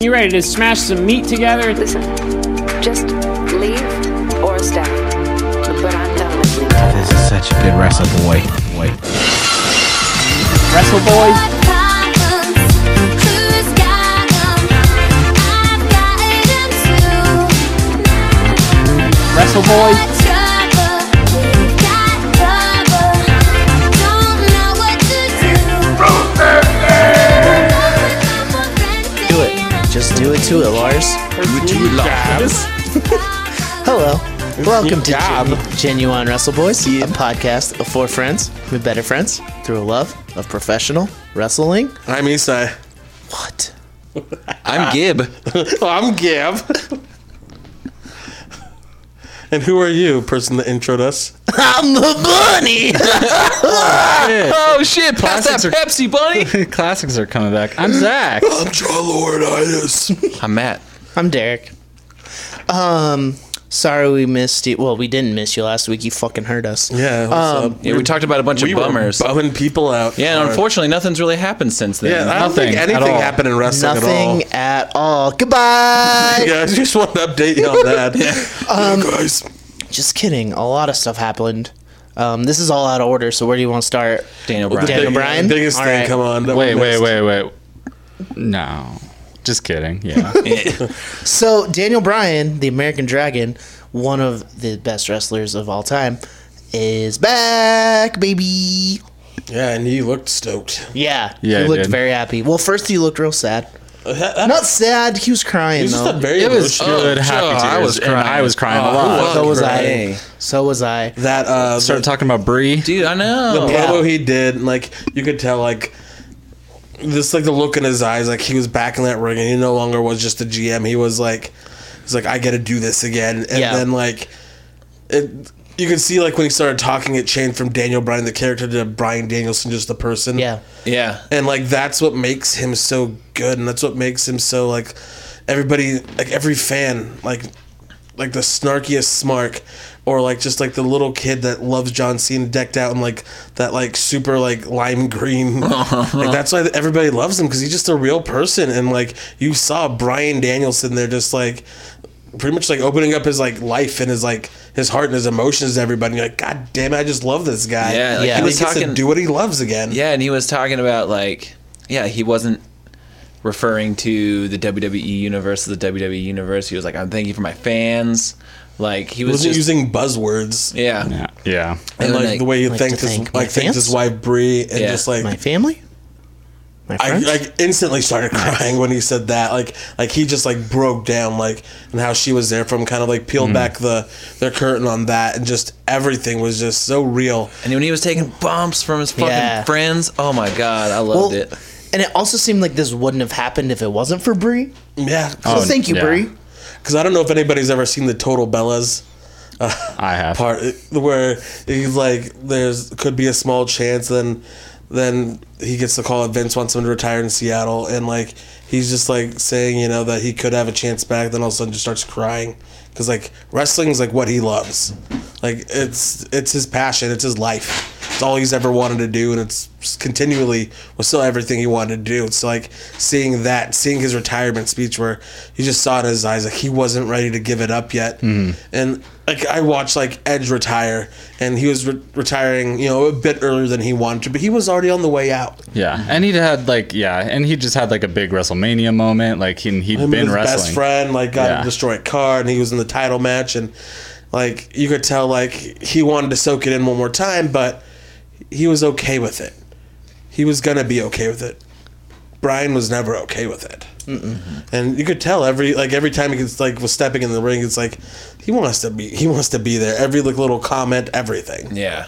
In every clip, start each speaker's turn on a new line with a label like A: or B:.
A: You ready to smash some meat together?
B: Listen, just leave or stay. But I'm done listening to
C: This is such a good wrestle boy. Wait.
A: Wrestle boys? Wrestle boys?
D: Do it. Just do it to it, Lars. Hello. Welcome to
A: job.
D: Genu- Genuine Wrestle Boys, a podcast of four friends who are better friends through a love of professional wrestling.
E: I'm Isai.
D: What?
C: I'm Gib.
E: I'm Gab. and who are you, person that introed us?
D: I'm the bunny!
C: Oh shit, pass
F: Classics are-
C: Pepsi, bunny.
F: Classics are coming back. I'm Zach.
E: I'm Jalorditis.
C: I'm Matt.
D: I'm Derek. Um, sorry we missed you. Well, we didn't miss you last week. You fucking heard us.
E: Yeah, what's
D: Um,
E: up?
C: Yeah, we talked about a bunch
E: We
C: of
E: were
C: bummers.
E: bumming people out.
C: yeah, and unfortunately, nothing's really happened since then.
E: Yeah, I don't think
F: Nothing at
E: anything
F: all.
E: happened in wrestling
D: Nothing
E: at
D: at all. Goodbye!
E: all. Yeah, I just want to update you on that. Yeah, guys.
D: Just kidding. A lot of stuff happened. Um, this is all out of order, so where do you want to start?
C: Daniel Bryan.
D: Daniel Bryan?
E: Biggest
D: All
E: thing,
D: right.
E: come on. that
F: Wait,
E: we
F: wait,
E: missed.
F: wait, wait. No. Just kidding. Yeah.
D: So Daniel Bryan, the American Dragon, one of the best wrestlers of all time, is back, baby.
E: Yeah, and you looked stoked.
D: Yeah,
F: Yeah,
D: he
F: he
D: looked
F: did.
D: very happy. Well, first he looked real sad. Not sad, he was crying
E: He's just
D: though.
E: a very
F: It was
E: emotional-
F: good,
C: oh,
F: happy tears.
C: I was
F: and
C: crying.
F: I was crying a
E: Oh,
F: lot.
E: fuck.
D: so was I.
C: Hey.
D: So was I.
E: That uh,
F: Started talking about Brie.
C: dude, I
E: the
C: know.
D: Oh, Yeah.
E: promo he did, and like you could tell, like this, like the look in his eyes, like he was back in that ring, and he no longer was just a GM. He was like, he's like, I got to do this again, and
D: Yeah.
E: then like it. You could see like when he started talking, it changed from Daniel Bryan the character to Brian Danielson, just the person.
D: Yeah.
C: Yeah,
E: and like that's what makes him so good, and that's what makes him so like everybody, like every fan, like like the snarkiest smark or like just like the little kid that loves John Cena decked out in like that like super like lime green like that's why everybody loves him because he's just a real person and like you saw Brian Danielson there just like pretty much like opening up his like life and his like his heart and his emotions to everybody you're like god damn it, I just love this guy
C: Yeah, like,
D: he
E: yeah he
D: was
E: was talking
C: talking-
E: to do what he loves again
C: yeah, and he was talking about like, yeah, he wasn't referring to the WWE universe as the WWE universe. He was like, "I'm thanking for my fans." Like he
E: he
C: was
E: wasn't
C: just
E: using buzzwords
C: yeah,
F: Yeah. Yeah.
E: and
C: And,
E: like,
C: like,
E: the way he
D: like to
E: thanked his
D: thank my
E: like thanked his
D: fans?
E: wife Brie and
C: Yeah.
E: just like
D: My family? My
E: I
D: friends?
E: like instantly started crying when he said that. Like like he just like broke down like and how she was there from kind of like
D: Mm.
E: peeled back the their curtain on that and just everything was just so real.
C: And when he was taking bumps from his fucking
D: Yeah.
C: friends, oh my god, I
D: Well,
C: loved it.
D: and it also seemed like this wouldn't have happened if it wasn't for Brie.
E: Yeah,
D: So
F: Oh,
D: thank you,
F: yeah.
D: Brie.
E: because I don't know if anybody's ever seen the Total Bellas
F: I have.
E: part where he's like there's could be a small chance then then he gets the call that Vince wants him to retire in Seattle and like he's just like saying you know that he could have a chance back then all of a sudden just starts crying because like wrestling's like what he loves like it's it's his passion it's his life it's all he's ever wanted to do and it's just continually was still everything he wanted to do it's like seeing that seeing his retirement speech where you just saw it in his eyes like he wasn't ready to give it up yet and like I watched like Edge retire, and he was re- retiring, you know, a bit earlier than he wanted to, but he was already on the way out.
F: Yeah. And he had like yeah, and he just had like a big WrestleMania moment. Like he he
E: Him
F: had
E: and
F: been
E: his
F: wrestling.
E: best friend like got
F: Yeah.
E: a destroyed car, and he was in the title match, and like you could tell like he wanted to soak it in one more time, but he was okay with it. He was gonna be okay with it. Brian was never okay with it, and you could tell every like every time he gets like was stepping in the ring, it's like he wants to be he wants to be there. Every like little comment, everything.
C: Yeah.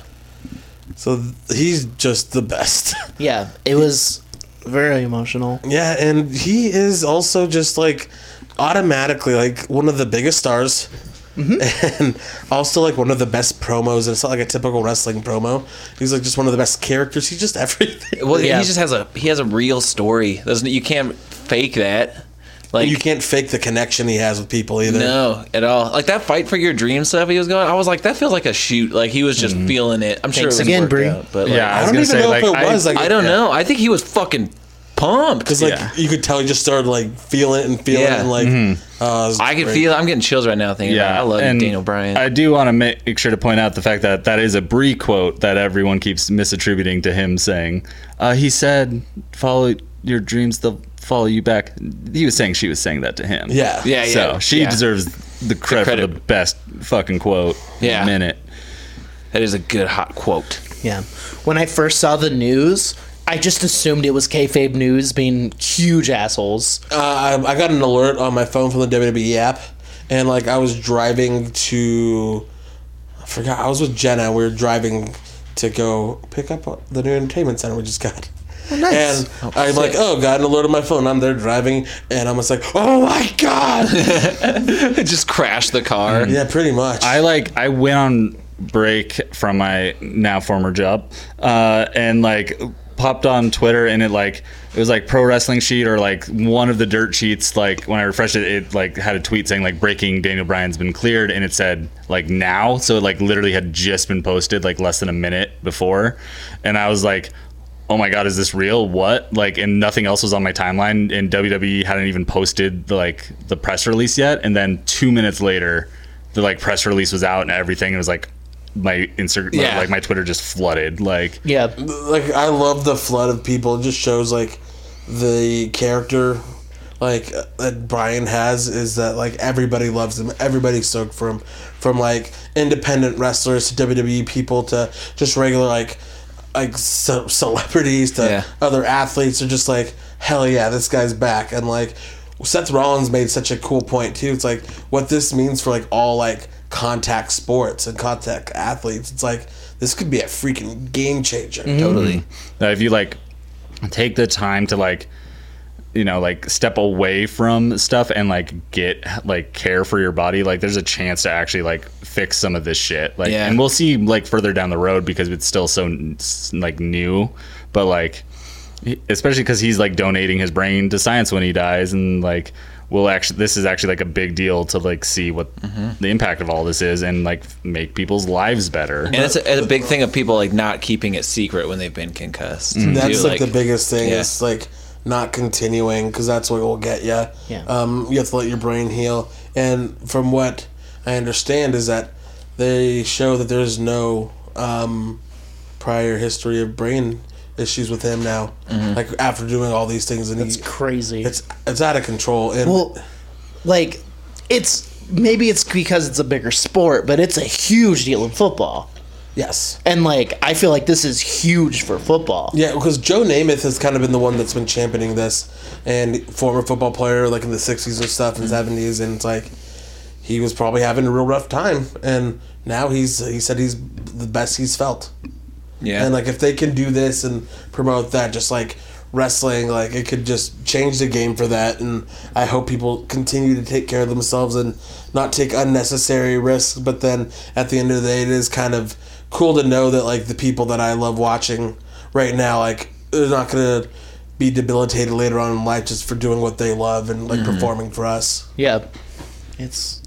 E: So th- he's just the best.
D: Yeah, it was very emotional.
E: yeah, and he is also just like automatically like one of the biggest stars. And also like one of the best promos, and it's not like a typical wrestling promo. He's like just one of the best characters. He's just everything.
C: Well,
D: Yeah.
C: he just has a he has a real story. Doesn't you can't fake that. Like
E: You can't fake the connection he has with people either.
C: no at all. Like that fight for your dream stuff he was going. I was like, that feels like a shoot. Like he was just feeling it. I'm sure it
D: Thanks
C: was
D: again,
C: worked
D: Bree.
C: out, but like,
F: Mm-hmm. Yeah, I
E: I,
F: was
E: don't
F: gonna
E: even
F: say
E: know
F: like
E: if it was.
F: I,
E: Like
C: I don't know. I think he was fucking pumped.
E: Because like
F: Yeah.
E: you could tell, he just started like feeling it and feeling it,
C: Yeah.
E: and like uh, it was
C: I can
E: great.
C: feel. I'm getting chills right now thinking. about it. I love you,
F: and
C: Daniel Bryan.
F: I do want to make sure to point out the fact that that is a Brie quote that everyone keeps misattributing to him saying. Uh, he said, "Follow your dreams; they'll follow you back." He was saying she was saying that to him.
E: Yeah.
C: yeah, yeah.
F: so she
C: yeah.
F: deserves the credit, for the
C: credit.
F: best fucking quote.
C: Yeah.
F: in a minute.
C: That is a good hot quote.
D: Yeah. When I first saw the news, I just assumed it was kayfabe news being huge assholes.
E: uh, I, I got an alert on my phone from the WWE app, and like I was driving to, I forgot I was with Jenna. We were driving to go pick up the new entertainment center we just got.
D: Oh, nice.
E: And I'm like, oh, got an alert on my phone. I'm there driving, and I'm just like, oh my god.
C: Just crash the car.
F: Mm-hmm.
E: yeah, pretty much.
F: I like I went on break from my now former job, uh, and like popped on Twitter and it like it was like pro wrestling sheet or like one of the dirt sheets. Like when I refreshed it, it like had a tweet saying like breaking Daniel Bryan's been cleared, and it said like now. So it like literally had just been posted like less than a minute before, and I was like. Oh my god, is this real? What? Like, and nothing else was on my timeline, and WWE hadn't even posted like the press release yet. And then two minutes later, the like press release was out and everything. It was like my Instagram,
C: Yeah.
F: like my Twitter just flooded. Like,
D: Yeah.
E: like I love the flood of people. It just shows like the character like uh, that Brian has is that like everybody loves him. Everybody's stoked for him. From like independent wrestlers to WWE people to just regular like like ce- celebrities to
C: Yeah.
E: other athletes are just like hell yeah this guy's back and like Seth Rollins made such a cool point too. It's like what this means for like all like contact sports and contact athletes. It's like this could be a freaking game changer.
C: Totally.
F: that if you like take the time to like you know like step away from stuff and like get like care for your body like there's a chance to actually like fix some of this shit like
C: Yeah.
F: and we'll see like further down the road because it's still so like new but like he- especially because he's like donating his brain to science when he dies and like we'll actually this is actually like a big deal to like see what the impact of all this is and like make people's lives better
C: And it's a, a big thing of people like not keeping it secret when they've been concussed.
F: Mm-hmm.
E: That's
C: too,
E: like, the biggest thing
C: yeah.
E: is like not continuing because that's what will get you.
D: Yeah.
E: Um, you have to let your brain heal. And from what I understand is that they show that there's no um, prior history of brain issues with him now. Like after doing all these things, and
D: It's
E: he's
D: crazy.
E: it's it's out of control. And
D: well, like, it's maybe it's because it's a bigger sport, but it's a huge deal in football.
E: yes.
D: And like, I feel like this is huge for football.
E: Yeah, because Joe Namath has kind of been the one that's been championing this, and former football player like in the '60s and stuff and '70s, and it's like he was probably having a real rough time, and now he's he said he's the best he's felt,
C: yeah.
E: and like if they can do this and promote that, just like wrestling, like it could just change the game for that, and I hope people continue to take care of themselves and not take unnecessary risks, but then at the end of the day, it is kind of cool to know that like the people that I love watching right now, like they're not gonna be debilitated later on in life just for doing what they love and like performing for us.
D: Yeah. It's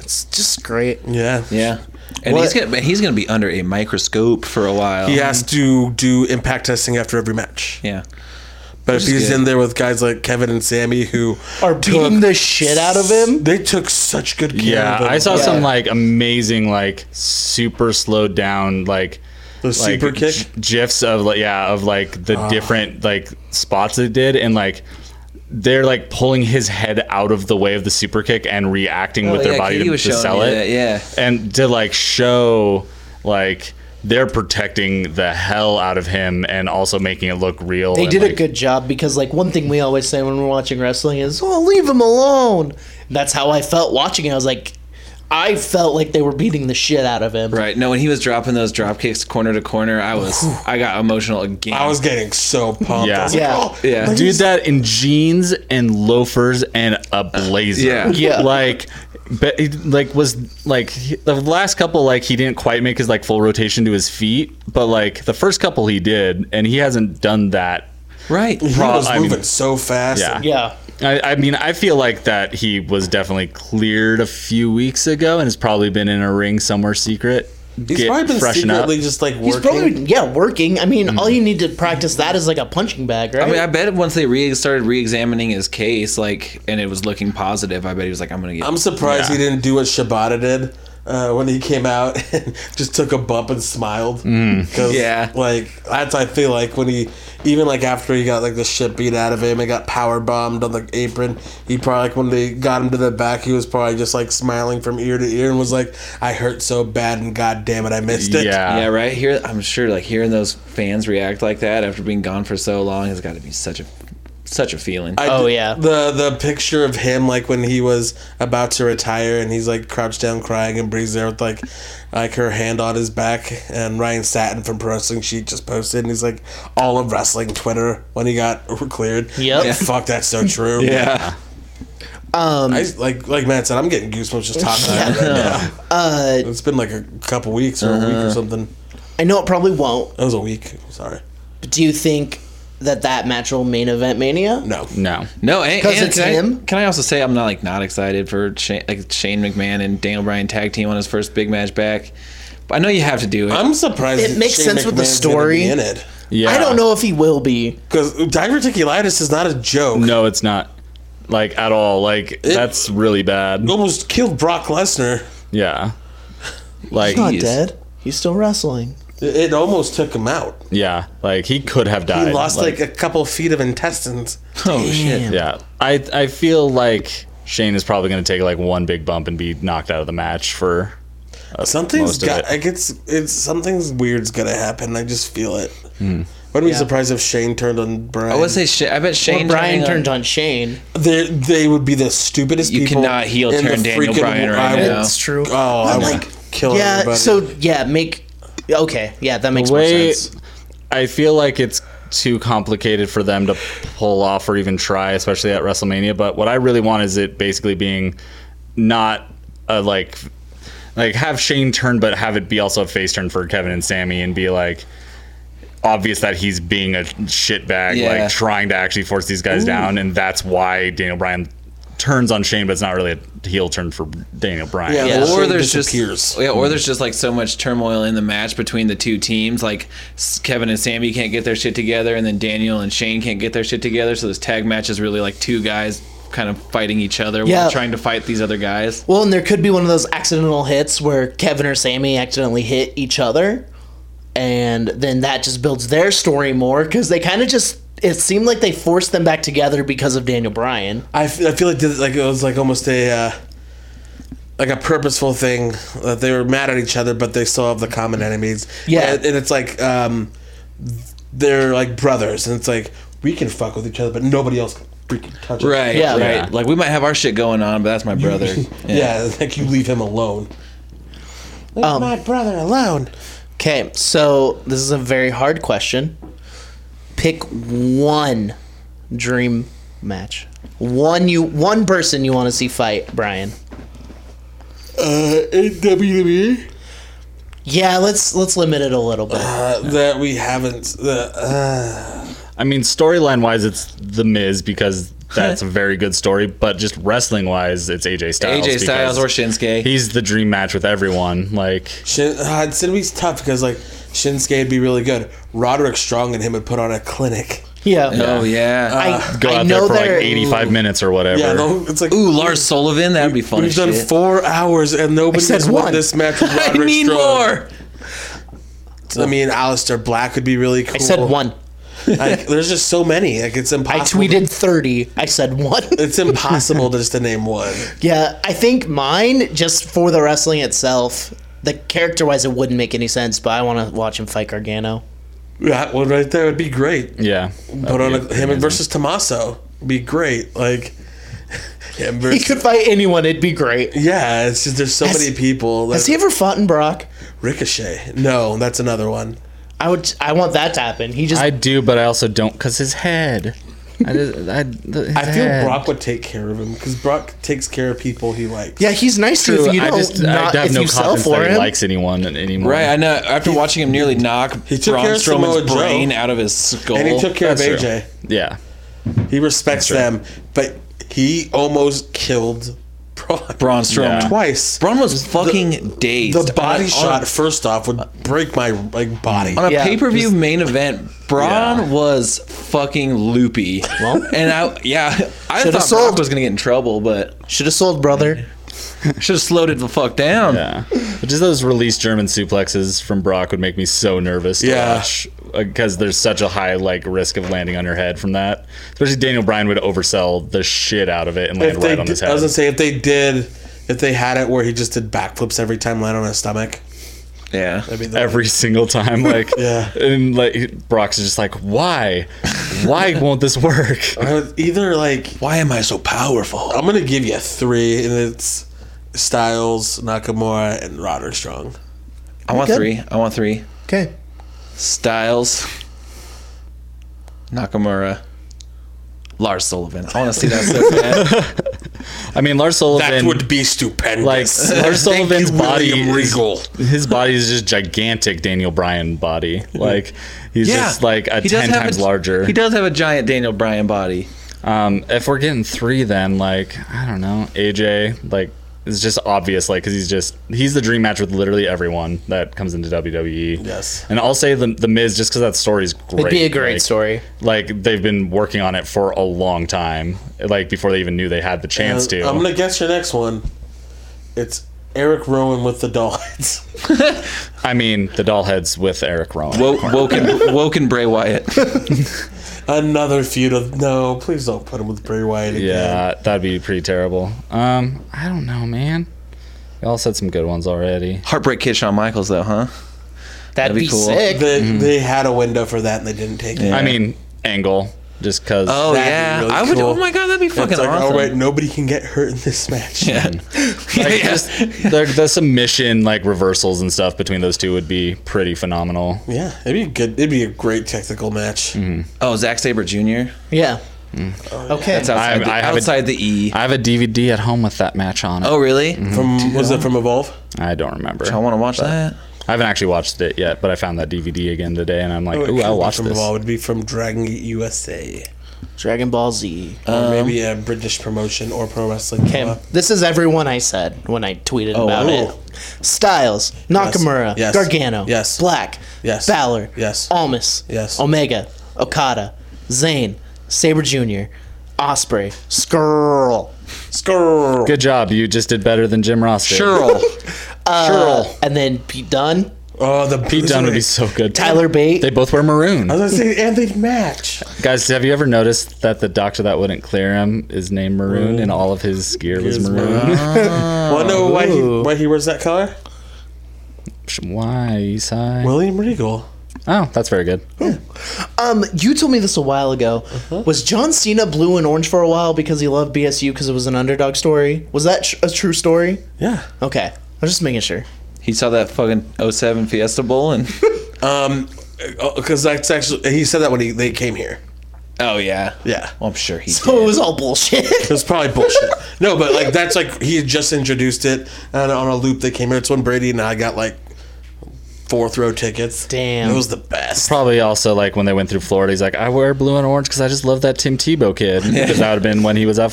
D: it's just great.
E: Yeah.
C: yeah. And he's gonna but he's gonna be under a microscope for a while.
E: He has to do impact testing after every match.
C: Yeah.
E: But if
C: is
E: he's
C: good.
E: in there with guys like Kevin and Sammy who
D: Are beating the shit out of him.
E: They took such good care
F: Yeah,
E: of him.
F: I saw
D: Yeah.
F: some like amazing, like super slowed down, like
E: The
F: like
E: super kick?
F: gifs of like yeah of like the different like spots it did and like. They're like pulling his head out of the way of the super kick and reacting with
C: Oh,
F: their
C: yeah,
F: body
C: Katie
F: to,
C: was
F: to
C: showing
F: sell
C: me
F: it,
C: that, yeah.
F: and to like show like they're protecting the hell out of him and also making it look real.
D: They
F: and,
D: did a
F: like-
D: good job because, like, one thing we always say when we're watching wrestling is, "Oh, leave him alone." And that's how I felt watching it. I was like, I felt like they were beating the shit out of him.
C: Right. No, when he was dropping those drop kicks corner to corner, I was I got emotional again.
E: I was getting so pumped.
F: Yeah.
E: I was like,
D: Yeah.
E: "Oh,
C: Yeah.
E: like,
F: do that in jeans and loafers and a blazer.
C: Yeah.
D: Yeah.
F: Like, but he, like was like he- the last couple like he didn't quite make his like full rotation to his feet, but like the first couple he did, and he hasn't done that.
C: right.
E: He
F: Pro-
E: was
F: I
E: moving
F: mean-
E: so fast.
F: Yeah.
D: Yeah.
F: I, I mean, I feel like that he was definitely cleared a few weeks ago and has probably been in a ring somewhere secret.
E: He's
F: get
E: probably been
F: freshen up.
E: secretly just like working.
D: He's probably yeah working. I mean, all you need to practice that is like a punching bag, right?
C: I mean, I bet once they re started re-examining his case, like, and it was looking positive, I bet he was like, "I'm gonna get."
E: I'm surprised he didn't do what Shibata did uh, when he came out and just took a bump and smiled. Cause,
C: Yeah.
E: like that's I feel like when he even like after he got like the shit beat out of him and got power bombed on the apron, he probably like when they got him to the back, he was probably just like smiling from ear to ear and was like, "I hurt so bad and god damn it, I missed it."
F: yeah.
C: yeah, right here, I'm sure like hearing those fans react like that after being gone for so long has got to be such a such a feeling.
E: I
D: Oh,
E: did-
D: yeah.
E: The the picture of him like when he was about to retire and he's like crouched down crying and Bree's there with like like her hand on his back and Ryan Satin from Pro Wrestling Sheet just posted and he's like all of wrestling Twitter when he got cleared.
D: Yep.
E: Like, Fuck that's so true.
C: yeah,
D: Um,
E: I like like Matt said, I'm getting goosebumps just talking about it right now.
D: uh,
E: It's been like a couple weeks or a week
D: Uh-huh.
E: or something.
D: I know it probably won't.
E: That was a week. Sorry.
D: But do you think that that match will main event Mania?
E: No.
F: No.
C: no, and,
D: 'Cause
C: and
D: it's
C: can I,
D: him?
C: can I also say I'm not like not excited for Shane, like Shane McMahon and Daniel Bryan tag team on his first big match back? But I know you have to do it.
E: I'm surprised.
D: It
E: that
D: makes sense with the
E: McMahon's gonna
D: story.
E: be in it
F: Yeah.
D: I don't know if he will be.
E: because diverticulitis is not a joke.
F: No, it's not. Like at all. Like that's really bad.
E: almost killed Brock Lesnar.
F: Yeah. Like
D: He's not
C: Jeez.
D: dead. He's still wrestling.
E: It, it almost took him out.
F: yeah, like he could have
E: He
F: died.
E: lost like, a couple feet of intestines.
C: oh shit!
D: Damn.
F: Yeah. I I feel like Shane is probably going to take like one big bump and be knocked out of the match for
E: Something's
F: most of
E: got.
F: it.
E: I guess it's something's weird's gonna happen. I just feel it. Wouldn't be surprised if Shane turned on Brian.
C: Hmm. I would say Sha- I bet Shane
D: Shane uh, Brian
C: turning
D: turned on Shane.
E: they they would be the stupidest
C: You
E: people.
C: cannot heel
E: in the
C: turn Daniel
E: freaking
C: Bryan
E: wo-
C: right
E: I would-
C: now.
D: That's true.
E: Oh, I would
D: like,
E: kill
D: yeah.
E: everybody.
D: So yeah, make okay. Yeah, that makes more
F: way
D: sense.
F: I feel like it's too complicated for them to pull off or even try, especially at WrestleMania. But what I really want is it basically being not a like like have Shane turn, but have it be also a face turn for Kevin and Sammy, and be like obvious that he's being a shitbag,
C: Yeah.
F: like trying to actually force these guys down, and that's why Daniel Bryan turns on Shane, but it's not really a heel turn for Daniel Bryan.
E: Yeah, Yeah.
C: or
E: Shane
C: there's
E: disappears. Hmm.
C: just yeah, or there's just like so much turmoil in the match between the two teams. Like S- Kevin and Sammy can't get their shit together, and then Daniel and Shane can't get their shit together. So this tag match is really like two guys kind of fighting each other
D: Yeah.
C: while trying to fight these other guys.
D: Well, and there could be one of those accidental hits where Kevin or Sammy accidentally hit each other, and then that just builds their story more because they kind of just. It seemed like they forced them back together because of Daniel Bryan.
E: I, f- I feel like this, like it was like almost a uh, like a purposeful thing that they were mad at each other, but they still have the common enemies.
D: Yeah.
E: and, and it's like um, they're like brothers, and it's like we can fuck with each other, but nobody else can freaking touch us.
C: Right,
D: Yeah.
C: right.
D: Yeah.
C: Like we might have our shit going on, but that's my brother.
E: Yeah, like you leave him alone. Leave my brother alone.
D: Okay, so this is a very hard question. Pick one dream match. One you one person you want to see fight Brian.
E: Uh, in WWE
D: Yeah, let's let's limit it a little bit.
E: uh, that we haven't. The uh,
F: I mean, storyline wise, it's The Miz because that's a very good story. But just wrestling wise, it's AJ Styles.
C: AJ Styles
F: because
C: or Shinsuke.
F: He's the dream match with everyone. Like,
E: Shin, uh, Shinsuke's tough because like Shinsuke would be really good. Roderick Strong and him would put on a clinic.
D: yeah.
C: oh yeah.
D: I,
F: Uh, go
D: I
F: out there
D: know
F: for like
D: they're-
F: 85 minutes or whatever.
E: Yeah, they'll- it's like
C: Ooh, Lars Sullivan. That'd be fun.
E: Uh, We've
C: as
E: done
C: shit.
E: four hours and nobody
D: said
E: has won
D: one.
E: this match. with
C: I
E: Roderick
C: need
E: Strong.
C: more.
E: I mean, Alistair Black would be really cool.
D: I said one.
E: Like, there's just so many. Like it's
D: I
E: impossible.
D: tweeted 30. I said one.
E: It's impossible just to name one.
D: yeah, I think mine just for the wrestling itself, the character-wise it wouldn't make any sense, but I want to watch him fight Gargano.
E: That one right there would be great.
F: Yeah.
E: Put on a, him
F: amazing.
E: versus Tommaso would be great. Like him
D: He
E: versus.
D: could fight anyone, it'd be great.
E: yeah, it's just there's so
D: Has-
E: many people. That,
D: Has he ever fought in Brock?
E: Ricochet. No, that's another one.
D: I would. I want that to happen. He just.
F: I do, but I also don't because his head. I, just, I, the- his
E: I feel
F: head.
E: Brock would take care of him because Brock takes care of people he likes.
D: yeah, he's nice to you if you
F: I
D: don't.
F: just
D: not,
F: I have
D: if
F: no
D: you sell
F: confidence
D: for
F: that he
D: him.
F: likes anyone anymore.
C: Right, I know. After watching him nearly knock
E: took
C: Braun
E: care of Samoa
C: Strowman's
E: Joe.
C: brain out of his skull,
E: and he took care of
F: That's
E: AJ.
F: true. Yeah.
E: He respects them, but he almost killed Braun.
C: Braun Strowman.
F: Yeah.
E: twice.
C: Braun was fucking dazed.
E: the body
C: On a-
E: shot first off would break my like body.
C: on a
D: Yeah,
C: pay per view main event. Braun
F: Yeah.
C: was fucking loopy.
D: Well.
C: and I yeah, I
D: Should've
C: thought
D: sold.
C: Brock was gonna get in trouble, but
D: Should have sold, brother.
C: should have slowed it the fuck down.
F: Yeah, but just those released German suplexes from Brock would make me so nervous. To
E: Yeah.
F: because there's such a high like risk of landing on your head from that. Especially Daniel Bryan would oversell the shit out of it and land
E: if they,
F: right on
E: di-
F: his head.
E: I was gonna say if they did, if they had it where he just did backflips every time land on his stomach.
C: Yeah.
E: I mean,
F: Every single time, like,
E: Yeah.
F: and like Brock's just like, why, why won't this work?
E: I would either like
C: Why am I so powerful?
E: I'm gonna give you three, and it's Styles, Nakamura, and Roderick Strong.
C: I want
D: Okay.
C: three. I want three.
D: Okay.
C: Styles, Nakamura, Lars Sullivan. I want to see that so bad.
F: I mean, Lars Sullivan.
E: be stupendous.
F: like Lars Sullivan's body,
E: William
F: is-
E: Regal.
F: his body is just gigantic. Daniel Bryan body, like he's just like a
C: He does
F: ten
C: have
F: times
C: a-
F: larger.
C: He does have a giant Daniel Bryan body.
F: Um, if we're getting three, then like I don't know, AJ like it's just obvious, like because he's just he's the dream match with literally everyone that comes into WWE.
E: Yes.
F: and I'll say the the Miz just because that story's great.
D: It'd be a great
F: like-
D: story.
F: Like they've been working on it for a long time, like before they even knew they had the chance to.
E: Uh, I'm gonna guess your next one. It's Eric Rowan with the Dolphins.
F: I mean, the doll heads with Eric Rowan.
C: Wo- woken, woken Bray Wyatt.
E: Another feud of no, please don't put him with Bray Wyatt again.
F: Yeah, that'd be pretty terrible. Um, I don't know, man. Y'all said some good ones already.
C: Heartbreak Kid Shawn Michaels, though, huh?
D: That'd,
C: be
D: be,
C: cool.
D: sick.
E: They,
C: Mm-hmm.
E: they had a window for that and they didn't take it.
F: I mean, Angle, just because.
C: Oh
E: That'd be
C: yeah,
E: really
C: I would.
E: cool.
C: Oh my god, that'd be fucking
E: It's like,
F: oh,
C: awesome.
E: all right, nobody can get hurt in this match.
C: Yeah.
F: Like,
C: Yeah.
F: just the, the submission like reversals and stuff between those two would be pretty phenomenal.
E: Yeah, it'd be a good. It'd be a great technical match.
C: oh, Zack Saber Jr.
D: Mm. Oh, Yeah. Okay.
C: That's outside,
F: I-
C: the,
F: I have a-
C: outside the E.
F: I have a DVD at home with that match on it.
C: oh really?
F: Mm-hmm.
E: From was it from Evolve?
F: I don't remember.
C: I want to watch that.
F: I haven't actually watched it yet, but I found that DVD again today, and I'm like,
E: Oh, It
F: ooh,
E: couldn't
F: I'll
E: be
F: watch
E: from
F: this.
E: Evolve. It'd be from Dragon Gate USA,
D: Dragon Ball Z.
E: or maybe a British promotion or pro wrestling.
D: Okay.
E: club.
D: This is everyone I said when I tweeted about
E: wow.
D: it. Styles, Nakamura,
E: Oh, Yes.
D: Gargano,
E: Yes.
D: Black,
E: Yes.
D: Balor,
E: Yes.
D: Almas,
E: Yes.
D: Omega, Okada, Zayn, Saber Jr., Osprey, Skrull,
E: Skrrr.
F: Good job, you just did better than Jim Ross. Did.
C: Cheryl. Cheryl.
D: and then Pete Dunne,
E: Oh, the
F: Pete Dunne would be so good.
D: Tyler Bate.
F: They both wear maroon.
E: I was gonna say, and they'd match.
F: Guys, have you ever noticed that the doctor that wouldn't clear him is named Maroon and all of his gear was maroon?
E: Wanna know why he
D: Ooh.
E: why he wears that color?
F: Why, Isai?
E: William Regal.
F: oh, that's very good.
D: um, you told me this a while ago.
E: Uh-huh.
D: Was John Cena blue and orange for a while because he loved BSU because it was an underdog story? Was that tr- a true story?
E: Yeah.
D: Okay, I was just making sure.
C: He saw that fucking 07 Fiesta Bowl and.
E: Um, because that's actually he said that when he they came here.
C: Oh yeah.
E: Yeah.
C: Well, I'm sure he
D: So Oh, it was all bullshit.
E: It was probably bullshit. no, but like that's like he had just introduced it, and on a loop they came here. It's when Brady and I got like fourth row tickets.
D: Damn.
E: it was the best.
F: Probably also like when they went through Florida, he's like, I wear blue and orange because I just love that Tim Tebow kid. 'Cause that would have been when he was at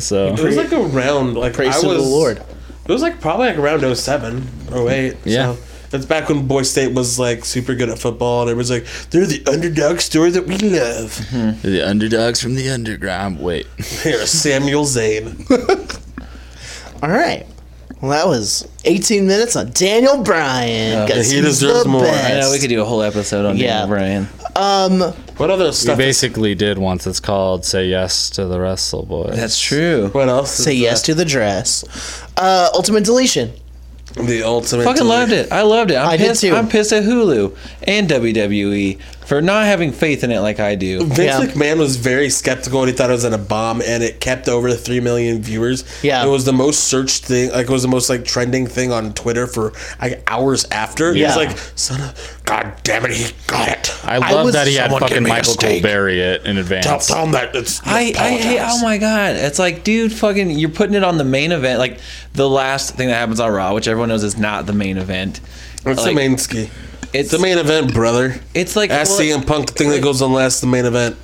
F: So
E: It was like around like
D: Praise
E: I
D: to the
E: was-
D: Lord.
E: It was like probably like around 07, 08.
F: Yeah.
E: So that's back when Boy State was like super good at football, and it was like they're the underdog story that we love.
F: the underdogs from the underground. Wait,
E: Here, Samuel Zane.
D: All right. Well, that was 18 minutes on Daniel Bryan. 'cause
E: he
D: he's
E: deserves
D: the
E: more.
D: best.
C: I know we could do a whole episode on
D: Yeah.
C: Daniel Bryan.
E: What other
F: we
E: stuff?
F: basically did once. It's called "Say Yes to the Wrestle Boys."
C: That's true.
E: what else?
D: Say yes to the dress. Uh, ultimate deletion.
E: The ultimate.
C: Fucking loved it. I loved it. I'm
D: I did
C: pissed.
D: too.
C: I'm pissed at Hulu and WWE for not having faith in it like I do.
E: Vince
D: Yeah.
E: McMahon was very skeptical and he thought it was in a bomb and it kept over 3 million viewers.
D: Yeah.
E: It was the most searched thing, like it was the most like trending thing on Twitter for like hours after.
D: Yeah.
E: He was like, son of, god damn it, he got it.
F: I love
D: was-
F: that he had
E: Someone give
F: fucking
E: me a
F: Michael
E: steak.
F: Colbert it in advance.
E: Tell, tell him that it's.
C: I, I hate. Oh my god! It's like, dude, fucking, you're putting it on the main event, like the last thing that happens on Raw, which everyone knows is not the main event.
E: It's the
C: like-
E: main ski.
C: It's
E: It's the main event, brother.
C: It's like
E: Ask
C: well,
E: CM Punk the thing that goes on last the main event.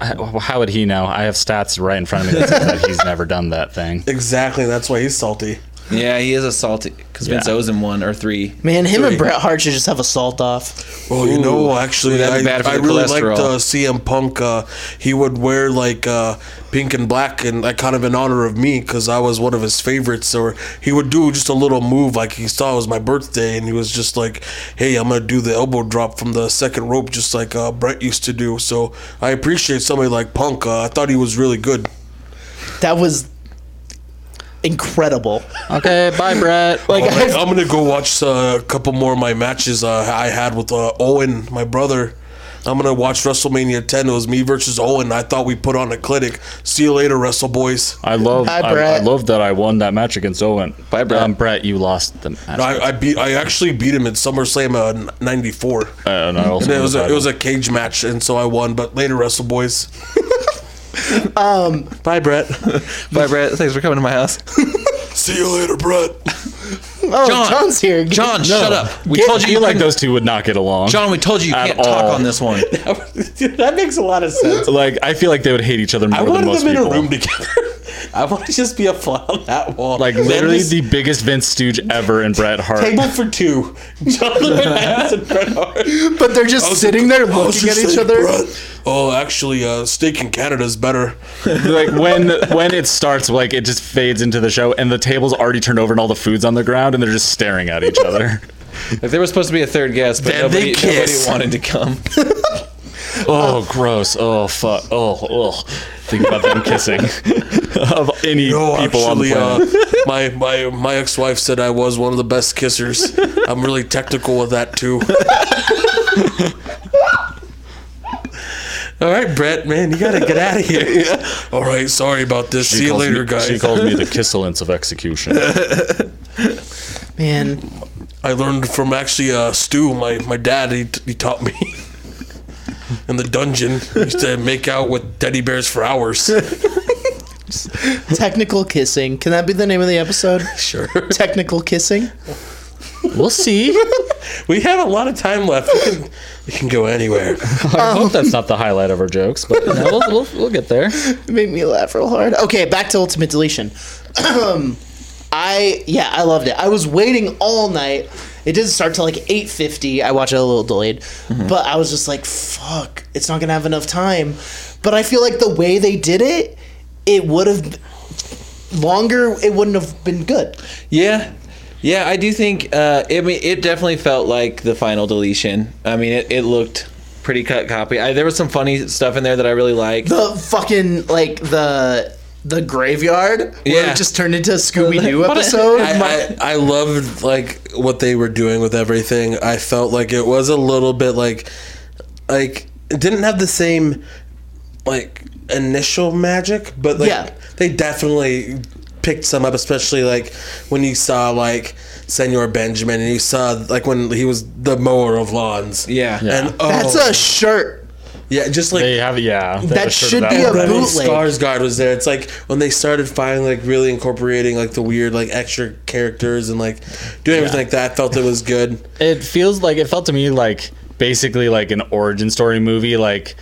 F: How how would he know? I have stats right in front of me that says that he's never done that thing.
E: Exactly. That's why he's salty.
C: Yeah, he is a salty because Vince
F: Yeah.
C: owes him one or three.
D: Man, him and
E: Three.
D: Bret Hart should just have a salt off.
E: Well, you know, actually,
C: that'd
E: I,
C: be bad for
E: I
C: the
E: really
C: cholesterol.
E: liked uh, CM Punk. Uh, he would wear like uh, pink and black, and like kind of in honor of me because I was one of his favorites. Or he would do just a little move, like he saw it was my birthday, and he was just like, "Hey, I'm gonna do the elbow drop from the second rope, just like uh, Brett used to do." So I appreciate somebody like Punk. Uh, I thought he was really good.
D: That was incredible.
F: Okay, bye, Brett.
D: Like,
E: I'm like,
D: I-
E: I'm gonna go watch uh, a couple more of my matches uh, I had with uh, Owen, my brother. I'm gonna watch WrestleMania 10. It was me versus Owen. I thought we put on a clinic. See you later, Wrestle Boys.
F: I love.
D: Hi,
F: I, I
D: Brett.
F: love that I won that match against Owen.
C: Bye, Brett.
F: Um, Brett, you lost the match.
E: I, I beat. I actually beat him at SummerSlam uh, '94.
F: Uh, and I also
E: And it
F: won
E: was
F: the
E: a, it
F: title.
E: was a cage match, and so I won. But later, Wrestle Boys. um. Bye, Brett.
C: Bye, Brett. Thanks for coming to my house.
E: See you later, Brett.
D: oh, John's here.
C: John, shut up. We
F: Get-
C: told you
F: I
C: you
F: feel like
C: like those.
F: those two would not get along.
C: John, we told you you
F: At
C: can't talk
F: all.
C: on this one.
D: that makes a lot of sense.
F: like I feel like they would hate each other more
E: I
F: than
E: wanted
F: most
E: them in
F: people.
E: a room together. I want to just be a fly on that wall.
F: like
E: Then
F: literally
E: just-
F: the biggest Vince stooge ever, and Bret Hart.
E: table for two. John Lewis and Bret Hart.
D: But they're just sitting there
E: I was
D: looking at
E: just
D: each
E: saying,
D: other.
E: Brett, Oh, actually, uh, steak in Canada is better.
F: like when when it starts, like it just fades into the show, and the table's already turned over, and all the food's on the ground, and they're just staring at each other.
C: Like there was supposed to be a third guest, but
E: Then
C: nobody,
E: they kiss.
C: nobody wanted to come.
F: oh, gross. Oh, fuck. Oh, oh. Think about them kissing. of any
E: No,
F: people on the
E: actually,
F: planet.
E: uh, my my my ex-wife said I was one of the best kissers. I'm really technical with that too. All right, Brett, man, you gotta get out of here. All right, sorry about this. See you
F: calls
E: later,
F: me,
E: guys.
F: She calls me the kisselence of execution.
D: Man,
E: I learned from actually uh, Stu, my, my dad. He, he taught me in the dungeon. We used to make out with teddy bears for hours.
D: technical kissing. Can that be the name of the episode?
E: Sure.
D: Technical kissing.
F: we'll see.
E: We have a lot of time left. We can, we can go anywhere.
F: I hope that's not the highlight of our jokes, but you know, we'll, we'll, we'll get there.
D: It made me laugh real hard. Okay, back to Ultimate Deletion. I yeah, I loved it. I was waiting all night. It didn't start till like eight fifty. I watched it a little delayed, but I was just like, "Fuck, it's not gonna have enough time." But I feel like the way they did it, it would have longer. It wouldn't have been good.
C: Yeah, yeah, I do think. Uh, I mean, it definitely felt like the final deletion. I mean, it, it looked pretty cut copy. I, there was some funny stuff in there that I really liked.
D: The fucking like the the graveyard where
C: Yeah.
D: it just turned into a Scooby Doo episode.
E: I, I, I loved like what they were doing with everything. I felt like it was a little bit like like it didn't have the same like initial magic, but like
D: Yeah.
E: they definitely picked some up, especially like when you saw like Senor Benjamin and you saw like when he was the mower of lawns.
C: Yeah. Yeah.
E: And oh,
D: That's a shirt.
E: yeah, just like
F: They have, yeah. they have
D: That
F: a shirt of
D: should be
F: one.
D: a
E: Stellan
D: bootleg.
E: Skarsgård was there. It's like when they started finally like really incorporating like the weird like extra characters and like doing everything like that. I felt it was good.
F: it feels like it felt to me like basically like an origin story movie like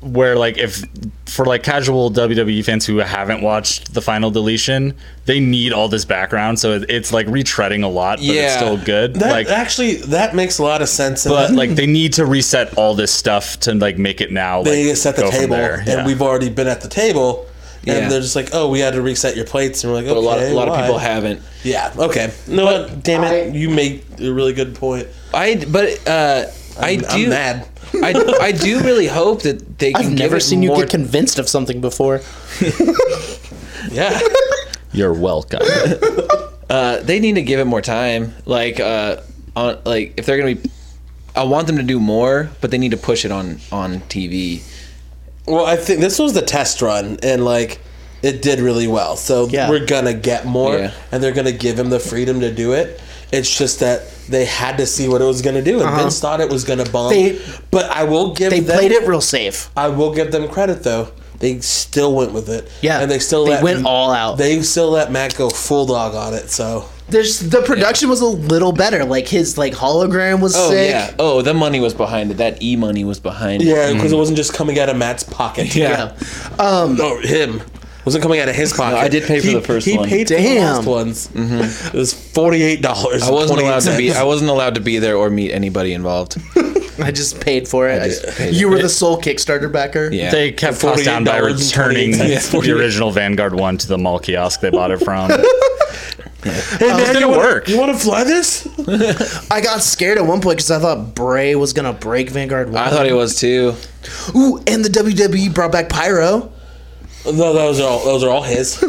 F: where like if for like casual WWE fans who haven't watched the final deletion, they need all this background, so it- it's like retreading a lot, but it's
C: Yeah.
F: still good.
E: That
F: like,
E: actually that makes a lot of sense.
F: but
E: and
F: like they need to reset all this stuff to like make it now.
E: they
F: like,
E: need to set the
F: go from
E: table,
F: there.
E: and
F: Yeah.
E: we've already been at the table, and
C: Yeah.
E: they're just like, oh, we had to reset your plates, and we're like, okay,
C: a lot, a lot of
E: why?
C: people haven't.
E: Yeah, okay. You know what? Damn it, you make a really good point.
C: I but uh, I
E: I'm
C: do.
E: mad.
C: I, I do really hope that they can
D: I've
C: give
D: never
C: it
D: seen you
C: more-
D: get convinced of something before.
E: Yeah,
F: You're welcome.
C: they need to give it more time. Like, uh, on like if they're gonna be, I want them to do more, but they need to push it on on TV.
E: Well, I think this was the test run, and like it did really well. So
D: Yeah.
E: we're gonna get more,
C: Yeah.
E: and they're gonna give him the freedom to do it. It's just that they had to see what it was gonna do, and Vince thought it was gonna bomb.
D: Uh-huh. They-
E: but I will give
D: They
E: them,
D: played it real safe.
E: I will give them credit though. They still went with it.
D: Yeah,
E: and they still
D: they
E: let,
D: went all out.
E: They still let Matt go full dog on it. So
D: there's the production was a little better. Like his like hologram was
C: Oh
D: sick.
C: yeah. Oh, the money was behind it. That e money was behind it.
E: Yeah,
D: Mm.
E: because it wasn't just coming out of Matt's pocket.
D: Yeah.
E: No, him. It wasn't coming out of his pocket.
C: I did pay for
E: He-
C: the first
E: he
C: one. Mm-hmm.
E: paid for the
D: Damn.
E: last ones. It was forty eight dollars.
C: I wasn't allowed to be. I wasn't allowed to be there or meet anybody involved.
D: I just paid for it. I
C: just
D: just-
C: paid
D: you
C: it.
D: were the sole Kickstarter backer.
C: Yeah.
F: They kept costs down by
E: $48 and
F: returning
E: 28
F: the original Vanguard one to the mall kiosk they bought it from.
E: Hey, man,
F: didn't
E: you wanna-
F: work.
E: You want to fly this?
D: I got scared at one point because I thought Bray was gonna break Vanguard One.
C: I thought he was too.
D: Ooh, and the WWE brought back Pyro.
E: No, those are all. Those are all his.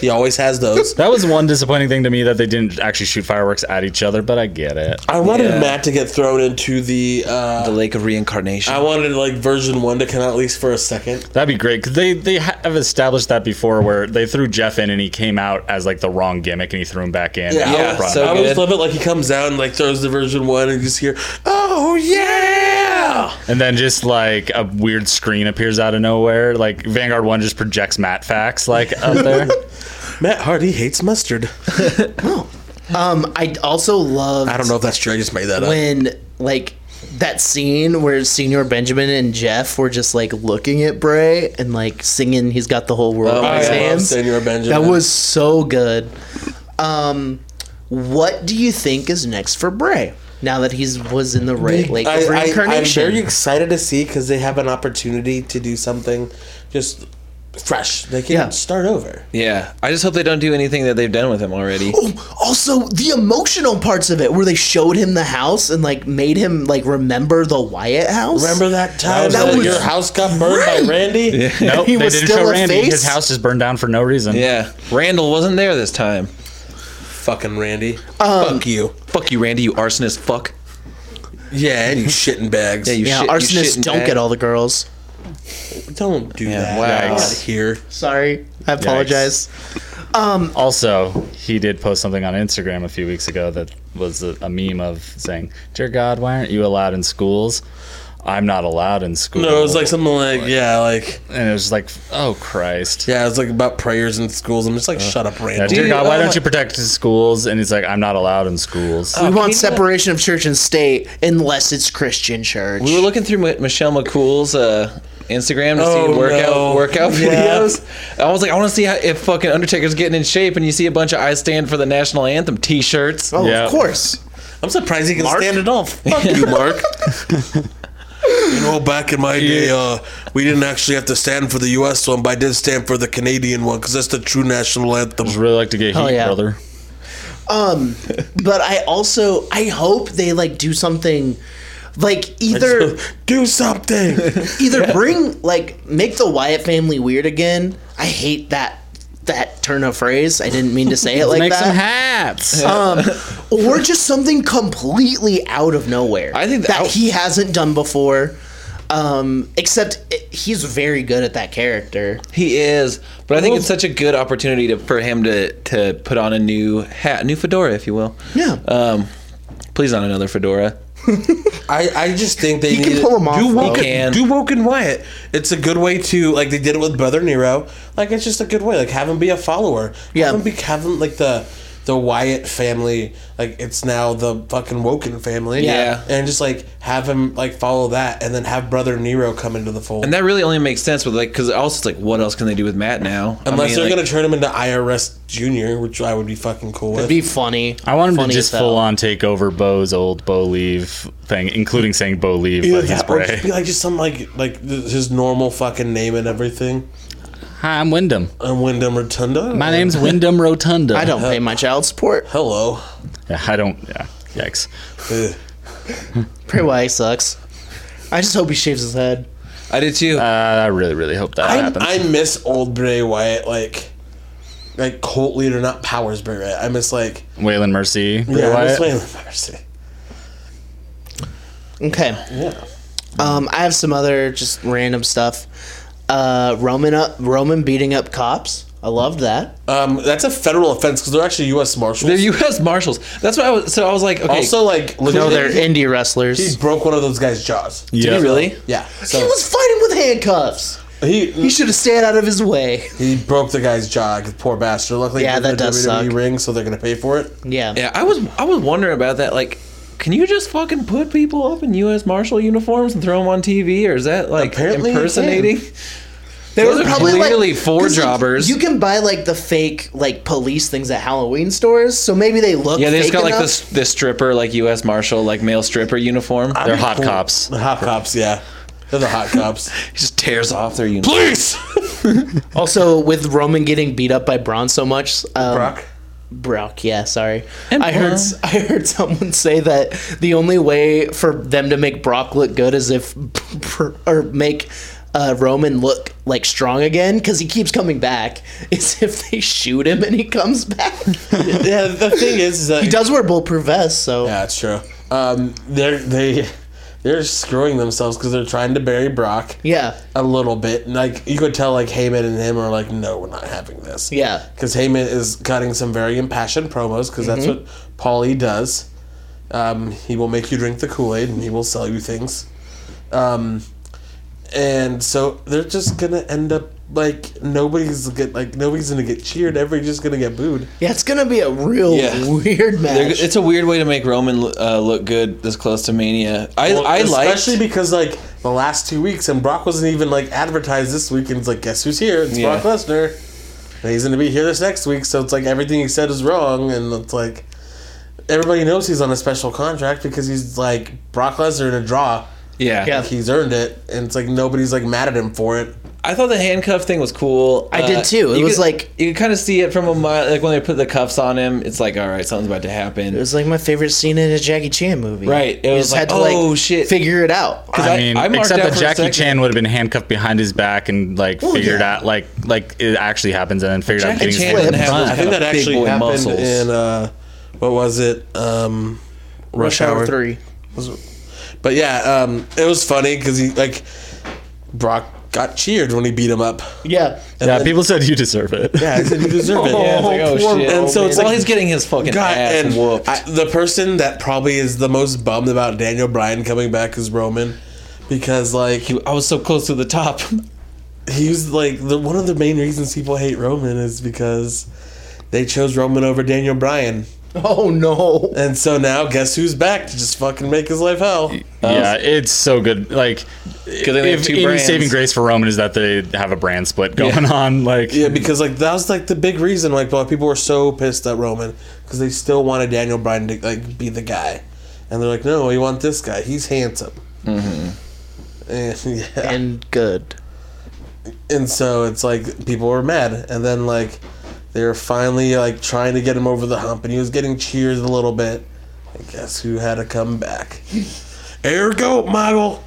E: he always has those.
F: that was one disappointing thing to me that they didn't actually shoot fireworks at each other, but I get it.
E: I wanted
C: Yeah.
E: Matt to get thrown into the. Uh,
C: The Lake of Reincarnation.
E: I wanted like version one to come out at least for a second.
F: That'd be great because they they have established that before, where they threw Jeff in and he came out as like the wrong gimmick and he threw him back in.
E: Yeah,
C: Yeah,
E: I, always-
C: so
E: I always
C: good.
E: love it. Like he comes out and like throws the version one and you just hear, "Oh yeah!"
F: And then just like a weird screen appears out of nowhere. Like Vanguard One just projects Matt Fax like up there.
E: Matt Hardy hates mustard.
D: Um, I also love.
E: I don't know if that's true. I just made that up.
D: when like that scene where Senior Benjamin and Jeff were just like looking at Bray and like singing "He's Got the Whole World"
E: Oh,
D: in
E: I
D: his
E: love
D: hands.
E: Senor Benjamin.
D: That was so good. Um, what do you think is next for Bray now that he's was in the right lake
E: I,
D: of
E: am
D: reincarnation?
E: very excited to see because they have an opportunity to do something just fresh. They can
D: Yeah.
E: start over.
C: yeah. I just hope they don't do anything that they've done with him already.
D: Oh, also the emotional parts of it where they showed him the house and like made him like remember the Wyatt house.
E: Remember that time
D: That
E: that,
D: was
E: your house got burned
D: great.
E: by Randy?
F: Nope,
D: He
F: they
D: was
F: didn't
D: still
F: show
D: a
F: Randy.
D: face?
F: His house is burned down for no reason.
C: Yeah. Randall wasn't there this time.
E: Fucking Randy. Fuck you.
C: Fuck you, Randy. You arsonist. Fuck.
E: Yeah, and you shitting bags.
C: Yeah. You
D: Yeah,
C: shit, you
D: arsonists
C: shitting
D: don't
C: bag.
D: get all the girls.
E: Don't do that.
C: wow.
E: Get Here.
D: Sorry, I apologize.
F: Also, he did post something on Instagram a few weeks ago that was a, a meme of saying, "Dear God, why aren't you allowed in schools? I'm not allowed in school."
E: No, it was like something like yeah, like
F: and it was like, "Oh Christ."
E: yeah, it was like about prayers in schools. I'm just like, shut up,
F: Yeah,
E: Randy.
F: dear
C: Dude,
F: God,
C: oh
F: why
C: my-
F: don't you protect the schools? And he's like, I'm not allowed in schools.
D: We want separation of church and state unless it's Christian church.
C: We were looking through Mi- Michelle McCool's uh, Instagram to
E: Oh,
C: see workout
E: no.
C: workout
E: Yeah.
C: videos. I was like, I want to see how, if fucking Undertaker's getting in shape, and you see a bunch of "I Stand for the National Anthem" T-shirts.
D: oh,
F: Yeah.
D: of course.
E: I'm surprised he can
D: Mark?
E: stand it off. Fuck you, Mark. you know, back in my day, uh, we didn't actually have to stand for the U.S. one, but I did stand for the Canadian one because that's the true national anthem.
F: I'd really like to get
D: Hell
F: heat,
D: yeah.
F: brother.
D: Um, But I also I hope they like do something like either
E: Do something.
D: either bring like make the Wyatt family weird again. I hate that that turn of phrase. I didn't mean to say it like
F: Make
D: that.
F: some hats.
D: um, or just something completely out of nowhere.
C: I think
D: that
C: that-
D: he hasn't done before. Um, except it, he's very good at that character.
C: He is, but I think it's such a good opportunity to, for him to to put on a new hat, new fedora, if you will.
D: Yeah.
C: Um, please not another fedora.
E: I, I just think they
D: You
E: need
D: can pull him off,
E: Do
D: though.
E: woke,
C: You can.
E: do woke and Wyatt. It's a good way to like they did it with Brother Nero. Like it's just a good way. Like have him be a follower.
D: Yeah.
E: Have him be have him like the the Wyatt family. Like it's now the fucking Woken family.
C: Yeah.
E: And just like have him like follow that, and then have Brother Nero come into the fold.
C: And that really only makes sense with like, because also it's like, what else can they do with Matt now? I
E: Unless
C: mean,
E: they're
C: like-
E: gonna turn him into IRS Junior, which I would be fucking cool with.
D: It'd be funny.
F: I want him to
D: Funny
F: just
D: as hell.
F: full on take over Bo's old Bo Leave thing, including saying Bo Leave,
E: Either
F: but he's
E: that or just be
F: Bray.
E: like just some like like th- his normal fucking name and everything.
F: Hi, I'm Wyndham.
E: And Wyndham Rotunda.
F: My name's Wyndham Rotunda.
D: I don't pay my child support.
E: Hello.
F: Yeah, I don't. Yeah. Yikes.
E: Ugh.
D: Bray Wyatt sucks. I just hope he shaves his head.
C: I did too.
F: Uh, I really, really hope that
E: I,
F: happens.
E: I miss old Bray Wyatt, like like cult leader, not Powers Bray Wyatt. I miss like
F: Waylon Mercy. Bray
E: yeah, I miss
F: Wyatt.
E: Wayland Mercy.
D: Okay.
E: Yeah,
D: Um, I have some other just random stuff. Uh, Roman up Roman beating up cops. I loved that.
E: um, that's a federal offense because they're actually U.S. Marshals.
C: the U.S. Marshals. That's what I was. So I was like, okay.
E: also, like
D: No, they're
E: legit,
D: indie
E: he
D: wrestlers.
E: broke one of those guys' jaws.
C: did
F: Yeah.
C: he really?
E: Yeah, so
D: He was fighting with handcuffs.
E: He
D: He should have stayed out of his way.
E: he broke the guy's jaw. Poor bastard. Luckily,
D: Yeah,
E: he did
D: that does
E: the WWE
D: suck.
E: ring, so they're gonna pay for it.
D: Yeah.
C: Yeah, I was I was wondering about that. Like, can you just fucking put people up in U.S. Marshal uniforms and throw them on TV, or is that like
E: Apparently you can.
C: impersonating? They
D: They're
C: were probably clearly four
D: 'cause, like,
C: jobbers.
D: you can buy like the fake like police things at Halloween stores, so maybe they look.
C: yeah, they just
D: fake
C: got like
D: enough.
C: this this stripper, like U.S. Marshal, like male stripper uniform.
F: They're hot cops.
E: The hot cops, yeah, they're the hot cops.
C: He just tears off their uniform.
E: Please,
D: Also, with Roman getting beat up by Braun so much, um,
E: Brock.
D: Brock, yeah, sorry.
C: And
D: I heard
C: Braun.
D: I heard someone say that the only way for them to make Brock look good is if or make uh, Roman look like strong again because he keeps coming back. Is if they shoot him and he comes back.
E: Yeah, the thing is, is that
D: he does wear bulletproof vests, so
E: Yeah, it's true. Um, they're they they're screwing themselves because they're trying to bury Brock
D: yeah,
E: a little bit. And, Like you could tell, like Heyman and him are like, no, we're not having this.
D: Yeah.
E: because Heyman is cutting some very impassioned promos because that's what Paulie does. Um, he will make you drink the Kool Aid and he will sell you things. Um, and so they're just gonna end up like nobody's get like nobody's gonna get cheered. Everybody's just gonna get booed.
D: yeah. It's gonna be a real
C: Yeah.
D: weird
C: They're-
D: match.
C: It's a weird way to make Roman uh, look good this close to Mania. I
E: Well,
C: I like
E: especially because like the last two weeks, and Brock wasn't even like advertised this week, and it's like, guess who's here? It's
C: Yeah.
E: Brock Lesnar, and he's gonna be here this next week. So it's like everything he said is wrong, and it's like everybody knows he's on a special contract because he's like Brock Lesnar in a draw.
C: yeah.
D: Yeah.
E: He's earned it, and it's like nobody's like mad at him for it.
C: I thought the handcuff thing was cool. Uh,
D: I did too. It
C: you
D: was
C: could-
D: like-
C: you could kind of see it from a mile. Like when they put the cuffs on him, it's like all right, something's about to happen.
D: it was like my favorite scene in a Jackie Chan movie.
C: Right, it
D: you
C: was
D: just
C: like,
D: had to like
C: "Oh, shit."
D: figure it out.
C: 'Cause
F: I mean,
C: marked
F: except
C: out
F: that
C: for a
F: Jackie
C: second.
F: Chan would have been handcuffed behind his back and like figured
D: yeah.
F: out like like it actually happens and then figured out
C: Jackie
F: getting
C: Chan
F: his
C: didn't
F: hand
C: have
F: done.
C: those
E: I think
C: kind
E: that
C: of big
E: actually
C: boy
E: happened
C: muscles.
E: in uh, what was it? Um, Rush, Hour Three.
D: three.
E: But yeah, um, it was funny because he like Brock got cheered when he beat him up.
D: Yeah.
F: yeah, people said you deserve it.
E: Yeah, I said you deserve it.
C: Yeah, it's like, oh,
E: poor-
C: shit.
E: And so it's
C: well,
E: like
C: he's getting his fucking
E: God,
C: ass
E: and
C: whooped.
E: I, the person that probably is the most bummed about Daniel Bryan coming back is Roman, because like he
C: I was so close to the top.
E: was like the one of the main reasons people hate Roman is because they chose Roman over Daniel Bryan,
D: Oh no.
E: and so now guess who's back to just fucking make his life hell.
F: yeah, it's so good. Like, if
C: they have two
F: any
C: brands.
F: saving grace for Roman is that they have a brand split going on. Like,
E: Yeah, because like that was like the big reason like why people were so pissed at Roman because they still wanted Daniel Bryan to like be the guy, and they're like, no, we want this guy. He's handsome. Mm-hmm. And, yeah.
D: And good.
E: and so it's like people were mad and then like they were finally like trying to get him over the hump and he was getting cheers a little bit i guess who had to come back air goat Michael.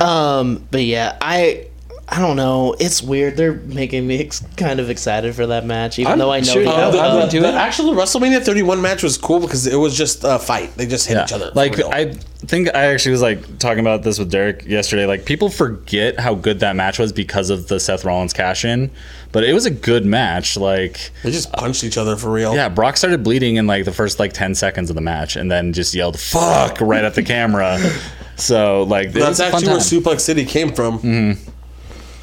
D: Um, but yeah, I I don't know. It's weird. They're making me ex- kind of excited for that match, even
C: I'm
D: though I know
C: sure
D: he
C: you
D: got
C: have
D: the-
C: that.
E: the,
C: into
E: the
C: it.
E: actual wrestlemania 31 match was cool because it was just a fight they just hit
F: Yeah.
E: each other for
F: Like
E: real.
F: I think I actually was like talking about this with Derek yesterday. Like people forget how good that match was because of the Seth Rollins cash in, but it was a good match. Like
E: they just punched each other for real
F: yeah, Brock started bleeding in like the first like ten seconds of the match, and then just yelled "fuck" right at the camera. So like it
E: that's
F: was a fun
E: actually where
F: time. Mm-hmm.
E: suplex city came from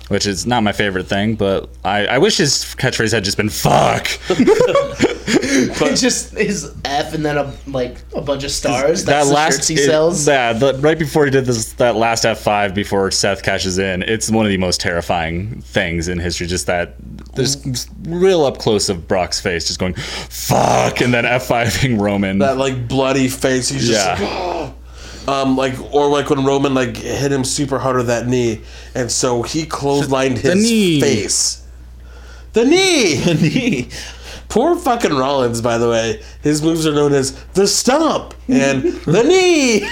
F: which is not my favorite thing, but I, I wish his catchphrase had just been "fuck."
D: It just is F and then a like a bunch of stars.
F: that
D: That's
F: last
D: the shirts he
F: it-
D: sells.
F: yeah, the, right before he did this, that last F five before Seth cashes in, it's one of the most terrifying things in history. Just that there's real up close of Brock's face, just going "fuck," and then F fiving Roman.
E: that like bloody face he's just
F: yeah,
E: Um, like or like when Roman like hit him super hard with that knee, and so he clotheslined
F: The
E: his
F: knee.
E: face. The knee, the knee. Poor fucking Rollins, by the way. His moves are known as the stomp and the knee.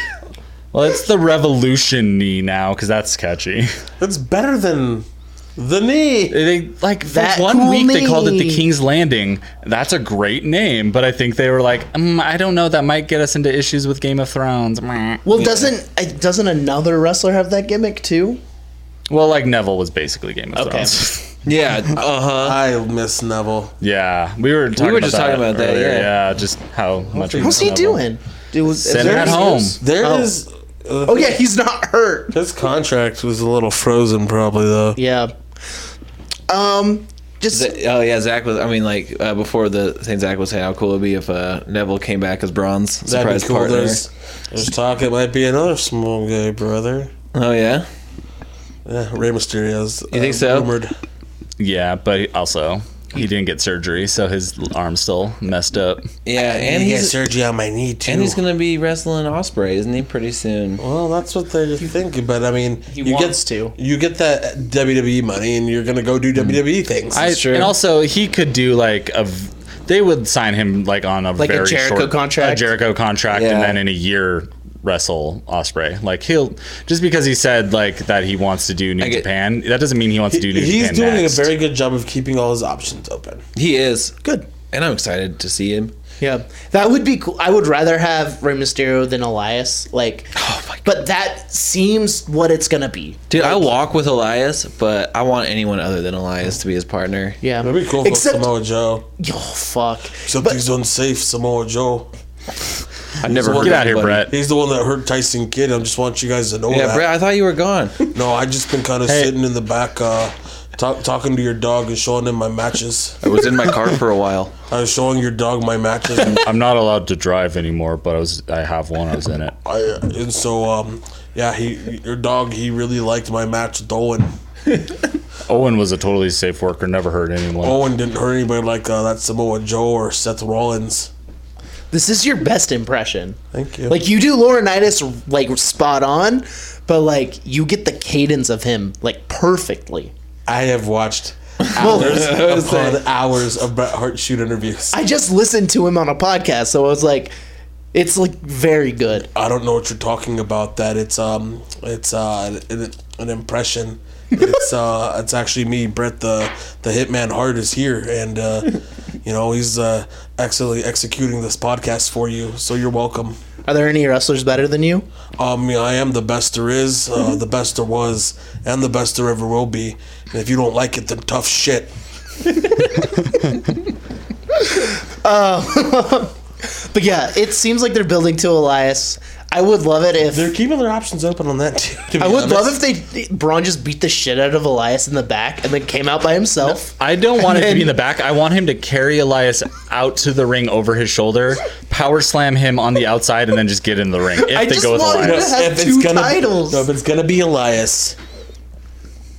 F: well, it's the Revolution knee now because that's catchy.
E: That's better than the knee.
F: They like for
D: That
F: one
D: cool
F: week they called it the
D: knee.
F: King's Landing. That's a great name, but I think they were like, mm, I don't know, that might get us into issues with Game of Thrones. Meh.
D: well, doesn't it doesn't another wrestler have that gimmick too?
F: Well, like Neville was basically Game of Thrones.
C: yeah, uh huh.
E: I miss Neville.
F: Yeah, we were talking
C: were
F: about
C: just
F: that
C: talking about that,
F: earlier.
C: yeah.
F: just how much. we
D: What's he
F: love him.
D: doing? Dude, was,
F: Sitting
D: there
F: at
D: any
F: home.
D: news?
E: There
D: Oh.
E: is
D: Oh yeah, he's not hurt.
E: His contract was a little frozen, probably though.
D: Yeah. Um. Just
C: Z- Oh yeah, Zach was. I mean, like uh, before the thing, Zach was saying how cool it'd be if uh, Neville came back as Bronze
E: That'd
C: surprise
E: be cool.
C: partner.
E: There's, there's talk it might be another small guy brother.
C: Oh yeah,
E: Yeah, Rey Mysterio's. You
C: think so?
E: Rumored.
F: Yeah, but he- also he didn't get surgery, so his arm's still messed up.
C: yeah, Uh, and
E: he has
C: he's
E: surgery on my knee too.
C: and he's gonna be wrestling Osprey, isn't he? Pretty soon.
E: Well, that's what they think. But I mean, he
D: wants to.
E: You get that WWE money, and you're gonna go
C: Hmm.
E: do WWE things.
F: I,
C: That's true.
F: And also, he could do like a. v- They would sign him like on a
D: Like a
F: very
D: Jericho
F: short,
D: contract?
F: a Jericho contract,
C: Yeah.
F: and then in a year wrestle Osprey. Like he'll just because he said like that he wants to do New
C: I get-
F: Japan. That doesn't mean he wants to do New
E: he's
F: Japan.
E: doing
F: next.
E: a very good job of keeping all his options open.
C: He is good,
D: good.
C: and I'm excited to see him.
D: Yeah, that would be cool. I would rather have Rey Mysterio than Elias. Like,
C: my God.
D: but that seems what it's gonna be.
C: Dude, I walk with Elias, but I want anyone other than Elias to be his partner.
D: Yeah,
E: That'd be cool for
D: Except,
E: Samoa Joe.
D: oh fuck.
E: Something's unsafe, Samoa Joe.
C: I've never heard
F: Get
C: of
F: out here,
C: anybody.
F: Brett.
E: He's the one that hurt Tyson Kidd. I just want you guys to know
C: Yeah,
E: that.
C: Brett, I thought you were gone.
E: No, I just been kind of sitting in the back, uh, talk, talking to your dog and showing him my matches.
C: I was in my car for a while.
E: I was showing your dog my matches, and,
F: I'm not allowed to drive anymore, but I was I have one. I was in it.
E: I, and so um, yeah, he your dog he really liked my match with Owen.
F: Owen was a totally safe worker, never hurt anyone.
E: Owen didn't hurt anybody like uh, that Samoa Joe or Seth Rollins.
D: This is your best impression.
E: Thank you.
D: Like you do Laurinaitis like spot on, but like you get the cadence of him like perfectly.
E: I have watched
D: Well,
E: hours upon hours of Bret Hart shoot interviews. I,
D: I just listened to him on a podcast, so I was like, it's like very good.
E: don't know what you're talking about. That it's um it's uh an, an impression. It's uh it's actually me, Bret the the Hitman Hart is here, and uh, you know he's uh actually executing this podcast for you. So you're welcome.
D: Are there any wrestlers better than you?
E: Um, yeah, I am the best there is, uh, the best there was, and the best there ever will be. And if you don't like it, then tough shit.
D: But yeah, it seems like they're building to Elias. I would love it if
E: They're keeping their options open on that too. to be
D: I would
E: honest.
D: love if they Braun just beat the shit out of Elias in the back and then came out by himself.
F: I don't want him to
D: then-
F: be in the back. I want him to carry Elias out to the ring over his shoulder, power slam him on the outside, and then just get in the ring. If
D: I
F: they
D: just
F: go with
D: want
F: Elias,
D: have two titles.
E: No, if it's gonna be Elias,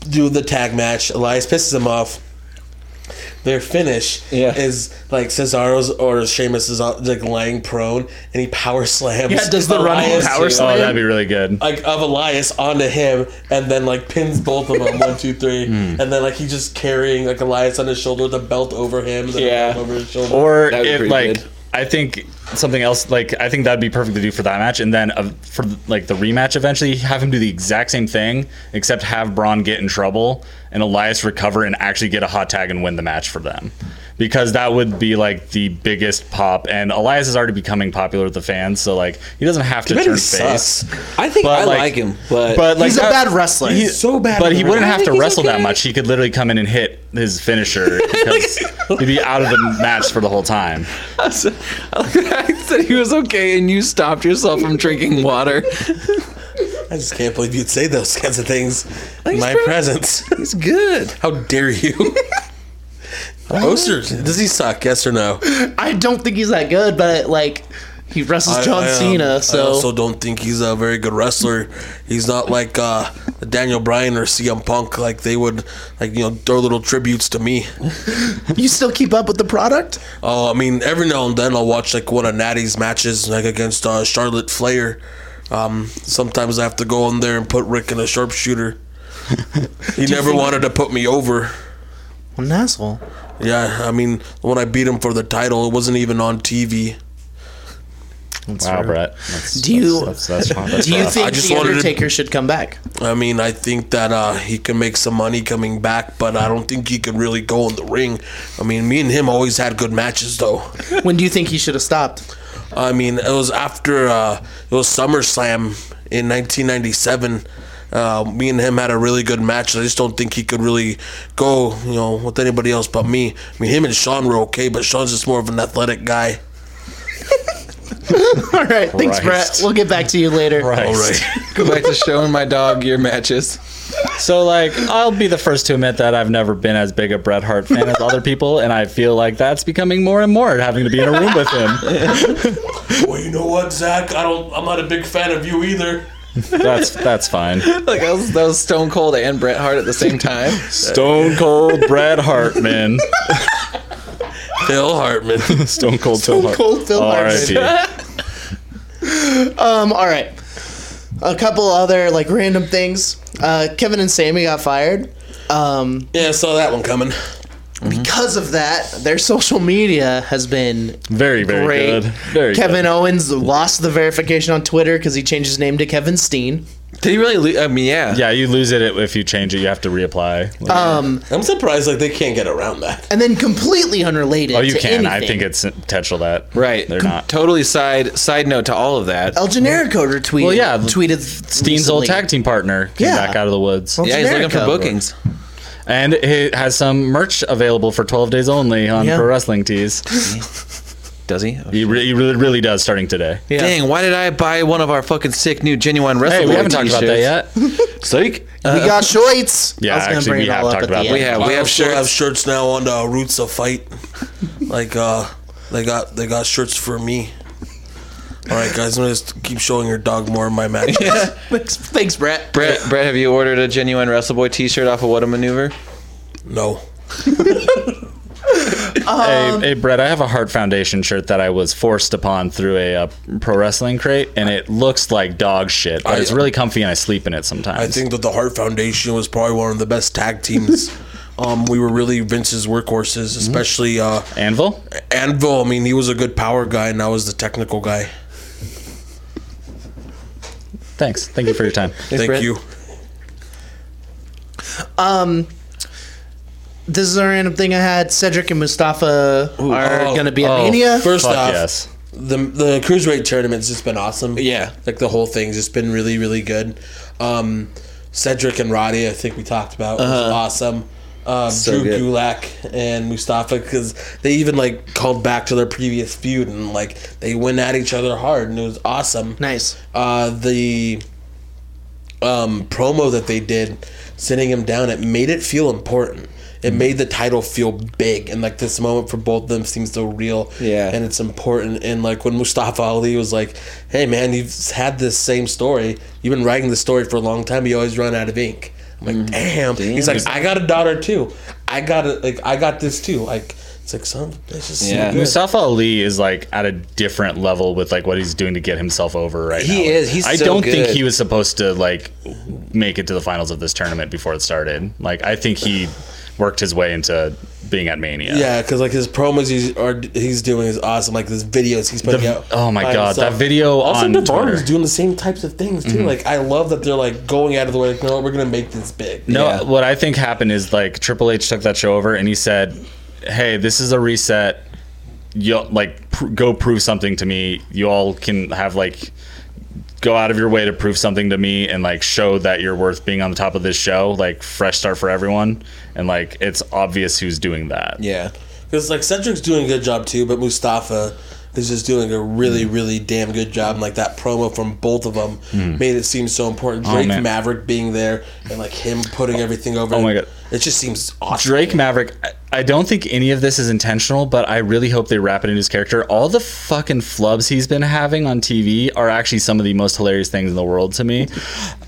E: do the tag match. Elias pisses him off. Their finish
C: Yeah.
E: is like Cesaro's or Sheamus is uh, like laying prone, and he power slams.
D: Yeah, does the running
E: Elias-
D: power slam?
F: oh, that'd be really good.
E: Like of Elias onto him, and then like pins both of them one, two, three,
F: Hmm.
E: and then like he's just carrying like Elias on his shoulder with a belt over him, then a
C: Yeah.
E: belt over his shoulder.
F: Or
C: That'd be
F: if
C: pretty
F: like
C: good.
F: I think something else, like I think that'd be perfect to do for that match, and then uh, for like the rematch eventually, have him do the exact same thing, except have Braun get in trouble and Elias recover and actually get a hot tag and win the match for them, because that would be like the biggest pop. And Elias is already becoming popular with the fans, so like he doesn't have to
E: Committee
F: turn
E: sucks.
F: face.
C: I think
F: But,
C: I
F: like-
C: like him, but,
F: But like
D: He's a
F: that-
D: bad wrestler.
F: he-
E: He's so bad
F: But
E: in
F: he
E: the
F: wouldn't
E: ring.
F: have to
G: he's
F: wrestle that
G: okay.
F: much. He could literally come in and hit his finisher because he'd be out of the match for the whole time.
C: I said- I said he was okay, and you stopped yourself from drinking water.
E: I just can't believe you'd say those kinds of things in my
C: pretty-
E: presence.
C: He's good.
E: How dare you? Oster, does he suck? Yes or no?
D: I don't think he's that good, but like he wrestles John
E: I, um,
D: Cena,
E: I
D: so
E: also don't think he's a very good wrestler. He's not like uh, Daniel Bryan or CM Punk. Like they would, like you know, throw little tributes to me.
D: you still keep up with the product.
E: Oh, I mean, every now and then I'll watch like one of Natty's matches, like against uh, Charlotte Flair. Um, sometimes I have to go in there and put Rick in a sharpshooter. He never wanted to put me over.
D: What an asshole.
E: Yeah, I mean, when I beat him for the title, it wasn't even on TV.
F: Wow, Brett. That's,
D: Do you-
F: That's, that's, that's, that's
D: Do you
F: rough.
D: think
E: just
D: the
E: wanted to-
D: Undertaker should come back?
E: I mean, I think that uh, he can make some money coming back, but I don't think he can really go in the ring. I mean, me and him always had good matches, though.
D: When do you think he should have stopped?
E: I mean, it was after uh, it was SummerSlam in 1997. Uh, me and him had a really good match. I just don't think he could really go, you know, with anybody else but me. I mean, him and Sean were okay, but Sean's just more of an athletic guy.
D: All right. Thanks,
F: Christ.
D: Brett. We'll get back to you later.
F: Right.
C: Go back to showing my dog your matches.
F: So like I'll be the first to admit that I've never been as big a Bret Hart fan as other people, and I feel like that's becoming more and more having to be in a room with him.
E: Well, you know what, Zach? I don't. I'm not a big fan of you either.
F: That's that's fine.
C: Like I was, that was Stone Cold and Bret Hart at the same time.
F: Stone Cold Bret Hart, man.
E: Phil Hartman.
F: Stone Cold Phil Hart.
D: Cold Phil Hartman.
F: R.I.P..
D: Um, all right. A couple other like random things. Uh, Kevin and Sammy got fired. Um,
E: yeah, I saw that one coming. Mm-hmm.
D: because of that, their social media has been
F: Very very
D: great.
F: good. Very
D: Kevin Owens lost the verification on Twitter because he changed his name to Kevin Steen.
C: Did he really? Lose? I mean, yeah.
F: Good. Yeah, you lose it if you change it. You have to reapply. Like,
E: I'm surprised like they can't get around that.
D: And then completely unrelated.
F: oh, you
D: to
F: can. I
D: anything,
F: think it's intentional that.
C: Right.
F: They're
C: Com-
F: not.
C: Totally side side note to all of that.
D: El Generico retweeted.
F: Mm-hmm. Well, yeah,
D: tweeted
F: Steen's old
D: recently.
F: tag team partner came
D: Yeah.
F: back out of the woods.
C: yeah, he's looking for
D: Generico.
C: bookings.
F: And he has some merch available for 12 days only on
D: Yeah.
F: Pro Wrestling Tees.
C: Does he? Oh,
F: He, re- he really, really does starting today.
D: Yeah.
C: Dang, why did I buy one of our fucking sick new genuine
F: Hey,
C: wrestling
F: we haven't talked about that yet.
C: Psych.
D: we got Schweitz.
F: Yeah,
D: I was gonna
F: actually,
D: bring
F: we
D: it
F: have
D: all up
F: talked
D: at the
F: about
D: end.
C: we have
E: I
C: we have
E: also have
C: shirts.
E: shirts now on the Roots of Fight. like uh, they got they got shirts for me. All right, guys, I'm gonna just keep showing your dog more of my matches.
D: Thanks, thanks, Brett.
C: Brett, Brett, have you ordered a genuine Wrestle Boy T-shirt off of What a Maneuver?
E: No.
F: hey, hey, Brett, I have a Heart Foundation shirt that I was forced upon through a uh, pro wrestling crate, and it looks like dog shit, but
E: I-
F: it's really comfy and I sleep in it sometimes.
E: I think that the Hart Foundation was probably one of the best tag teams. um, we were really Vince's
C: Mm-hmm.
E: workhorses, especially uh,
F: Anvil?
E: Anvil. I mean, he was a good power guy, and I was the technical guy.
F: Thanks. Thank you for your time.
E: Thank
C: Brett.
E: you.
D: Um, This is a random thing I had. Cedric and Mustafa are
E: Oh,
D: gonna be at
F: oh,
D: Mania.
E: First
F: Fuck
E: off,
F: yes.
E: the the cruiserweight tournament's just been awesome.
C: Yeah.
E: like the whole thing's just been really, really good. Um, Cedric and Roddy, I think we talked about, was awesome. Um, Drew
C: Uh-huh. good.
E: Gulak and Mustafa, because they even like called back to their previous feud and like they went at each other hard, and it was awesome.
D: Nice.
E: uh, the um, promo that they did, sitting him down, it made it feel important. It
C: Mm-hmm.
E: made the title feel big, and like this moment for both of them seems so real.
C: Yeah.
E: and it's important. And like when Mustafa Ali was like, "Hey man, you've had this same story. You've been writing this story for a long time. You always run out of ink." I'm like,
C: Mm-hmm.
E: damn. He's like, "I got a daughter too. I got it. Like I got this too. Like it's like some. It's just so
C: Yeah.
E: good.
F: Mustafa Ali is like at a different level with like what he's doing to get himself over right now.
C: He is. He's
F: I
C: so
F: don't think
C: good.
F: he was supposed to like make it to the finals of this tournament before it started. Like I think he worked his way into being at Mania.
E: Yeah, because like his promos he's are, he's doing is awesome. Like his videos he's putting
F: The-
E: out.
F: oh my
E: by
F: God, that video
E: Also,
F: on
E: Devon is
F: Twitter. Mm-hmm.
E: doing the same types of things too. Like I love that they're like going out of the way. Like, no, we're gonna make this big.
F: No,
C: Yeah.
F: what I think happened is like Triple H took that show over and he said, "Hey, this is a reset. You like pr- go prove something to me. You all can have like go out of your way to prove something to me and like show that you're worth being on the top of this show. Like fresh start for everyone. And like it's obvious who's doing that.
C: Yeah.
E: because like Cedric's doing a good job too, but Mustafa is just doing a really,
F: Mm.
E: really damn good job. And like that promo from both of them made it seem so important. Drake
F: Mm. Oh, man.
E: Maverick being there and like him putting everything over.
F: Oh my
E: it.
F: God.
E: it just seems awesome.
F: Drake Maverick, I- I don't think any of this is intentional, but I really hope they wrap it in his character. All the fucking flubs he's been having on TV are actually some of the most hilarious things in the world to me.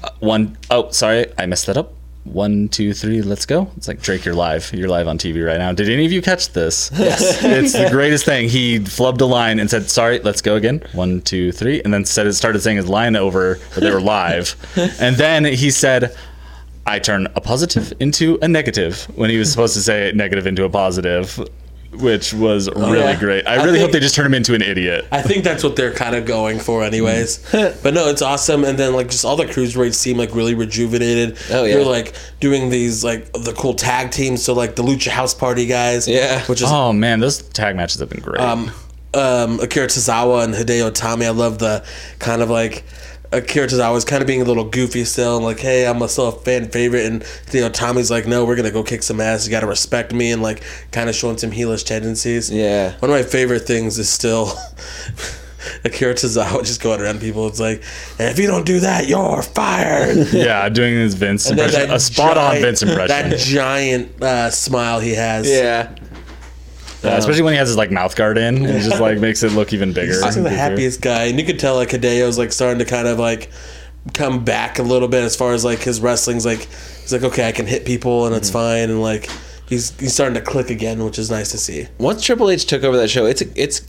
F: Uh, One, oh, sorry, I messed that up. One, two, three, let's go. It's like Drake, you're live. You're live on TV right now. Did any of you catch this? Yes. it's the greatest thing. He flubbed a line and said, "Sorry, let's go again." One, two, three, and then said it started saying his line over, but they were live, and then he said. I turn a positive into a negative when he was supposed to say negative into a positive, which was really
E: Oh, yeah.
F: great. I
E: I
F: really hope
E: think-
F: they just turn him into an idiot.
E: I think that's what they're kind of going for, anyways.
C: Hmm.
E: but no, it's awesome. And then like just all the cruiserweights seem like really rejuvenated.
C: Oh, yeah.
E: They're like doing these like the cool tag teams. So like the Lucha House Party guys.
C: Yeah.
E: Which is
F: Oh man, those tag matches have been great.
E: um, um, Akira Tozawa and Hideo Itami. I love the kind of like Akira Tozawa is kind of being a little goofy still, and like, hey, I'm a still a fan favorite, and Hideo Itami's like, no, we're gonna go kick some ass. You gotta respect me, and like, kind of showing some heelish tendencies.
C: Yeah.
E: One of my favorite things is still. Akira Tozawa just going around people. It's like, if you don't do that, you're fired.
F: Yeah, doing his Vince
E: And then
F: impression,
E: that
F: a spot on
E: giant-
F: Vince impression,
E: That giant uh, smile he has.
C: Yeah.
F: Uh, especially when he has his like mouth guard in, it just like makes it look even bigger.
E: He's just the happiest guy, and you could tell like Hideo's like starting to kind of like come back a little bit as far as like his wrestling's like he's like okay, I can hit people and
C: Mm-hmm.
E: it's fine, and like he's he's starting to click again, which is nice to see.
C: Once Triple H took over that show, it's it's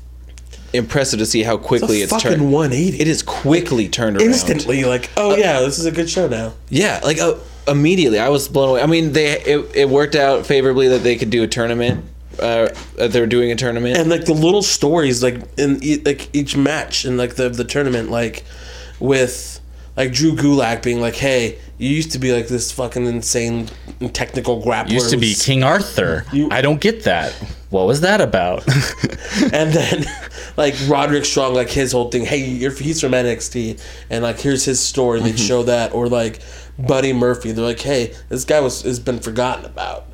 C: impressive to see how quickly it's,
E: fucking
C: turned.
E: 180.
C: It is quickly turned around. Uh,
E: instantly like oh yeah, this is a good show now.
C: Yeah, like uh, immediately, I was blown away. I mean, they it, it worked out favorably that they could do a tournament. Uh, that they're doing a tournament.
E: and like the little stories like in e- like each match and like the the tournament like with like Drew Gulak being like hey you used to be like this fucking insane technical grappler
F: Used to be
E: who's-
F: King Arthur. I don't get that. What was that about?
E: and then like Roderick Strong like his whole thing hey you're he's from NXT and like here's his story they would show that or like Buddy Murphy they're like hey this guy was has been forgotten about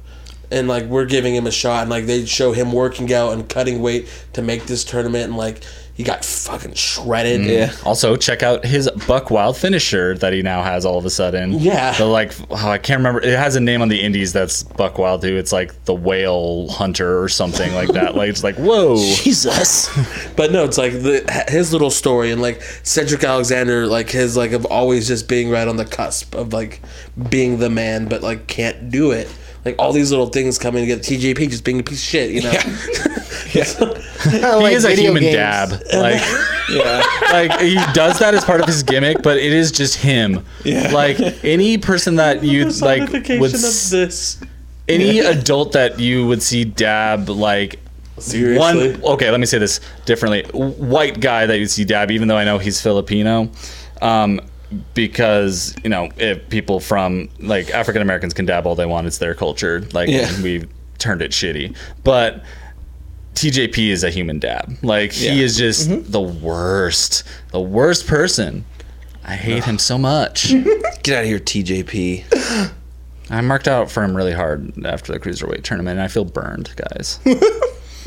E: and like we're giving him a shot and like they show him working out and cutting weight to make this tournament and like he got fucking shredded
C: yeah.
F: also, check out his Buck Wild finisher that he now has all of a sudden.
E: Yeah.
F: The like, oh, I can't remember. It has a name on the indies that's Buck Wild too. It's like the whale hunter or something like that. Like it's like whoa.
D: Jesus.
E: But no, it's like the, his little story and like Cedric Alexander, like his like of always just being right on the cusp of like being the man, but like can't do it. Like all these little things coming together. TJP just being a piece of shit, you know.
F: he is a human dab. Like, like he does that as part of his gimmick, but it is just him. Like any person that you like would s-
E: this.
F: any adult that you would see dab like
E: Seriously?
F: one okay let me say this differently white guy that you see dab even though i know he's filipino um, because you know if people from like african americans can dab all they want it's their culture like
C: Yeah.
F: we've turned it shitty but TJP is a human dab. Like he
C: Yeah. Mm-hmm.
F: is just the worst, the worst person. I hate him so much.
C: Get out of here, TJP.
F: I marked out for him really hard after the cruiserweight tournament, and I feel burned, guys.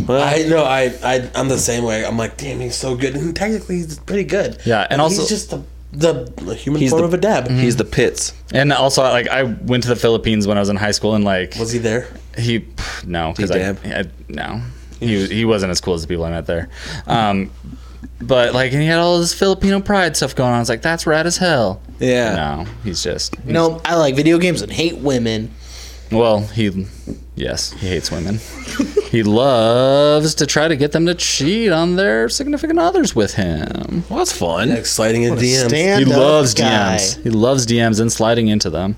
E: I know. I, I I'm the same way. I'm like, damn, he's so good, and technically he's pretty good.
F: Yeah, and also-
E: he's just the the human
C: He's
E: form
C: the-
E: of a dab.
C: He's the pits.
F: and also, like, I went to the Philippines when I was in high school, and like,
E: Was he there?
F: he pff, no, because
C: He
F: I,
C: dabbed?
F: I no, he he wasn't as cool as the people I met there. Um, but like, and he had all this Filipino pride stuff going on. I was like, that's rad as hell.
C: Yeah.
F: No, he's just he's-
D: No, I like video games and hate women.
F: Well, he, yes, he hates women. he loves to try to get them to cheat on their significant others with him.
C: Well, that's fun.
E: Like sliding in DMs.
F: He
D: Stand
F: loves
D: guy.
F: DMs. He loves DMs and sliding into them.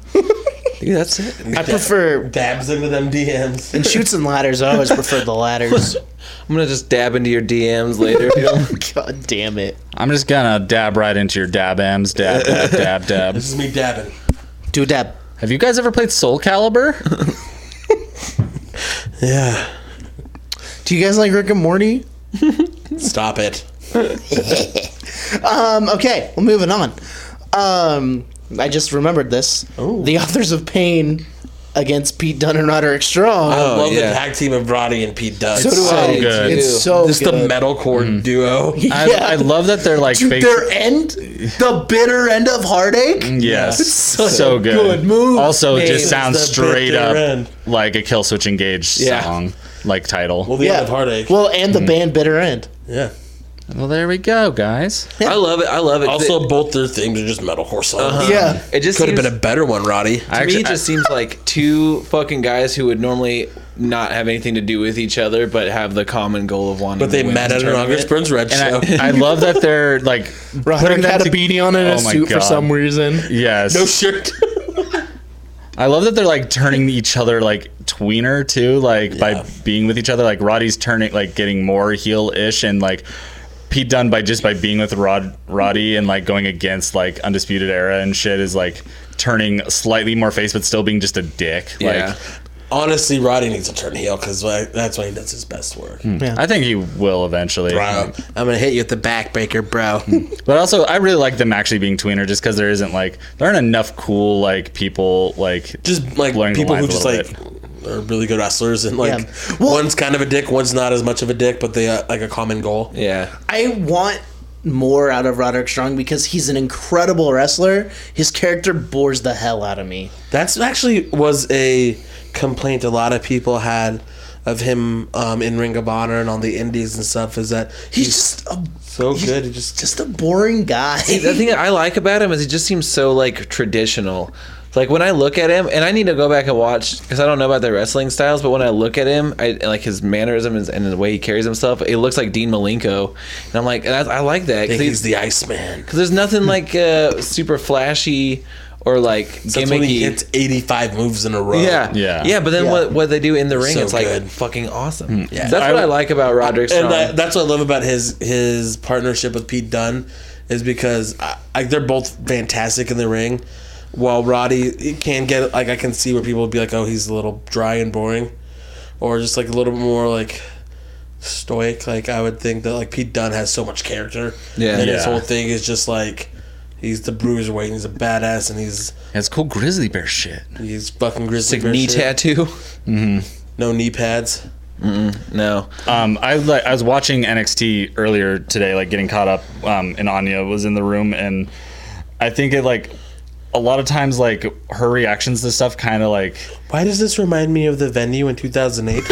C: Dude, that's it.
D: I prefer
E: Dabs into them DMs.
D: shoots and ladders. I always prefer the ladders.
C: I'm gonna just dab into your DMs later. You know?
D: God damn it.
F: I'm just gonna dab right into your dab ams, dab, dab, dab, dab.
E: This is me dabbing.
D: Do dab.
F: Have you guys ever played Soul Calibur?
E: Yeah.
D: Do you guys like Rick and Morty?
E: Stop it.
D: Um, okay, well, moving on. Um, I just remembered this. The authors of Pain against Pete Dunne and Roderick Strong.
E: I love
C: yeah.
E: the tag team of Roddy and Pete Dunne.
D: Oh, so do I.
F: Oh, good.
D: It's
C: Ew.
D: so
E: Just
D: good.
E: the metalcore duo.
F: I,
D: Yeah.
F: I love that they're like
D: Dude,
F: fake.
D: their end, the bitter end of heartache.
F: yes,
D: It's
F: so,
D: such a
F: good.
D: good move.
F: Also,
D: Name
F: just
D: is
F: sounds
E: the
F: straight
E: bitter
F: up
E: end.
F: like a Kill Switch Engage
C: Yeah.
F: song, like title.
E: Well, the end of heartache.
D: Well, and the
F: Mm.
D: band Bitter End.
E: yeah.
F: well, there we go, guys.
C: I love it. I love it.
E: Also, both their themes are just metalcore songs.
F: Um,
D: Yeah.
C: it just
E: Could have
C: seems-
E: been a better one, Roddy.
C: To me, it just seems like two fucking guys who would normally not have anything to do with each other, but have the common goal of wanting.
E: But they
C: to win
E: met
C: the
E: at an
C: tournament.
E: August Burns Red show.
F: And I, I love that they're like
D: Roderick
F: them
D: had a
F: to-
D: beanie on and a
F: Oh my
D: suit for
F: God.
D: some reason.
F: yes.
E: no shirt.
F: I love that they're like turning each other like tweener too, like by being with each other. Like Roddy's turning like getting more heel ish and like Pete Dunne by just by being with Rod Roddy and like going against like Undisputed Era and shit is like turning slightly more face but still being just a dick.
C: Yeah.
F: Like
E: Honestly, Roddy needs to turn heel because that's when he does his best work.
F: I think he will eventually.
E: Bro, I'm gonna hit you with the backbreaker, bro.
F: But also, I really like them actually being tweener, just because there isn't like there aren't enough cool like people like
E: just like
F: blurring the
E: people who
F: lines a
E: just
F: little
E: like are really good wrestlers and like
D: Yeah. Well-
E: one's kind of a dick, one's not as much of a dick, but they uh, like a common goal.
C: Yeah,
D: I want more out of Roderick Strong because he's an incredible wrestler. His character bores the hell out of me.
E: That's actually was a complaint a lot of people had of him um, in Ring of Honor and on the Indies and stuff is that
D: He's
E: he's,
D: just a,
E: so good. He just
D: just a boring guy.
C: the thing that I like about him is he just seems so like traditional. Like when I look at him, and I need to go back and watch because I don't know about their wrestling styles, but when I look at him, I like his mannerism and, and the way he carries himself. It looks like Dean Malenko, and I'm like, and I, I like
E: think
C: that because
E: he's the Iceman.
C: there's nothing like uh, super flashy or like
E: That's when he
C: gimmicky.
E: hits 85 moves in a row.
C: yeah,
F: Yeah.
C: yeah. But then
D: Yeah.
C: what what they do in the ring,
E: So
C: it's like
E: good.
C: fucking awesome.
F: Hmm.
C: Yeah. That's what I, like about Roderick Strong.
E: And that, that's what I love about his his partnership with Pete Dunne is because I, I, they're both fantastic in the ring. While Roddy he can get like I can see where people would be like, oh, he's a little dry and boring, or just like a little bit more like stoic. Like I would think that like Pete Dunne has so much character.
C: Yeah.
E: And his
F: Yeah.
E: whole thing is just like he's the bruiserweight and he's a badass and he's
F: It's cool grizzly bear shit.
E: he's fucking grizzly.
C: Sick
E: bear
C: knee
E: shit.
C: tattoo.
E: No knee pads.
C: No,
F: Um, I like I was watching NXT earlier today, like getting caught up. Um, and Anya was in the room, and I think it like a lot of times like her reactions to stuff kind of like
E: Why does this remind me of the venue in 2008?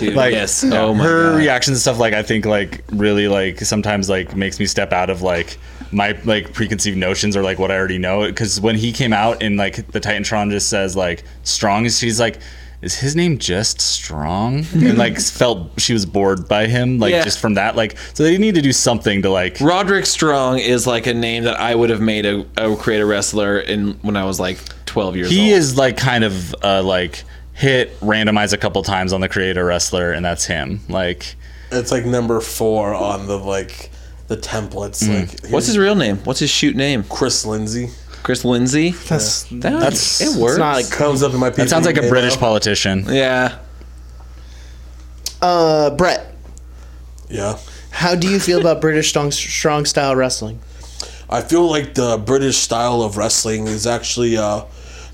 C: dude.
F: like
C: yes. Oh my
F: her
C: god.
F: reactions and stuff like I think like really like sometimes like makes me step out of like my like preconceived notions or like what I already know because when he came out and like the Titantron just says like strong she's like is his name just strong and like felt she was bored by him like
C: Yeah.
F: just from that like so they need to do something to like
C: Roderick Strong is like a name that I would have made a, a create a wrestler in when I was like 12 years old.
F: he is like kind of uh like hit randomize a couple times on the creator wrestler and that's him like
E: It's like number four on the like the templates.
F: Hmm.
E: Like
C: What's his
E: here's
C: real name? What's his shoot name?
E: Chris Lindsay
C: Chris Lindsay.
D: That's
C: That-
F: That's-
C: it
F: it's
C: works.
D: not like
E: comes up in my. E
F: that sounds like a British politician
C: yeah.
D: uh, Brett.
E: Yeah,
D: How do you feel about British strong, strong style wrestling?
E: I feel like the British style of wrestling is actually uh,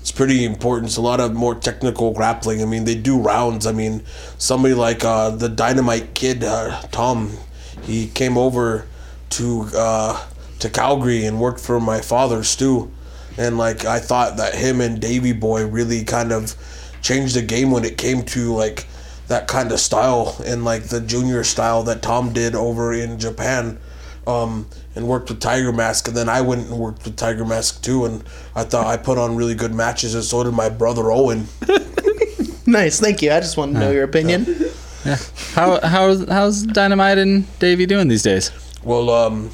E: it's pretty important. It's a lot of more technical grappling. I mean, they do rounds. I mean, somebody like uh, the Dynamite Kid uh, Tom, he came over to uh, to Calgary and worked for my father Stu, and like I thought that him and Davy Boy really kind of changed the game when it came to like that kind of style and like the junior style that Tom did over in Japan um, and worked with Tiger Mask, and then I went and worked with Tiger Mask too, and I thought I put on really good matches, and so did my brother Owen.
D: Nice, thank you. I just want to know your opinion.
F: How how how's Dynamite and Davey doing these days?
E: Well, um,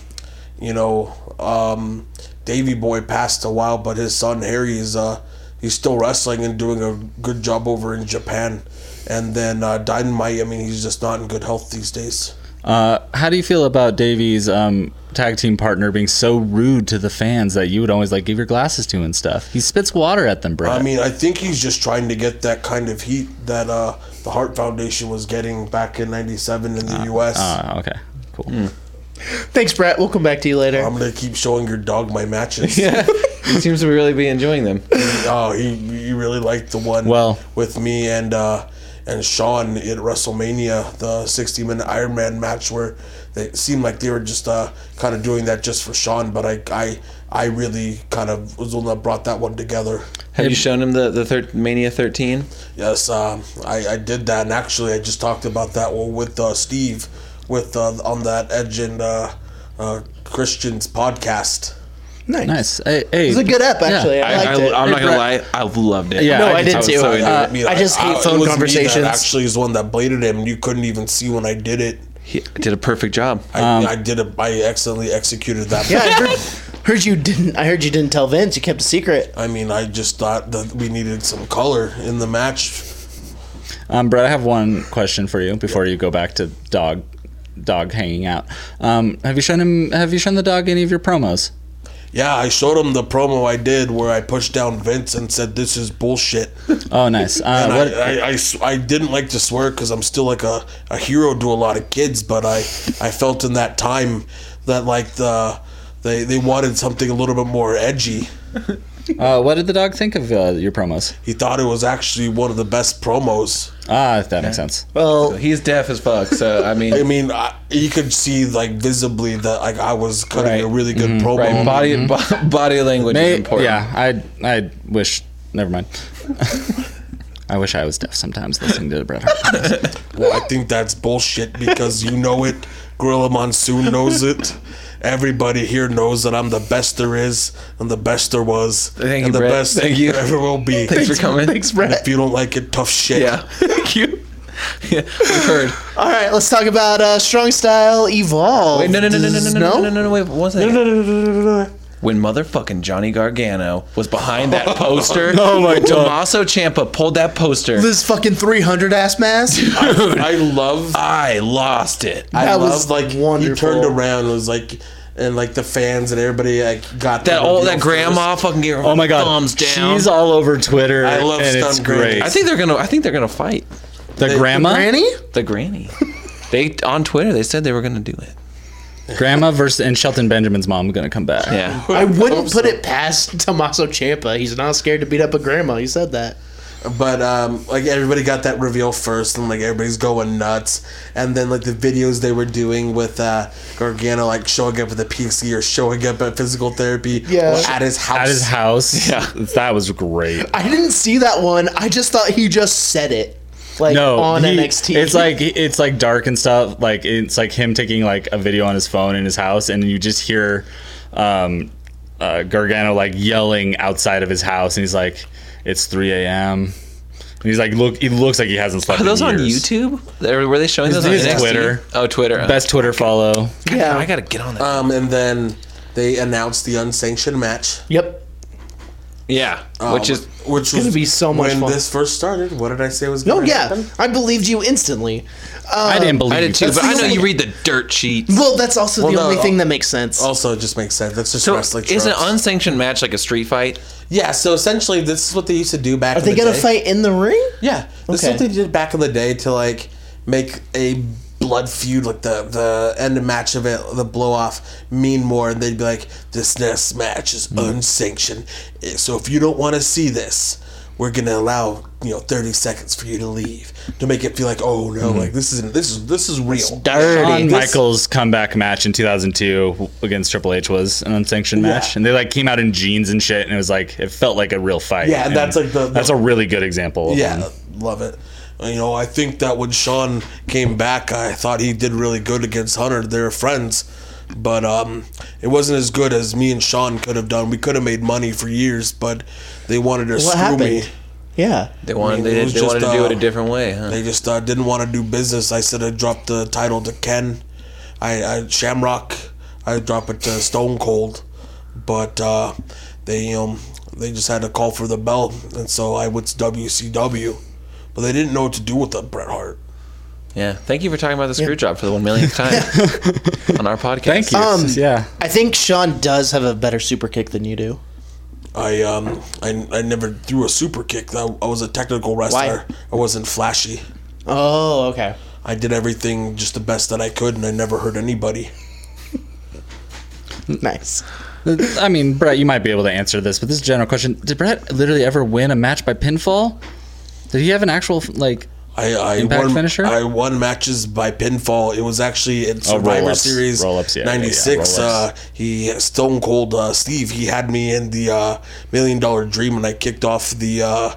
E: you know, um, Davy Boy passed a while, but his son Harry is uh, he's still wrestling and doing a good job over in Japan, and then uh, Dynamite. I mean, he's just not in good health these days.
F: Uh, how do you feel about Davey's um, tag team partner being so rude to the fans that you would always like give your glasses to and stuff? He spits water at them, bro.
E: I mean, I think he's just trying to get that kind of heat that uh, the Hart Foundation was getting back in '97 in the U.S.
F: uh, okay, cool.
D: Hmm. Thanks, Brett. We'll come back to you later.
E: I'm gonna keep showing your dog my matches.
C: He seems to really be enjoying them.
E: Oh, he you really liked the one
F: Well-
E: with me and uh, and Sean at WrestleMania, the 60 minute Iron Man match where they it seemed like they were just uh, kind of doing that just for Sean, but I I, I really kind of was the one that brought that one together.
C: Have you shown him the the thir- Mania 13?
E: Yes, um, I, I did that, and actually I just talked about that one with uh, Steve, with uh, on that Edge and uh, uh, Christian's podcast.
D: Nice.
F: Nice. Hey, hey,
D: It was a good app, actually.
F: Yeah.
D: I, liked it.
C: am not gonna
F: Brett.
C: lie, I loved it.
F: Yeah,
D: no,
F: I
D: I,
F: just-
D: did
C: I
D: too.
C: was so into
D: Uh,
C: it.
E: mean,
D: I just hate
E: it
D: phone
E: was me that
D: conversations.
E: actually, is the one that bladed him, and you couldn't even see when I did it.
C: He did a perfect job.
E: I, I did a, I accidentally executed that.
D: Yeah, I heard, heard you didn't. I heard you didn't tell Vince. You kept a secret.
E: I mean, I just thought that we needed some color in the match.
F: Um, Brett, I have one question for you before you go back to dog dog hanging out. Um, have you shown him? Have you shown the dog any of your promos?
E: Yeah, I showed him the promo I did where I pushed down Vince and said, "This is bullshit."
F: Oh, nice. Uh,
E: And
F: what,
E: I, I, I s- I didn't like to swear because I'm still like a, a hero to a lot of kids, but I, I felt in that time that like the they, they wanted something a little bit more edgy.
F: Uh, what did the dog think of uh, your promos?
E: He thought it was actually one of the best promos.
F: Ah, that makes sense.
D: Well,
C: He's deaf as fuck, so I mean,
E: I mean, I, you could see like visibly that like I was cutting a
C: Right. Mm-hmm.
E: really good promo.
C: right? Body bo- body language is
F: May-
C: important.
F: yeah, I I wish. Never mind. I wish I was deaf sometimes listening to the Bret Hart. podcast.
E: Well, I think that's bullshit because you know it. Gorilla Monsoon knows it. Everybody here knows that I'm the best there is and the best there was
C: Thank
E: and
C: you,
E: the
C: Brett.
E: best
C: Thank you.
E: there ever will be.
C: Thanks for coming. Thanks,
E: And if you don't like it, tough shit.
C: Yeah. Thank you. Yeah, we've heard.
D: all right, let's talk about uh, Strong Style Evolve.
C: Wait, no, no, no, no, no, no, no, no,
D: no.
C: no, no, wait, one second. When motherfucking Johnny Gargano was behind that poster, oh my god, Tommaso Ciampa pulled that poster.
D: This fucking 300 ass mask.
E: I love
C: I lost it.
E: I
D: That
E: love
D: was
E: like
D: wonderful.
E: he turned around and was like and like the fans and everybody like got
C: that
E: the
C: old
E: reveal
C: that grandma
E: first.
C: fucking gave her
F: Oh my god,
C: thumbs down.
F: she's all over Twitter.
E: I love
F: and it's
E: Stunt Granny.
F: great.
C: I think they're gonna. I think they're gonna fight
F: the grandma,
D: Granny?
C: the granny. they on Twitter they said they were gonna do it.
F: grandma versus and Shelton Benjamin's mom gonna come back.
C: Yeah.
D: I wouldn't put it past Tommaso Champa. He's not scared to beat up a grandma. He said that.
E: But um, like everybody got that reveal first, and like everybody's going nuts. And then like the videos they were doing with uh, Gargano, like showing up at the PC or showing up at physical therapy,
D: Yeah.
E: or at his house.
F: At his house. Yeah. That was great.
D: I didn't see that one. I just thought he just said it. Like
F: No,
D: on
F: he-
D: NXT.
F: It's like it's like dark and stuff. Like it's like him taking like a video on his phone in his house, and you just hear um, uh, Gargano like yelling outside of his house, and he's like, "It's 3 a.m." And he's like, "Look, he looks like he hasn't slept."
C: Are those
F: in
C: on
F: years.
C: YouTube? They- Were they showing those on
F: it's
C: NXT?
F: Twitter.
C: Oh, Twitter.
F: Best Twitter follow.
D: yeah.
C: I gotta get on that.
E: Um, and then they announced the unsanctioned match,
D: yep.
C: yeah, which is
E: which
D: gonna
E: was
D: be so much
E: when
D: fun.
E: this first started. What did I say was?
D: No,
E: gonna
D: Oh, yeah.
E: happen?
D: I believed you instantly.
F: I didn't believe
C: Uh, I did too,
F: you.
C: but I know
D: only-
C: you read the dirt sheet.
D: Well, that's also the
E: no,
D: only
E: I'll-
D: thing that makes sense.
C: Oh,
E: Also, it just makes sense. That's just
C: So
E: wrestling.
C: is an
E: tropes.
C: unsanctioned match like a street fight?
E: Yeah, so essentially, this is what they used to do back.
D: Are
E: in
D: they
E: the
D: gonna
E: day.
D: fight in the ring?
E: Yeah, this
D: Okay.
E: is what they did back in the day to like make a blood feud, like the the end of match of it, the blow off, mean more, and they'd be like, "This next match is unsanctioned, Eh, so if you don't want to see this." We're gonna allow you know thirty seconds for you to leave to make it feel like oh no like this isn't this is this is real
F: Shawn
D: Dirty.
F: Michaels' comeback match in 2002 against Triple H was an unsanctioned match, and they like came out in jeans and shit, and it was like it felt like a real fight.
E: Yeah, and that's, like, the-
F: that's a really good example. Of
E: Yeah,
F: one.
E: love it. Uh, You know, I think that when Sean came back, I thought he did really good against Hunter. They were friends, but um, it wasn't as good as me and Sean could have done. We could have made money for years, but they wanted to
D: What
E: screw me.
D: happened? Yeah.
C: They wanted
E: mean, it
C: they,
E: was
C: they
E: just,
C: wanted to do
E: uh,
C: it a different way, huh?
E: They just uh, didn't want to do business. I said I dropped the title to Ken, I, I Shamrock, I drop it to Stone Cold, but uh, they um they just had to call for the bell, and so I went to WCW, but they didn't know what to do with the Bret Hart.
C: yeah. Thank you for talking about the screw job for the one millionth time on our podcast.
F: Thank you.
D: Um,
F: yeah.
D: I think Sean does have a better super kick than you do.
E: I um I, I never threw a super kick. I, I was a technical wrestler. I wasn't flashy.
D: Oh, okay.
E: I did everything just the best that I could, and I never hurt anybody.
D: Nice.
F: I mean, Brett, you might be able to answer this, but this is a general question: Did Brett literally ever win a match by pinfall? Did he have an actual like?
E: I, I
F: Impact
E: won
F: finisher?
E: I won matches by pinfall. It was actually in Survivor
F: Oh, roll-ups.
E: Series
F: Roll-ups, yeah, yeah, yeah,
E: '96.
F: roll-ups.
E: uh, he Stone Cold uh, Steve. He had me in the uh, Million Dollar Dream, and I kicked off the uh,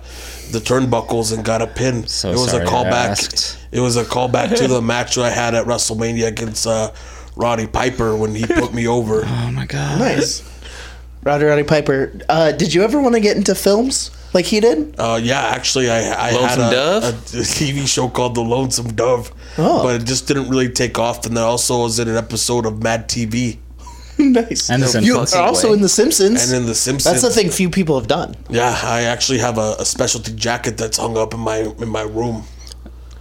E: the turnbuckles and got a pin.
F: So
E: it was
F: sorry
E: a
F: I
E: callback.
F: asked.
E: It was a callback to the match I had at WrestleMania against uh, Roddy Piper when he put me over.
F: Oh my god!
D: Nice. Roddy Roddy Piper, uh, did you ever want to get into films like he did?
E: Uh, yeah, actually, I, I had
C: Lonesome
E: a,
C: Dove?
E: a TV show called The Lonesome Dove,
D: Oh.
E: but it just didn't really take off. And then also was in an episode of Mad TV
D: nice.
F: And the
D: you
F: Simpsons.
D: are also
C: Way.
D: in The Simpsons.
E: and in The Simpsons.
D: That's the thing few people have done.
E: Yeah, I actually have a, a specialty jacket that's hung up in my in my room.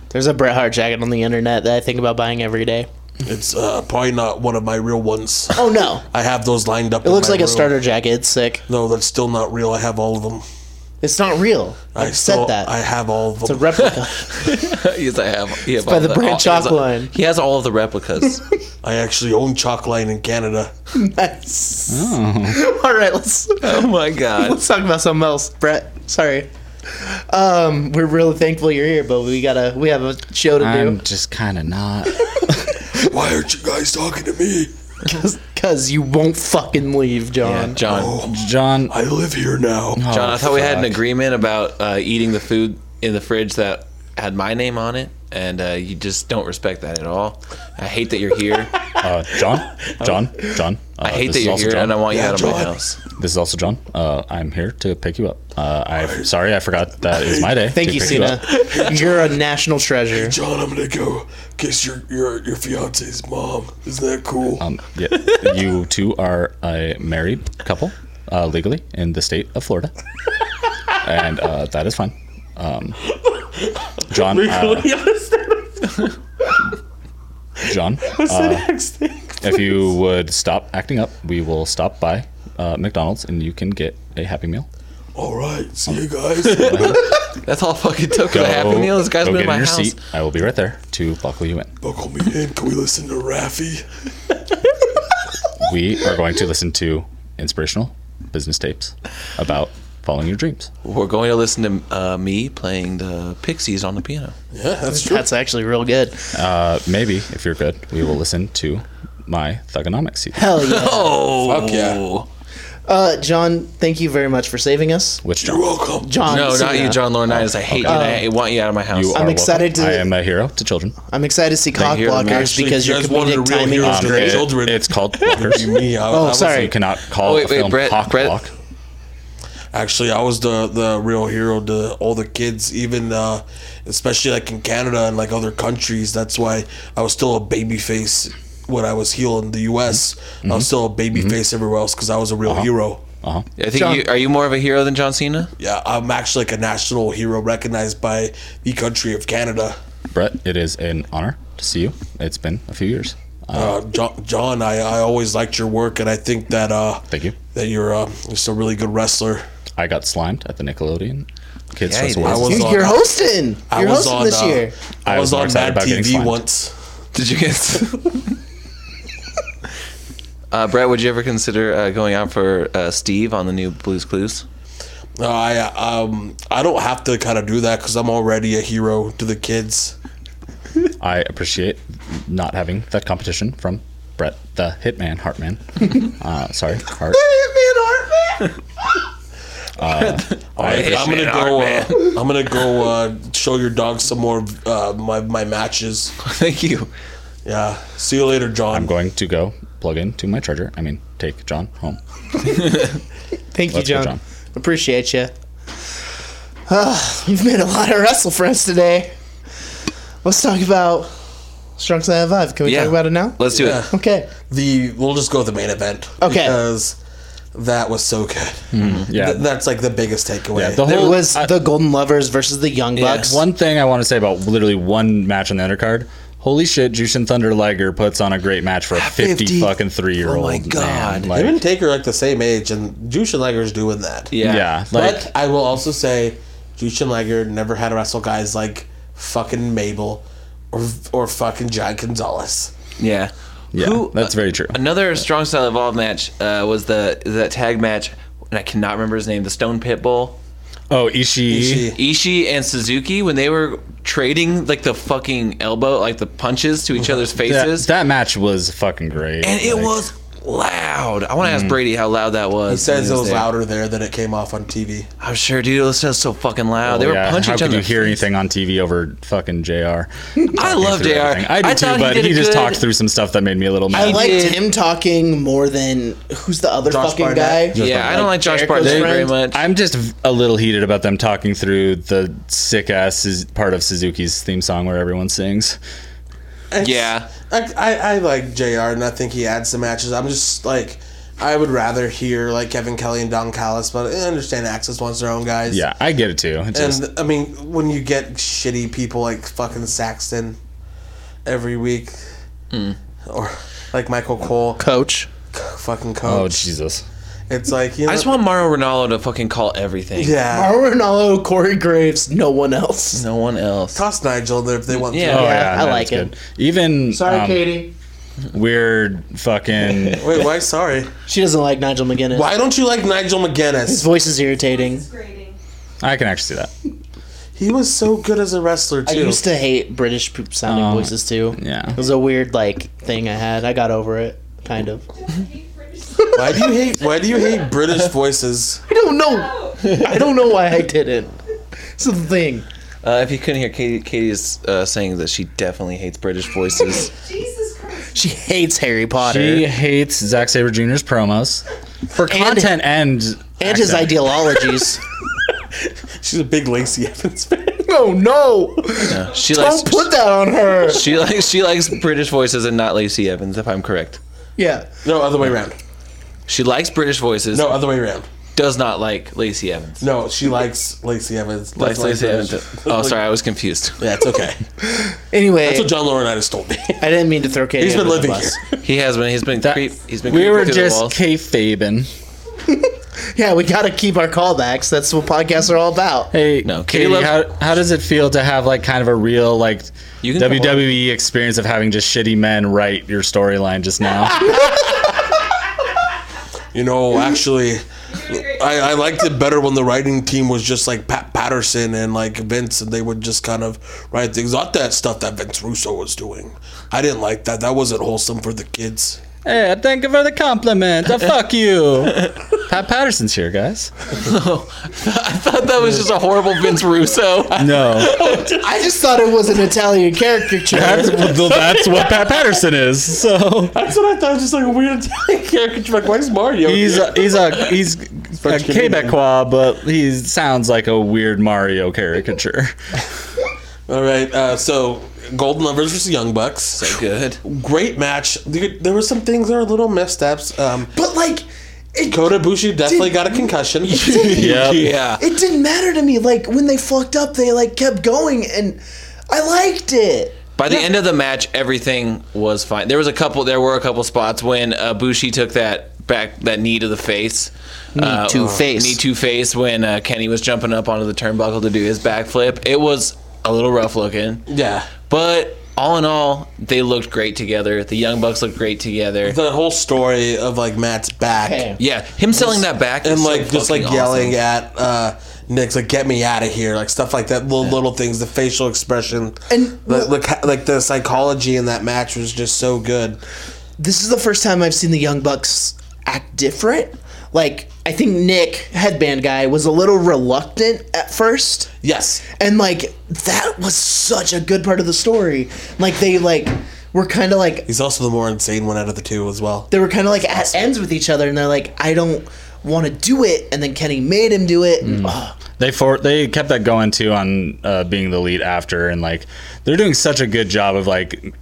D: There's a Bret Hart jacket on the internet that I think about buying every day.
E: It's uh, probably not one of my real ones.
D: Oh no.
E: I have those lined up.
D: It looks like a starter jacket. It's sick.
E: No, that's still not real. I have all of them.
D: It's not real. I've
E: still-
D: said that.
E: I have all of
D: it's a
E: them.
D: replica.
C: yes, I have. He have
D: by
C: all
D: the brand
C: all- he has-
D: Chalkline.
C: He has all of the replicas.
E: I actually own Chalkline in Canada.
D: Nice. All right, let's
C: oh my god.
D: let's talk about something else, Brett. Sorry. Um, we're really thankful you're here, but we gotta we have a show to
F: I'm
D: do
F: just kind of not.
E: Why aren't you guys talking to me?
D: because you won't fucking leave, John.
C: John.
F: John.
E: I live here now.
C: John, Uh, I thought we had an
F: fuck.
C: agreement about uh, eating the food in the fridge that had my name on it, and uh, you just don't respect that at all. I hate that you're here.
F: Uh, John. John. John. Uh,
C: I hate
F: this
C: that
F: is
C: you're
F: also
C: here,
F: John.
C: and I want you
E: Yeah,
C: out of my
E: John.
C: house.
F: This is also John. Uh, I'm here to pick you up. Uh, I'm sorry, I forgot that is my day.
D: Thank
F: to
D: you,
F: pick
D: Cena.
F: up.
D: You're a national treasure.
E: John, I'm gonna go kiss your your your fiance's mom. Isn't that cool?
F: Um, yeah, you two are a married couple uh, legally in the state of Florida, and uh, that is fine. Um, John. Uh, John. uh, if you would stop acting up, we will stop by uh, McDonald's and you can get a Happy Meal.
E: All right, see you guys.
C: That's all fucking took for the happy meal. This guy's
F: go
C: been
F: get
C: in my
F: your
C: house.
F: seat. I will be right there to buckle you in.
E: Buckle me in. Can we listen to Raffy?
F: We are going to listen to inspirational business tapes about following your dreams.
C: We're going to listen to uh, me playing the Pixies on the piano.
E: Yeah, that's true.
D: That's actually real good.
F: Uh, maybe if you're good, we will listen to my thugonomics. CD,
D: Hell yeah.
C: Oh,
E: Fuck yeah.
D: Uh, John, thank you very much for saving us.
F: Which
E: You're
F: John?
E: welcome.
D: John,
C: no, not
D: Um, Cena, Um,
C: you, John Laurinaitis. I hate you. and I want you out of my house.
F: You are
D: I'm
F: welcome.
D: excited to-
F: I am a hero to children.
D: I'm excited to see cock
C: Thank you.
D: blockers
E: Actually,
D: because your
E: that's one of the
D: comedic
E: real
D: timing is
E: heroes.
D: great.
E: Great. Children.
F: Um, It's called blockers.
E: Me, I,
D: Oh,
E: I was-
D: sorry.
F: You cannot call
C: Oh, wait,
F: a
C: wait,
F: film
C: Brett,
F: cock
C: Brett.
F: block.
E: Actually, I was the the real hero to all the kids, even uh, especially like in Canada and like other countries. That's why I was still a baby face when I was heel in the U.S. I
D: Mm-hmm.
E: was still a baby face everywhere else because I was a
D: Uh-huh.
E: real hero.
F: Uh-huh.
C: I think
D: John-
C: you are you more of a hero than John Cena?
E: Yeah, I'm actually like a national hero recognized by the country of Canada.
F: Brett, it is an honor to see you. It's been a few years.
E: Uh, John, John I, I always liked your work, and I think that uh,
F: Thank you.
E: that you're uh, just a really good wrestler.
F: I got slimed at the Nickelodeon Kids
C: Yeah, you
F: Festival.
C: did.
E: I was
D: You-
E: on-
D: You're hosting.
E: I
D: You're
E: was
D: hosting
E: on,
D: this
E: uh,
D: year.
E: I
F: I
E: was
F: was more
E: on
F: excited
E: Mad
F: about getting
E: TV
F: fined.
E: once.
C: Did you get? uh, Brett, would you ever consider uh, going out for uh, Steve on the new Blues Clues?
E: No, Uh, I um I don't have to kind of do that because I'm already a hero to the kids.
F: I appreciate not having that competition from Brett the Hitman Hartman. uh, sorry, Hart.
E: I, am gonna go. Uh, I'm gonna go uh, show your dog some more of uh, my my matches.
C: Thank you.
E: Yeah. See you later, John.
F: I'm going to go plug into my charger. I mean, take John home.
D: Thank you,
F: Let's
D: John.
F: go, John.
D: Appreciate you. we've made a lot of wrestle friends today. Let's talk about Strong Side of Five. Can we
C: Yeah.
D: talk about it now?
C: Let's do
E: Yeah.
C: it.
D: okay.
E: The we'll just go with the main event.
D: Okay.
E: Because that was so good.
F: Hmm. Yeah.
E: Th- that's like the biggest takeaway.
F: Yeah, the
D: There
F: whole-
D: was
F: I-
D: the Golden Lovers versus the Young Bucks.
F: One thing I want to say about literally one match on the undercard. Holy shit, Jushin Thunder Liger puts on a great match for a 50,
C: 50.
F: fucking three year old.
C: Oh my God.
F: Man. Like,
E: Him and Taker are like the same age, and Jushin Liger's doing that.
C: Yeah.
F: yeah. like,
E: but I will also say, Jushin Liger never had to wrestle guys like fucking Mabel or or fucking John Gonzalez.
C: Yeah.
F: yeah,
C: Who- uh,
F: that's very true.
C: Another strong style evolved match uh, was the that tag match, and I cannot remember his name. The Stone Pit Bull.
F: Oh, Ishii.
E: Ishii.
C: Ishii and Suzuki when they were trading like the fucking elbow, like the punches to
D: Uh-huh.
C: each other's
F: That,
C: faces,
F: that match was fucking great.
C: and it
F: Like,
C: was loud. I want to ask Brady how loud that was.
E: He says it
C: when
E: was
C: there.
E: louder there than it came off on TV.
C: I'm sure, dude. It sounds so fucking loud.
F: oh,
C: they were
F: yeah.
C: punching
F: How
C: each
F: could
C: other.
F: you hear anything on TV over fucking JR?
C: I love
F: Through
C: Jr.
F: everything. I do
C: thought
F: too, but
C: did
F: he
C: a
F: just
C: good-
F: talked through some stuff that made me a little
D: I
F: mad.
D: liked
C: did-
D: him talking more than who's the other
E: Josh
D: fucking
E: Barnett.
D: guy.
C: Yeah, I don't like Josh
D: Jericho's
C: Barnett
D: friend.
C: very much.
F: I'm just v- a little heated about them talking through the sick ass Suz- part of Suzuki's theme song where everyone sings.
E: It's-
C: Yeah.
E: I, I, I like JR and I think he adds some matches. I'm just like, I would rather hear like Kevin Kelly and Don Callis, but I understand Access wants their own guys.
F: Yeah, I get it too. It just,
E: And I mean, when you get shitty people like fucking Saxton every week,
G: Hmm.
E: or like Michael Cole,
D: Coach.
E: fucking
F: oh
E: coach.
F: Jesus!
E: It's like you know,
G: I just want Mario Ronaldo to fucking call everything.
E: yeah.
D: Mauro Ronaldo, Corey Graves, no one else.
G: No one else.
E: Toss Nigel there if they want.
G: Yeah.
E: to.
F: Oh
D: Yeah,
F: yeah,
D: I
F: no,
D: like
F: it's
D: it.
F: good. Even
D: Sorry,
F: um,
D: Katie.
F: weird fucking
E: Wait, why? Sorry.
D: She doesn't like Nigel McGuinness.
E: Why don't you like Nigel
D: His
E: McGuinness?
D: voice is irritating.
F: I can actually see that.
E: He was so good as a wrestler
D: I
E: too.
D: used to hate British poop sounding
F: Um,
D: voices too.
F: yeah.
D: It was a weird like thing I had. I got over it, kind of.
E: Why do you hate? Why do you hate British voices?
D: I don't know. I don't know why I didn't. It's the thing.
G: Uh, if you couldn't hear, Katie, Katie's uh, saying that she definitely hates British voices.
D: She hates Harry Potter
F: She hates Zack Saber Jr.'s promos for content and
D: and his
F: accent.
D: ideologies.
E: She's a big Lacey Evans fan.
D: no, no.
G: She likes.
D: Don't put that on her.
G: she likes she likes British voices and not Lacey Evans, if I'm correct.
D: Yeah.
E: No, other way around.
G: She likes British voices.
E: No, uh, other way around.
G: does not like Lacey Evans.
E: No, she likes Lacey Evans.
G: Likes
E: Definitely
G: Lacey Evans.
E: British.
G: Oh, sorry, I was confused.
E: Yeah, it's okay.
D: Anyway,
E: That's what John Laurinaitis told me.
D: I didn't mean to throw Katie.
E: He's been
D: under the
E: living
D: bus.
E: here.
G: He has been. He's been
F: That-
G: creep. He's been.
F: We
G: creeping
F: were
G: through the
F: just
G: walls.
F: kayfabing.
D: Yeah, we gotta keep our callbacks. That's what podcasts are all about.
F: Hey,
G: No, Katie
F: Katie,
G: loves-
F: how, how does it feel to have like kind of a real like
G: You can come
F: WWE experience of having just shitty men write your storyline just now?
E: You know, actually, I, I liked it better when the writing team was just like Pat Patterson and like Vince, and they would just kind of write things. Not that stuff that Vince Russo was doing. I didn't like that. That wasn't wholesome for the kids.
F: hey, thank you for the compliment. Oh, fuck you. Pat Patterson's here, guys.
G: I thought that was just a horrible Vince Russo.
F: No,
D: I just thought it was an Italian caricature.
F: that's, well, that's what Pat Patterson is. So
E: That's what I thought. Just like a weird Italian character. Like, why is Mario?
F: he's a, he's a he's a
E: French Canadian.
F: Quebecois, but he sounds like a weird Mario caricature.
E: All right. Uh, so, Golden Lovers versus Young Bucks.
G: Good.
E: Great match. Dude, There were some things that were little missteps. Um,
D: but like, it
E: Kota Bushi definitely got a concussion.
F: Yep.
G: Yeah.
D: it didn't matter to me. Like when they fucked up, they like kept going, and I liked it.
G: By the end of the match, everything was fine. There was a couple. There were a couple spots when uh, Bushi took that back that knee to the face. Knee
D: to face.
G: Knee to face when uh, Kenny was jumping up onto the turnbuckle to do his backflip. It was a little rough looking,
E: yeah.
G: but all in all, they looked great together. The Young Bucks looked great together.
E: The whole story of like Matt's back.
G: yeah, him selling that back
E: and
G: is so
E: like just like
G: fucking
E: yelling
G: awesome.
E: at uh Nick's like get me out of here like stuff like that little little things the facial expression
D: And-
E: the, the, like the psychology in that match was just so good
D: This is the first time I've seen the Young Bucks act different. Like I think Nick, headband guy, was a little reluctant at first.
E: yes
D: and like that was such a good part of the story like they like were kind of like
E: he's also the more insane one out of the two as well
D: they were kind of like at ends with each other and they're like i don't want to do it and then kenny made him do it
F: Mm.
D: and, ugh.
F: They for they kept that going too on uh, being the lead after, and like they're doing such a good job of like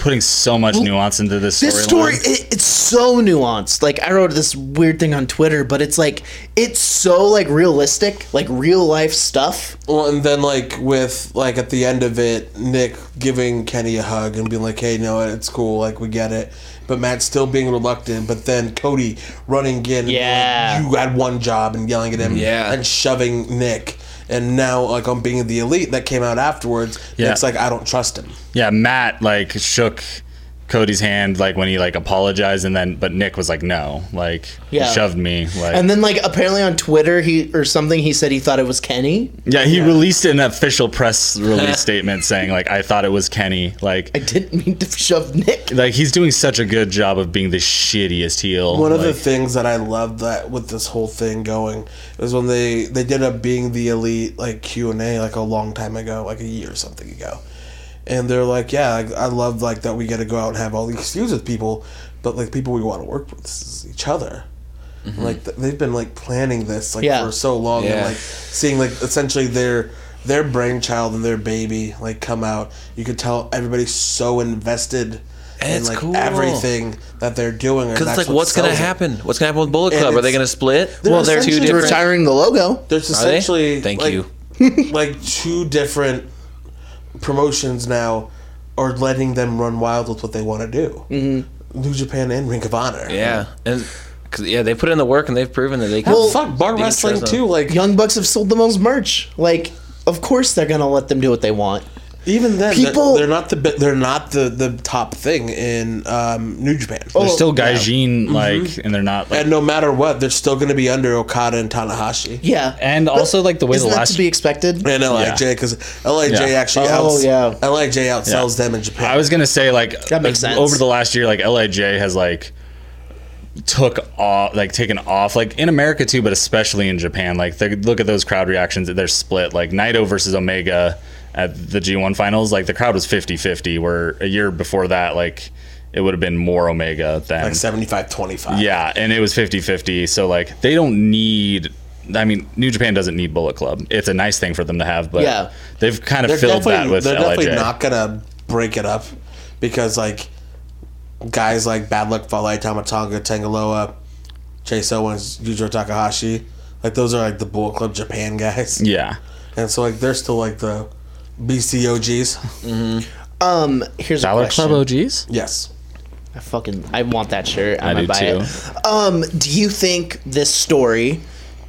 F: putting so much nuance into this story.
D: this story it, it's so nuanced like i wrote this weird thing on twitter but it's like it's so like realistic like real life stuff
E: well and then like with like at the end of it Nick giving Kenny a hug and being like hey you know what it's cool like we get it but Matt still being reluctant but then Cody running in and being like,
D: Yeah.
E: you had one job and yelling at him
G: Yeah.
E: and shoving Nick and now like on being the elite that came out afterwards
F: Yeah.
E: Nick's like I don't trust him
F: yeah, Matt like shook Cody's hand like when he like apologized, and then but Nick was like, no, like
D: Yeah.
F: he shoved me, like
D: and then like apparently on twitter he or something he said he thought it was kenny
F: yeah, he released an official press release statement saying like I thought it was Kenny, like.
D: i didn't mean to shove nick
F: like he's doing such a good job of being the shittiest heel.
E: One of
F: like,
E: the things that I love that with this whole thing going is when they they did up being the elite like Q and A like a long time ago, like a year or something ago, and they're like, yeah, like, I love like that we get to go out and have all these feuds with people, but like people we want to work with is each other. And, Like th- they've been like planning this like
D: Yeah.
E: for so long and
G: Mm-hmm. Yeah.
E: like seeing like essentially their their brainchild and their baby like come out. You could tell everybody's so invested. in
G: it's
E: like
G: cool.
E: everything that they're doing, and
G: Because it's like,
E: that's what
G: what's gonna
E: sells it.
G: happen? What's gonna happen with Bullet
E: And
G: Club? Are they
E: it's-
G: gonna split?
E: They're Well, they're two essentially different-
D: retiring the logo
E: There's
G: they?
E: essentially
G: Thank
E: like,
G: you.
E: like two different promotions now are letting them run wild with what they want to do. Mm-hmm. New Japan and Ring of Honor.
G: Yeah, and Cause yeah, they put in the work and they've proven that they can.
E: Well,
D: Well,
E: fuck bar
G: the
E: wrestling
G: intros,
E: too.
G: though.
E: Like
D: Young Bucks have sold the most merch. Like, of course they're gonna let them do what they want.
E: even then, they're-
D: people-
E: they're, not the bi- they're not the the top thing in um, New Japan.
F: They're still Gaijin like, and they're not like.
E: and no matter what, they're still going to be under Okada and Tanahashi.
D: Yeah,
F: And
D: But
F: also, like, the way the
D: isn't that
F: last-
D: to be expected.
E: And Lij
F: Yeah.
E: because Lij
F: Yeah.
E: actually
D: Oh,
E: outs-
D: yeah.
E: Lij outsells them in Japan.
F: I was gonna say like
D: That makes sense.
F: over the last year, like Lij has like took off, like taken off, like in America too, but especially in Japan. Like they, look at those crowd reactions; they're split. Like Naito versus Omega at the G1 finals, like the crowd was 50-50. Where a year before that, like it would have been more Omega than
E: like 75 25.
F: yeah, and it was 50-50. So like they don't need. I mean, New Japan doesn't need Bullet Club. It's a nice thing for them to have, but
D: Yeah.
F: they've kind of
E: They're
F: filled that
E: definitely,
F: with
E: they're
F: Lij.
E: definitely not going to break it up because, like, guys like Bad Luck Fale, Tamatanga, Tangaloa, Chase Owens, Yujiro Takahashi, like, those are like the Bullet Club Japan guys.
F: yeah,
E: And so, like, they're still like the BCOGs.
D: Um, here's a
F: Dollar
D: question.
F: Club OGs.
E: Yes.
D: I fucking I want that shirt.
F: I
D: I'm
F: do
D: gonna buy
F: too.
D: it. Um, do you think this story?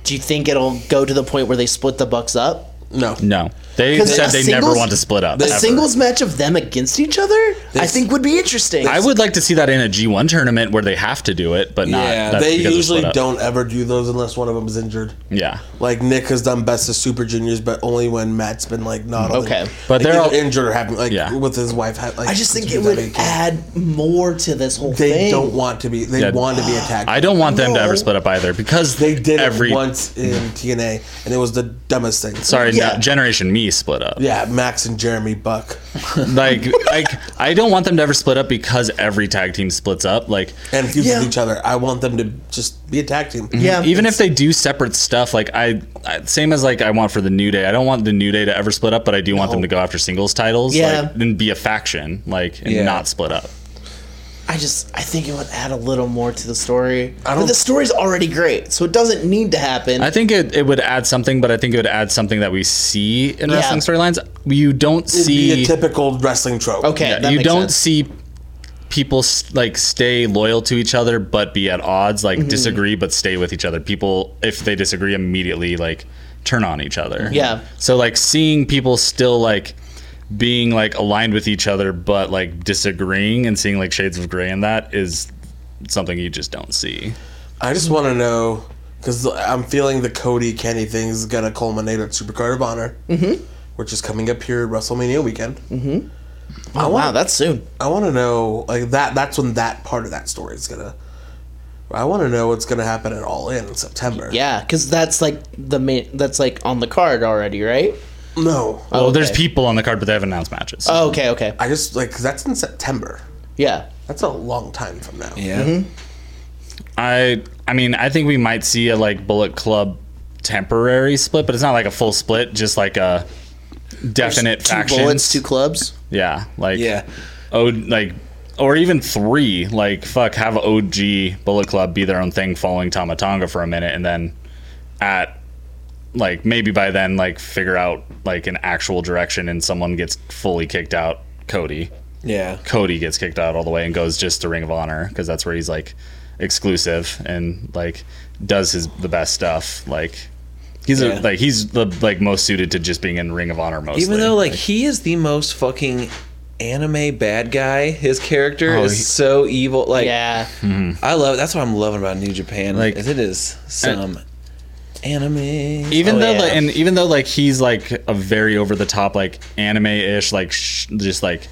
D: Do you think it'll go to the point where they split the Bucks up?
E: No.
F: No, they
D: 'Cause
F: said
D: a
F: they
D: singles-
F: never want to split up.
D: A
F: ever.
D: singles match of them against each other, I think would be interesting.
F: I would like to see that in a G1 tournament where they have to do it, but not.
E: Yeah,
F: that's
E: they
F: because they're
E: usually
F: split up.
E: don't ever do those unless one of them is injured.
F: Yeah,
E: Like Nick has done best of Super Juniors, but only when Matt's been like not on the-
D: Okay.
F: But
E: like, either
F: they're all-
E: injured or having like
F: Yeah.
E: with his wife. ha- Like,
D: I just think it
E: that
D: would
E: they can't-
D: add more to this whole
E: They
D: thing.
E: don't want to be. They
F: Yeah.
E: want to be attacked.
F: I don't want them to
D: No.
F: ever split up either because
E: They did
F: every.
E: it once in TNA, and it was the dumbest thing.
F: Sorry,
D: Yeah.
F: no, Generation Me split up.
E: Yeah, Max and Jeremy Buck
F: Like, like I don't want them to ever split up because every tag team splits up. Like,
E: and fuse
D: Yeah.
E: with each other. I want them to just be a tag team.
D: Yeah.
F: even if they do separate stuff, like I, I same as like I want for the New Day. I don't want the New Day to ever split up, but I do want them to go after singles titles.
D: Yeah.
F: like, and be a faction, like, and
G: Yeah.
F: not split up.
D: I just I think it would add a little more to the story.
E: don't-
D: but the story's already great, so it doesn't need to happen.
F: I think it, it would add something, but I think it would add something that we see in wrestling storylines. You don't
E: It'd be
F: see
E: a typical wrestling trope.
D: okay,
F: yeah,
D: that
F: you
D: makes
F: don't
D: sense.
F: see people s- like stay loyal to each other but be at odds, like disagree but stay with each other. People if they disagree immediately like turn on each other.
D: Yeah.
F: So like seeing people still like being like aligned with each other but like disagreeing and seeing like shades of gray in that is something you just don't see.
E: I just want to know because I'm feeling the Cody Kenny thing is gonna culminate at Supercard of Honor, mm-hmm. which is coming up here WrestleMania weekend.
F: Mm-hmm.
D: Oh, wow, that's soon.
E: I want to know like that. That's when that part of that story is gonna. I want to know what's gonna happen at All In in September.
D: Yeah, because that's like the main. That's like on the card already, right?
E: No,
F: Oh, there's
D: okay.
F: people on the card but they haven't announced matches.
D: Oh, okay, okay,
E: I just like 'cause that's in September.
D: yeah.
E: That's a long time from now.
G: Yeah.
F: I I mean I think we might see a like Bullet Club temporary split, but it's not like a full split, just like a definite
D: Two
F: faction.
D: bullets, two clubs.
F: yeah, like
G: Yeah.
F: oh like or even three. Like fuck, have OG Bullet Club be their own thing, following Tamatanga for a minute, and then at like maybe by then like figure out like an actual direction, and someone gets fully kicked out. Cody,
G: Yeah.
F: Cody gets kicked out all the way and goes just to Ring of Honor because that's where he's like exclusive and like does his the best stuff. Like he's
G: Yeah.
F: a, like he's the like most suited to just being in Ring of Honor mostly.
G: Even though like he is the most fucking anime bad guy, his character
F: Oh,
G: is
F: he-
G: so evil. Like
D: Yeah,
G: I love that's what I'm loving about New Japan. Like
F: Like-
G: is it is some anime.
F: even
D: Oh,
F: though
D: yeah.
F: like and even though like he's like a very over the top like anime ish like sh- just like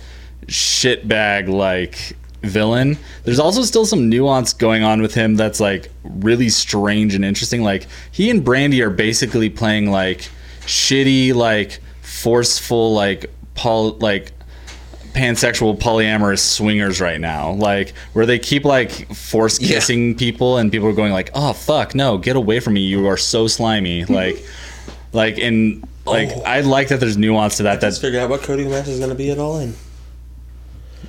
F: shitbag like villain there's also still some nuance going on with him that's like really strange and interesting like he and brandy are basically playing like shitty like forceful like paul like pansexual polyamorous swingers right now like where they keep like force kissing people and people are going like oh fuck no get away from me you are so slimy like like and like
E: Oh.
F: i like that there's nuance to that
E: Let's
F: that's
E: figure out what Cody match is gonna be at All In.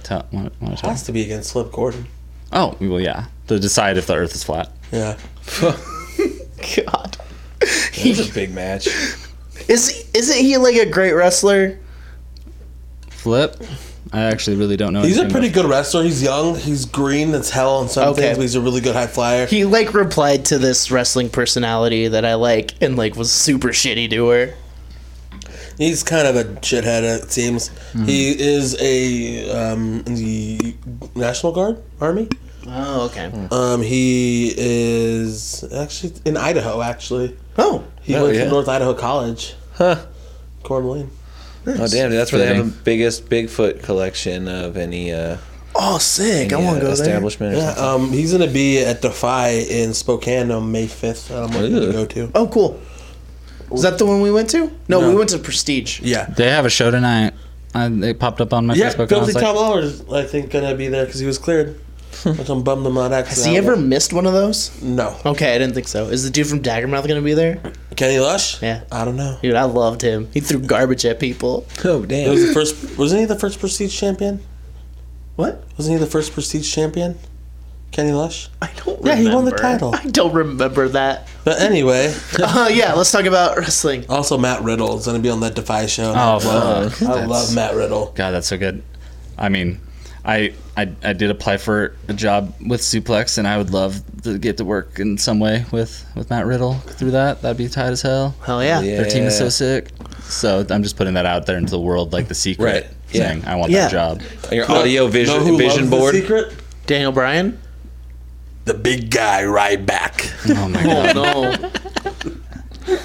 F: tell, wanna, wanna tell?
E: Has to be against Flip Gordon.
F: oh we will yeah to decide if the earth is flat
E: Yeah.
D: God.
G: It's a big match.
D: Is isn't he like a great wrestler?
F: flip I actually really don't know.
E: He's a
F: anything
E: pretty
F: about-
E: good wrestler. He's young. He's green as hell on some
D: Okay.
E: things, but he's a really good high flyer.
D: He like replied to this wrestling personality that I like and like was super shitty to her.
E: He's kind of a shithead, it seems.
G: Hmm.
E: He is a um, in the National Guard Army.
D: Oh, okay.
E: Um, he is actually in Idaho. Actually,
D: Oh.
E: he
C: Oh,
E: went
C: yeah.
E: to North Idaho College,
C: Huh.
E: Coeur d'Alene.
C: Oh damn, dude, that's where they have
F: Fitting.
C: the biggest Bigfoot collection of any uh
D: Oh, sick.
C: any,
D: I want to
C: uh,
D: go there.
C: establishment. Or
E: Yeah,
C: something.
E: um, he's gonna be at Defy in Spokane on May fifth. I'm going
C: Ooh.
E: to go to.
D: Oh, cool. Is that the one we went to? No,
E: No.
D: we went to Prestige.
E: Yeah,
F: They have a show tonight. I, it popped up on my
E: yeah.
F: Facebook. and I
E: Filthy
F: was like,
E: Tom Lawler's, I think, gonna be there because he was cleared. Which I'm bummed I'm not actually.
D: Has he
E: out.
D: ever missed one of those?
E: No.
D: Okay, I didn't think so. Is the dude from Daggermouth gonna be there?
E: Kenny Lush?
D: Yeah.
E: I don't know.
D: Dude, I loved him. He threw garbage at people.
C: Oh
E: It
C: damn.
E: was the first. Wasn't he the first Prestige champion?
D: What?
E: Wasn't he the first Prestige champion? Kenny Lush.
D: I don't.
E: Yeah, he won the
D: remember.
E: title.
D: I don't remember that.
E: But anyway,
D: Uh, yeah, let's talk about wrestling.
E: also Matt Riddle is gonna be on that Defy show.
F: Oh,
E: I love-
F: fuck.
E: I love Matt Riddle.
F: God, that's so good. I mean, I, I I did apply for a job with Suplex, and I would love to get to work in some way with with Matt Riddle through that. That'd be tight as hell.
D: Hell yeah.
C: Yeah.
F: Their team is so sick. So I'm just putting that out there into the world, like the secret
C: Right. Yeah.
F: thing. I want
D: Yeah.
F: that job.
C: Your audio vision
E: Know who
C: vision
E: loves
C: board.
E: The, secret?
D: Daniel Bryan.
E: the big guy right back.
F: Oh my
D: Oh
F: god.
D: no.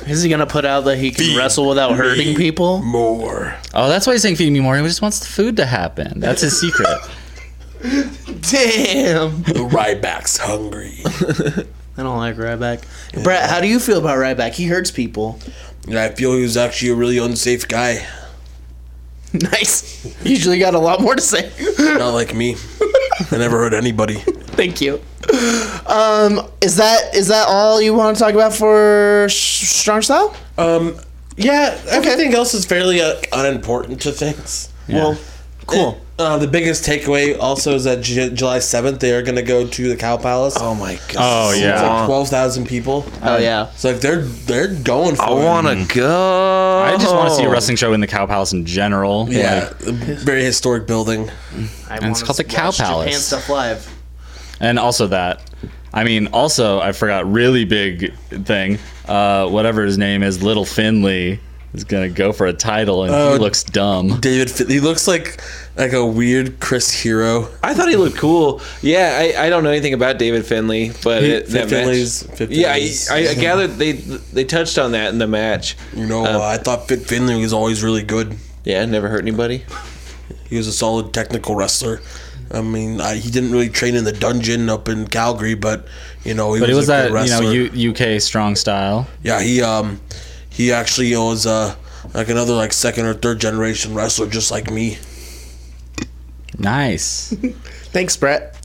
D: Is he gonna put out that he can
E: Feed
D: wrestle without hurting
E: me.
D: people?
E: More.
F: Oh, that's why he's saying feed me more. He just wants the food to happen. That's his secret.
D: Damn.
E: The Ryback's hungry.
D: I don't like Ryback. Brett, how do you feel about Ryback? He hurts people.
E: and I feel he was actually a really unsafe guy.
D: Nice. Usually got a lot more to say.
E: Not like me. I never hurt anybody.
D: Thank you. Um, is that is that all you want to talk about for Sh- Strong Style?
E: Um, yeah, everything else is fairly uh, unimportant to things.
D: Well, cool.
E: Uh, the biggest takeaway also is that J- July 7th, they are going to go to the Cow Palace.
C: Oh my god.
F: Oh
E: It's
F: yeah.
E: like 12,000 people.
D: oh yeah.
E: It's like they're they're going for
C: I
E: it.
C: wanna go.
F: I just want to see
C: Oh.
F: a wrestling show in the Cow Palace in general.
E: Yeah,
F: Like,
E: a very historic building.
D: I
F: it's
D: wanna
F: called the Cow
D: watch Japan
F: Palace.
D: stuff live.
F: and also that i mean also i forgot really big thing uh whatever his name is little finley is gonna go for a title and
E: Oh.
F: he looks dumb
E: David, Fi- he looks like like a weird Chris Hero.
C: I thought he looked cool. Yeah, I, I don't know anything about David Finley, but
E: He-
C: it, that
E: Finlay's-
C: match.
E: Finlay's-
C: yeah, I, I gathered they they touched on that in the match.
E: You know,
C: Uh,
E: I thought Fit Finley was always really good.
C: Yeah, never hurt anybody.
E: He was a solid technical wrestler. I mean, I, he didn't really train in the dungeon up in Calgary, but you know, he
F: but it
E: was,
F: was
E: a
F: that
E: good wrestler.
F: you know U- uk strong style
E: yeah, he um, he actually was uh like another like second or third generation wrestler, just like me.
F: nice what
D: Thanks, Brett.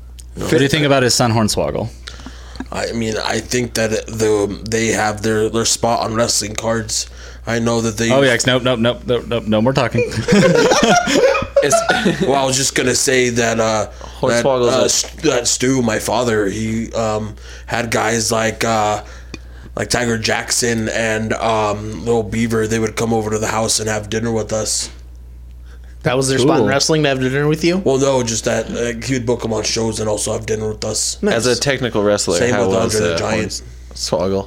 F: do you think about his son hornswoggle
E: I mean, I think that the they have their their spot on wrestling cards. I know that they.
F: oh yeah nope nope nope nope nope no more talking
E: well, I was just gonna say that uh, that,
C: Hornswoggle's
E: uh,
C: a-
E: St- that Stu, my father, he um, had guys like uh, like Tiger Jackson and um, Little Beaver. They would come over to the house and have dinner with us.
D: That was their spot in
F: Cool.
D: wrestling to have dinner with you.
E: Well, no, just that like, he would book them on shows and also have dinner with us.
C: As a technical wrestler,
E: Same
C: how
E: with
C: was
E: Andre the
C: uh,
E: Giant.
C: Swoggle?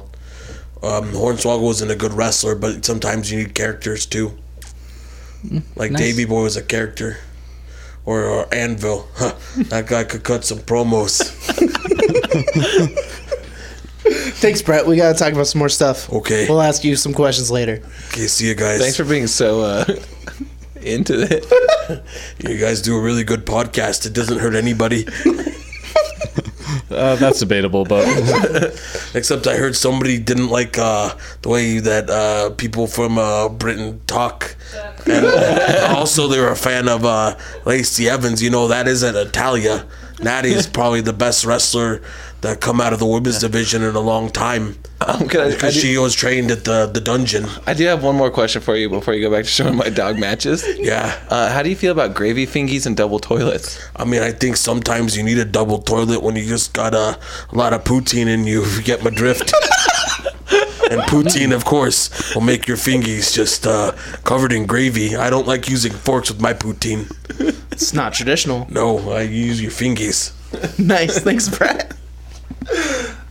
E: Um, Hornswoggle wasn't a good wrestler, but sometimes you need characters too. Like
F: nice.
E: Davey Boy was a character, or, or Anvil. Huh, that guy could cut some promos.
D: Thanks, Brett. We gotta talk about some more stuff.
E: Okay.
D: We'll ask you some questions later.
E: Okay, see you guys.
C: Thanks for being so uh, into it.
E: You guys do a really good podcast. It doesn't hurt anybody.
F: uh, that's debatable but
E: Except I heard somebody didn't like uh, the way that uh, people from uh, Britain talk. And also, they were a fan of uh, Lacey Evans. You know, that isn't Italia. Natty's probably the best wrestler that come out of the women's division in a long time.
C: Um, can I, I, do,
E: Because she was trained at the, the dungeon.
C: I do have one more question for you before you go back to showing my dog matches.
E: Yeah.
C: Uh, how do you feel about gravy fingies and double toilets?
E: I mean, I think sometimes you need a double toilet when you just got a, a lot of poutine in you, if you get my drift. and poutine, of course, will make your fingies just uh, covered in gravy. I don't like using forks with my poutine.
D: It's not traditional.
E: No, I use your fingers.
D: nice. Thanks, Brett.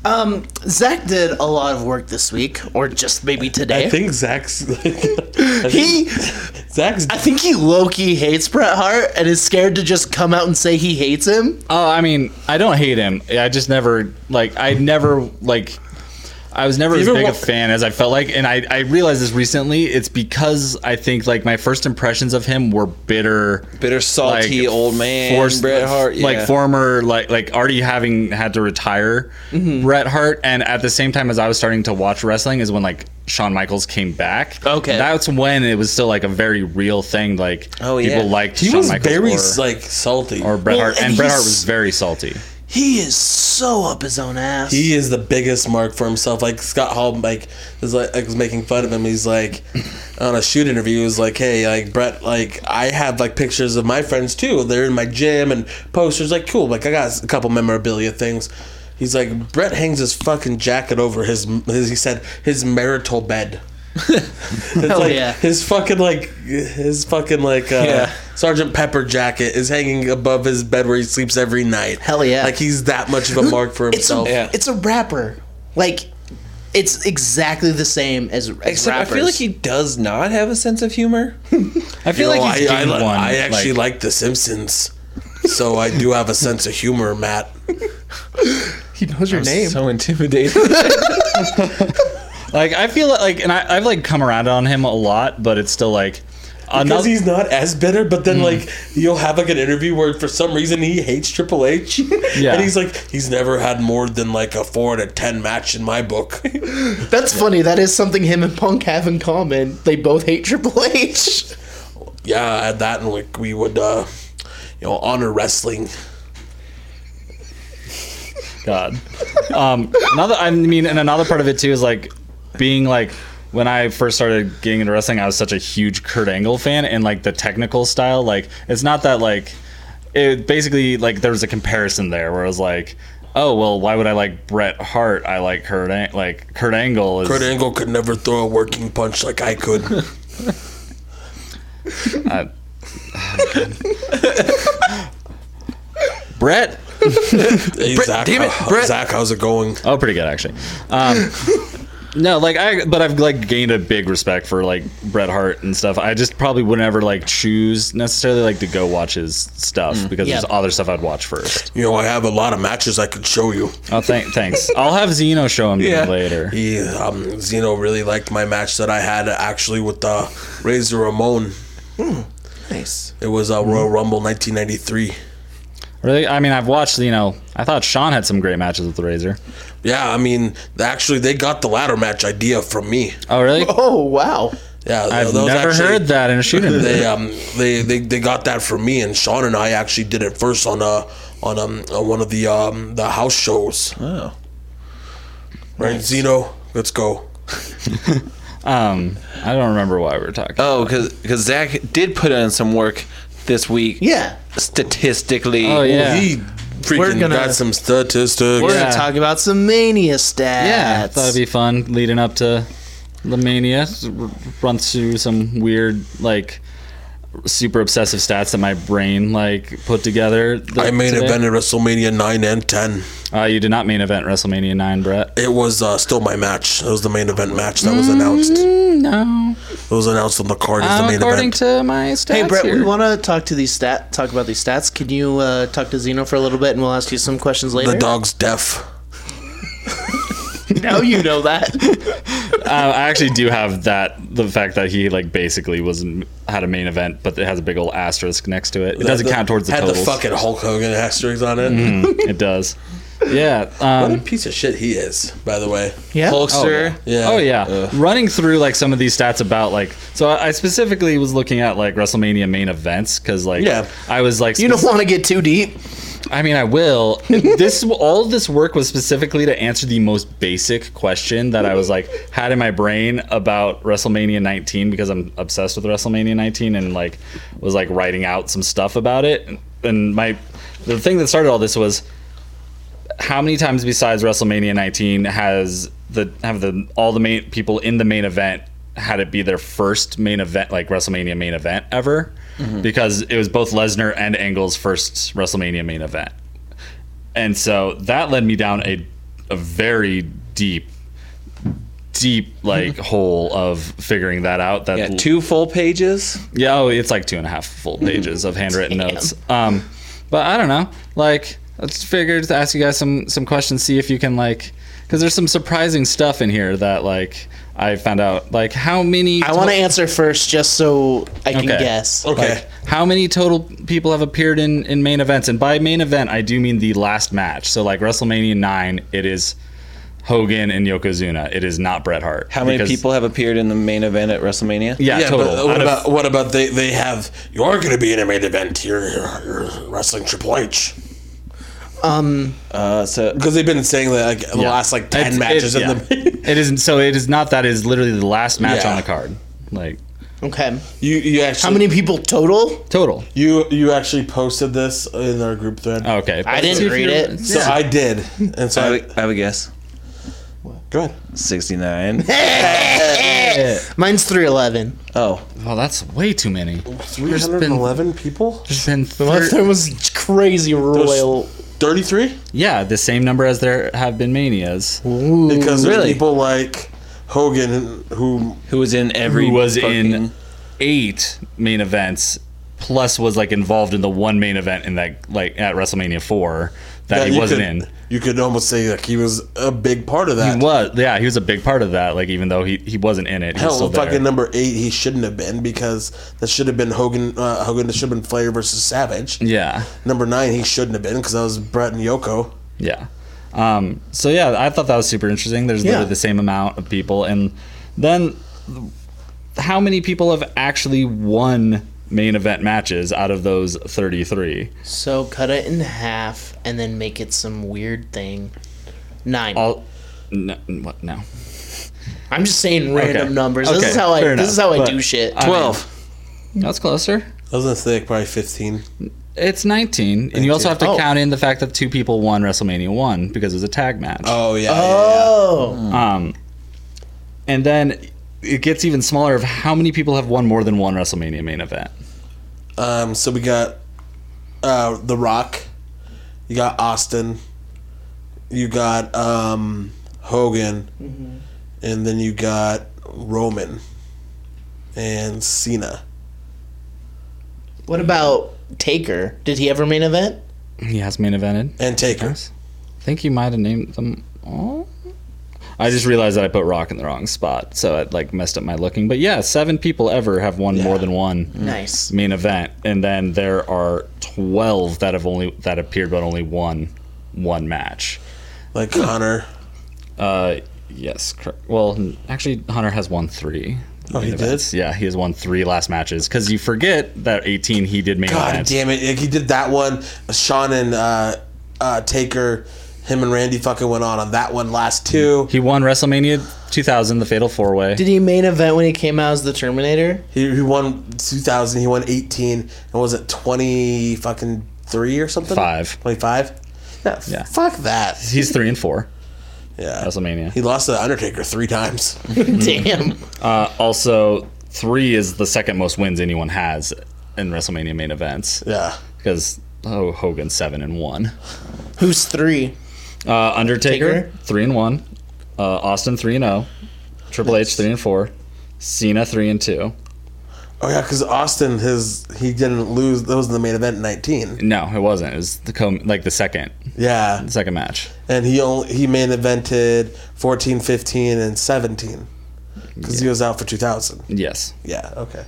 D: Um, Zach did a lot of work this week, or just maybe today.
E: I think Zach's.
D: he,
E: Zach's.
D: I think he low key hates Bret Hart and is scared to just come out and say he hates him.
F: Oh, I mean, I don't hate him. I just never like I never like I was never as
E: Even
F: big a
E: wa-
F: fan as I felt like, and I I realized this recently. It's because I think like my first impressions of him were bitter,
G: Bitter, salty old man, Bret Hart,
F: like
G: yeah.
F: former like like already having had to retire
G: Mm-hmm.
F: Bret Hart, and at the same time as I was starting to watch wrestling is when like Shawn Michaels came back.
D: Okay.
F: that's when it was still like a very real thing. Like
G: Oh, yeah.
F: people liked
E: He
F: Shawn
E: was
F: Michaels
E: very
F: or,
E: like salty.
F: or Bret
D: Well,
F: Hart,
D: and
F: and Bret
D: he's-
F: Hart was very salty.
D: He is so up his own ass.
E: he is the biggest mark for himself. Like Scott Hall, like is like, like was making fun of him. He's like on a shoot interview, he was like, "Hey, like Brett, like I have like pictures of my friends too. They're in my gym and posters. Like cool. Like I got a couple memorabilia things." He's like Brett hangs his fucking jacket over his, his he said his marital bed. it's like
D: yeah.
E: his fucking like his fucking like uh,
G: Yeah.
E: Sergeant Pepper jacket is hanging above his bed where he sleeps every night.
D: Hell yeah.
E: Like he's that much of a mark for
D: it's a
E: himself.
G: Yeah.
D: it's a rapper. Like it's exactly the same as, as
G: Except
D: rappers.
G: I feel like he does not have a sense of humor.
F: I feel
E: No,
F: like he's
E: I, I,
F: gained
E: li-
F: one.
E: I actually like, The Simpsons, so I do have a sense of humor, Matt.
D: he knows your
G: So intimidating.
F: like, I feel like, and I, I've like come around on him a lot, but it's still like
E: Because
F: another.
E: he's not as bitter, but
G: Hmm.
E: then like you'll have like an interview where for some reason he hates Triple H,
F: Yeah.
E: and he's like he's never had more than like a four to ten match in my book.
D: That's funny. That is something him and Punk have in common. They both hate Triple H.
E: yeah, I had that, and we, we would uh, you know honor wrestling.
F: God. Um, another. I mean, and another part of it too is like being like when I first started getting into wrestling, I was such a huge Kurt Angle fan, and like the technical style, like it's not that like it basically like there was a comparison there where it was like. Oh well, why would I like Bret Hart? I like Kurt. An- like Kurt Angle is.
E: Kurt Angle could never throw a working punch like I could.
F: I- Brett.
E: Hey, Zach,
G: damn it,
E: how-
G: Brett.
E: Zach, how's it going?
F: Oh, pretty good actually. Um, no, like I, but I've like gained a big respect for like Bret Hart and stuff. I just probably wouldn't ever like choose necessarily like to go watch his stuff
E: Mm,
F: because there's
D: Yeah.
F: other stuff I'd watch first.
E: You know, I have a lot of matches I could show you.
F: Oh, thank, thanks. I'll have Zeno show him to me later.
E: He, um, Zeno really liked my match that I had actually with uh, Razor Ramon.
D: Nice.
E: It was uh, Royal Rumble 1993.
F: Really, I mean, I've watched. You know, I thought Sean had some great matches with the Razor.
E: Yeah, I mean, actually, they got the ladder match idea from me.
F: Oh, really?
D: Oh wow.
E: Yeah,
F: I've
E: that was
F: never
E: actually-
F: heard that in a shooting.
E: They um they, they they got that from me and Sean and I actually did it first on uh on um on one of the um the house shows.
G: Oh.
E: Right, Zeno, let's go.
F: um, I don't remember why we were
E: Uh,
F: talking.
G: Oh, because Zach did put in some work this week.
D: Yeah.
G: Statistically.
F: oh yeah.
E: He
D: We're
E: freaking
D: gonna-
E: got some statistics.
D: We're
F: Yeah.
D: gonna talk about some mania stats.
F: Yeah, I thought it'd Uh, be fun leading up to the mania. s- r- Run through some weird, like, super obsessive stats that my brain like put together. th-
E: I main
F: today.
E: evented WrestleMania 9 and 10.
F: Uh, you did not main event WrestleMania nine, Brett.
E: It was uh, still my match. It was the main event match that was announced. It
F: No, Um,
E: was announced on the card as the main
F: Mm. Uh, according
E: event.
F: to my stats.
D: Hey Brett, we
F: here.
D: want to talk to these stat talk about these stats. Can you uh, talk to Zeno for a little bit, and we'll ask you some questions later.
E: the dog's deaf.
D: Now you know that.
F: Uh, I actually do have that. The fact that he like basically was had a main event, but it has a big old asterisk next to it. It doesn't count towards the
E: Had
F: totals. Mm.
E: the fucking Hulk Hogan asterisk on it.
F: it does. Yeah. Um,
E: What a piece of shit he is, by the way.
D: Yeah.
G: Hulkster.
E: Yeah. Uh,
F: Oh yeah, running through like some of these stats about like so I I specifically was looking at like WrestleMania main events because like
E: Yeah.
F: I was like
D: You don't want to get too deep.
F: I mean I will this all this work was specifically to answer the most basic question that I was like had in my brain about WrestleMania 19 because I'm obsessed with WrestleMania 19 and like was like writing out some stuff about it and my the thing that started all this was how many times besides WrestleMania 19 has the have the all the main people in the main event had it be their first main event, like WrestleMania main event ever,
C: Mm-hmm.
F: because it was both Lesnar and Angle's first WrestleMania main event. And so that led me down a, a very deep, deep like hole of figuring that out. That
C: Yeah, two full pages.
F: yeah, oh, it's like two and a half full
C: Mm-hmm.
F: pages of handwritten notes. Um, but I don't know. Like, I just figured to ask you guys some some questions, see if you can like, because there's some surprising stuff in here that like I found out. Like, how many?
D: I want to answer first, just so I can
F: Okay.
D: guess.
E: Okay.
F: How many total people have appeared in in main events? And by main event, I do mean the last match. So like WrestleMania nine, it is Hogan and Yokozuna. It is not Bret Hart.
C: How many
F: Because-
C: people have appeared in the main event at WrestleMania?
F: Yeah,
E: yeah,
F: total.
E: but what
F: Out of-
E: about what about they? They have you are going to be in a main event. You're, you're, you're wrestling Triple H
F: Um,
C: Uh, so
E: because they've been saying that like the
F: Yeah.
E: last like ten
F: It's-
E: matches
F: it's-
E: in
F: yeah.
E: the.
F: it isn't so it is not that it is literally the last match
E: Yeah.
F: on the card like
D: Okay.
E: you you actually
D: How many people total?
F: total
E: you you actually posted this in our group thread.
F: okay
D: I didn't read it.
E: So I did, and so
C: I
E: I,
F: Uh,
C: would, I would guess
E: go ahead.
C: 69.
D: Mine's three eleven.
C: oh,
F: oh that's way too many
E: Three hundred and eleven people.
F: there's been
D: Well,
F: thir-
D: there was crazy royal.
E: Thirty-three
F: yeah the same number as there have been manias
E: because there's
C: really?
E: people like Hogan who
C: who was in every
F: who was in
C: fucking-
F: eight main events plus was like involved in the one main event in that like at WrestleMania 4 that
E: Yeah,
F: he
E: you
F: wasn't
E: could-
F: in
E: You could almost say like he was a big part of that.
F: he was yeah he was a big part of that like even though he, he wasn't in it he was
E: Hell,
F: still
E: fucking
F: there.
E: number eight, he shouldn't have been because that should have been Hogan. Uh, Hogan that should have been Flair versus Savage.
F: yeah
E: Number nine, he shouldn't have been because that was Brett and Yoko.
F: Yeah. Um, so yeah, I thought that was super interesting. There's literally the same amount of people, and then how many people have actually won main event matches out of those 33?
D: So cut it in half and then make it some weird thing. Nine.
F: All no, what no
D: I'm just saying random
F: Okay.
D: numbers.
F: Okay,
D: This is how I.
F: fair
D: This is
F: enough,
D: how I
F: but
D: do shit.
F: I-
C: 12.
F: that's closer.
E: I was gonna say like, probably fifteen.
F: It's 19, and you also have to
D: Oh.
F: count in the fact that two people won WrestleMania one because it was a tag match.
E: Oh yeah.
D: oh,
F: Um, and then it gets even smaller of how many people have won more than one WrestleMania main event.
E: Um, so we got uh, The Rock. You got Austin. You got um, Hogan, and then you got Roman and Cena.
D: what about Taker? Did he ever main event?
F: He has main evented.
E: And Taker.
F: I think you might have named them all. I just realized that I put Rock in the wrong spot, so it like messed up my looking. But yeah, seven people ever have won more than one
D: Nice.
F: main event, and then there are twelve that have only that appeared but only one one match.
E: Like Connor.
F: Uh, yes. Cor- well, n- actually, Hunter has won three.
E: Oh, he
F: main
E: did?
F: Yeah, he has won three last matches. Because you forget that eighteen he did main
E: God
F: event.
E: damn it. Like, He did that one. Sean and uh, uh, Taker, him and Randy fucking went on on that one last two.
F: He won WrestleMania 2000, the Fatal Four Way.
D: Did he main event when he came out as the Terminator?
E: He, he won 2000, he won 18, and what was it 20 fucking 3 or something?
F: Five.
E: 25? Yeah,
F: Yeah.
E: Fuck that.
F: He's three and four.
E: Yeah.
F: WrestleMania.
E: He lost to The Undertaker three times.
D: Damn.
F: Also, three is the second most wins anyone has in WrestleMania main events
E: Yeah.
F: because oh Hogan's seven and one,
D: Who's three?
F: uh, Undertaker
D: Taker?
F: three and one, uh, Austin three and oh, Triple H three and four, Cena three and two.
E: Oh, yeah, because Austin, his he didn't lose. That was in the main event in 19.
F: No, it wasn't. It was the co- like the second
E: Yeah.
F: second match.
E: And he only he main evented 14, 15, and 17. Because he was out for 2000.
F: Yes.
E: Yeah, okay.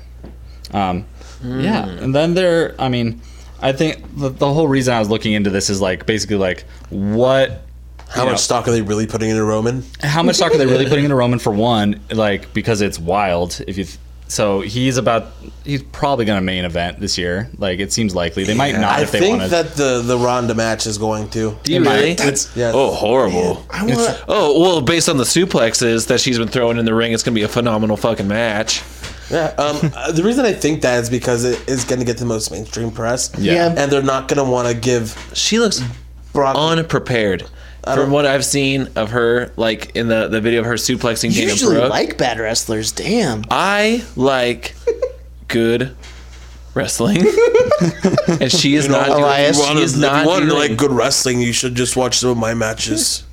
F: Um, Yeah, and then there. I mean, I think the, the whole reason I was looking into this is like basically like what
E: How
F: You
E: much
F: know-
E: stock are they really putting into Roman?
F: how much stock are they really putting into Roman for one? Like because it's wild. If you th- so he's about he's probably going to main event this year. Like it seems likely they might not
E: I
F: if they
E: think
F: want to.
E: that the the Ronda match is going to.
C: Do you really?
E: Yeah.
G: Oh, horrible.
D: I want.
G: Oh, well, based on the suplexes that she's been throwing in the ring, it's going to be a phenomenal fucking match.
E: Yeah. Um, uh, the reason I think that is because it is going to get the most mainstream press.
D: Yeah.
E: And they're not going to want to give
G: She looks
E: Broccoli.
C: unprepared. From what I've seen of her, like in the, the video of her suplexing Dana
D: Usually
C: Brooke,
D: like bad wrestlers. Damn.
C: I like good wrestling, and she is not.
D: Elias,
C: doing, she is not.
E: One
C: doing-
E: like good wrestling, you should just watch some of my matches.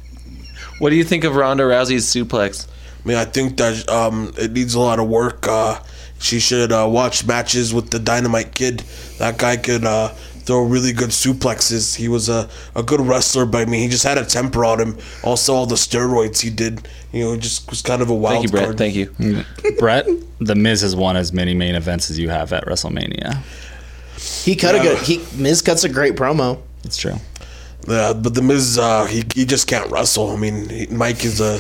C: what do you think of Ronda Rousey's suplex?
E: I mean, I think that um, it needs a lot of work. Uh, she should uh, watch matches with the Dynamite Kid. That guy could uh, throw really good suplexes. He was a, a good wrestler, but I mean, he just had a temper on him. Also, all the steroids he did, you know, just was kind of a wild
C: Thank you, Brett.
E: card.
C: Thank you.
F: Brett, The Miz has won as many main events as you have at WrestleMania.
D: He cut a good. He Miz cuts a great promo.
F: It's true.
E: Yeah, but the Miz, uh, he, he just can't wrestle. I mean, he, Mike is a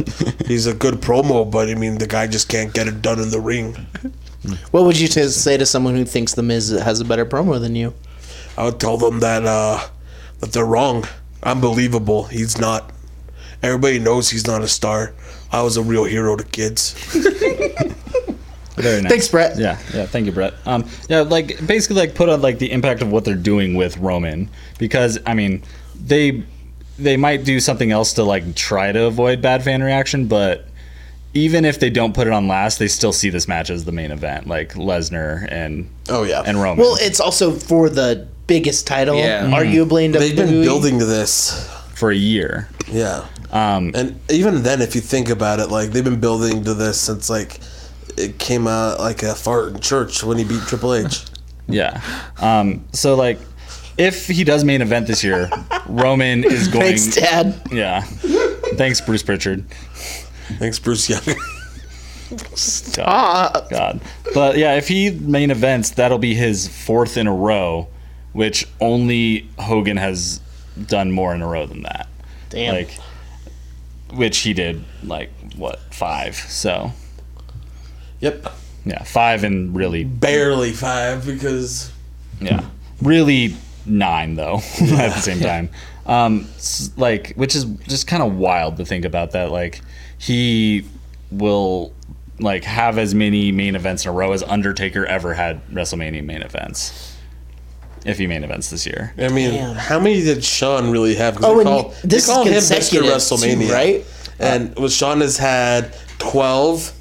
E: he's a good promo, but I mean, the guy just can't get it done in the ring.
D: What would you t- say to someone who thinks the Miz has a better promo than you?
E: I would tell them that uh, that they're wrong. Unbelievable. He's not. Everybody knows he's not a star. I was a real hero to kids.
F: Very nice.
D: Thanks, Brett.
F: Yeah, yeah. Thank you, Brett. Um, yeah, like basically, like put on like the impact of what they're doing with Roman, because I mean, they they might do something else to like try to avoid bad fan reaction, but even if they don't put it on last, they still see this match as the main event, like Lesnar and
E: Oh, yeah.
F: and Roman.
D: Well, it's also for the biggest title,
C: Yeah.
D: arguably. In E.
E: They've been
D: WWE.
E: building to this.
F: for a year.
E: Yeah. Um, and even then, if you think about it, like they've been building to this since like it came out like a fart in church when he beat Triple H.
F: Yeah. Um, so like, if he does main event this year, Roman is going.
D: Thanks, Dad.
F: Yeah. Thanks, Bruce Pritchard.
E: Thanks, Bruce Young.
D: Ah.
F: God. God. But yeah, if he main events, that'll be his fourth in a row, which only Hogan has done more in a row than that.
D: Damn.
F: Like, which he did like what five? So
E: yep.
F: yeah, five and really
E: Barely five because
F: yeah, really nine though at the same time. Um, s- like which is just kind of wild to think about that. Like he will like have as many main events in a row as Undertaker ever had WrestleMania main events. If he main events this year,
E: I mean,
D: Damn.
E: how many did Sean really have? 'Cause
D: Oh,
E: they
D: and
E: call,
D: this is
E: they call him Mr.
D: consecutive
E: WrestleMania,
D: too, right? Uh,
E: And well, Sean has had 12,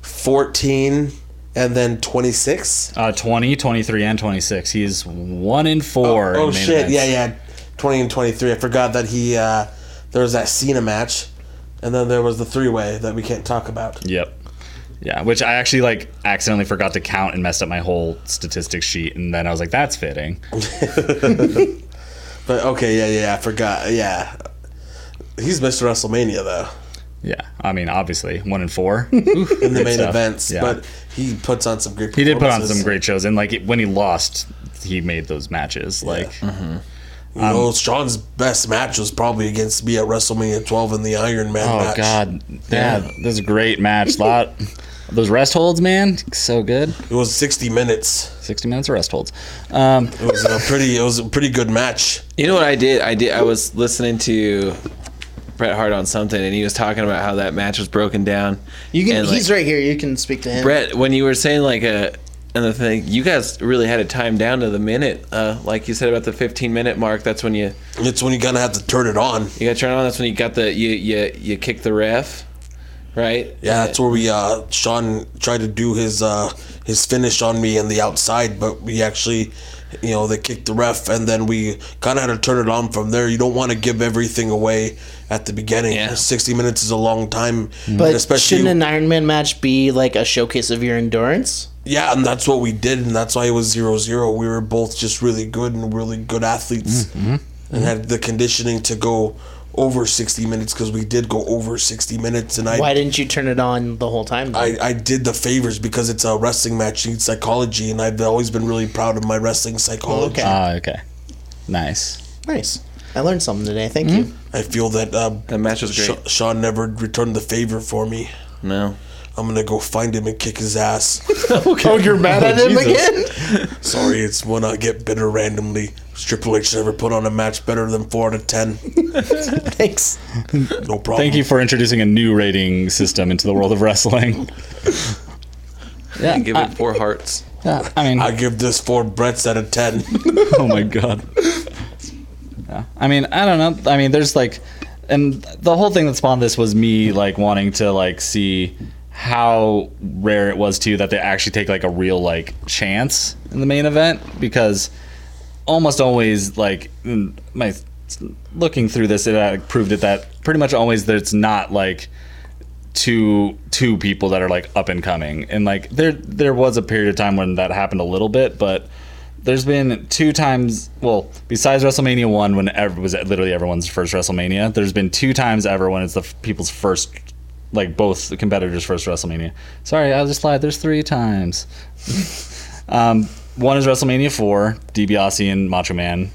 E: 14, and then 26.
F: uh, 20, 23, and 26. He's one in four.
E: oh,
F: in main
E: shit.
F: events.
E: Yeah, yeah. 20 and 23. I forgot that he, uh, there was that Cena match. And then there was the three way that we can't talk about.
F: Yep. Yeah, which I actually like accidentally forgot to count and messed up my whole statistics sheet, and then I was like, "That's fitting."
E: But okay, yeah, yeah, I forgot. Yeah. He's Mr. WrestleMania, though,
F: Yeah, I mean, obviously, one in four.
E: in the main
F: stuff.
E: events.
F: Yeah.
E: But he puts on some great
F: he did put on some
E: performances.
F: great shows, and like it, when he lost, he made those matches. Like,
E: You
F: Um,
E: know, Sean's best match was probably against me at WrestleMania 12 in the Iron Man
F: oh
E: match.
F: god, yeah, this is a great match. Lot those rest holds, man, so good.
E: It was 60 minutes.
F: Sixty minutes of rest holds. Um,
E: It was a pretty it was a pretty good match.
C: You know what I did? I did. I was listening to Bret Hart on something, and he was talking about how that match was broken down.
D: You can.
C: And, like,
D: he's right here. You can speak to him.
C: Brett, when you were saying like a and the thing, you guys really had it timed down to the minute. Uh, like you said about the 15 minute mark, that's when you
E: It's when you kind of have to turn it on.
C: you got to turn on. That's when you got the you you you kick the ref, right?
E: Yeah, that's where we uh Sean tried to do his uh his finish on me in the outside, but we actually you know, they kicked the ref and then we kind of had to turn it on from there. You don't want to give everything away at the beginning.
C: Yeah.
E: 60 minutes is a long time,
D: but shouldn't an Iron Man match be like a showcase of your endurance?
E: Yeah, and that's what we did, and that's why it was zero zero. We were both just really good and really good athletes,
D: Mm, mm-hmm.
E: and had the conditioning to go over sixty minutes because we did go over sixty minutes. And I,
D: Why didn't you turn it on the whole time? then?
E: I, I did the favors because it's a wrestling match you need psychology, and I've always been really proud of my wrestling psychology.
D: okay. Uh,
F: ah, okay, nice.
D: nice. I learned something today. Thank
F: Hmm?
D: you.
E: I feel that um,
C: That match was
E: Sha
C: great.
E: Sean never returned the favor for me.
C: No,
E: I'm gonna go find him and kick his ass.
D: Oh, you're mad at him again?
E: Sorry, it's when I get bitter randomly. Triple H never put on a match better than four out of ten.
D: Thanks.
E: No problem.
F: Thank you for introducing a new rating system into the world of wrestling. Yeah,
C: give it four hearts.
F: yeah, I mean,
E: I give this four Bretts out of ten.
F: oh my god. Yeah. I mean, I don't know. I mean, there's like, and the whole thing that spawned this was me like wanting to like see how rare it was too that they actually take like a real like chance in the main event because almost always like in my looking through this it uh, proved it that pretty much always there's not like two two people that are like up and coming and like there there was a period of time when that happened a little bit but there's been two times well besides wrestlemania one when ever was literally everyone's first wrestlemania there's been two times ever when it's the f- people's first like both the competitors first wrestlemania sorry i just lied there's three times um, one is wrestlemania 4 DiBiase and macho man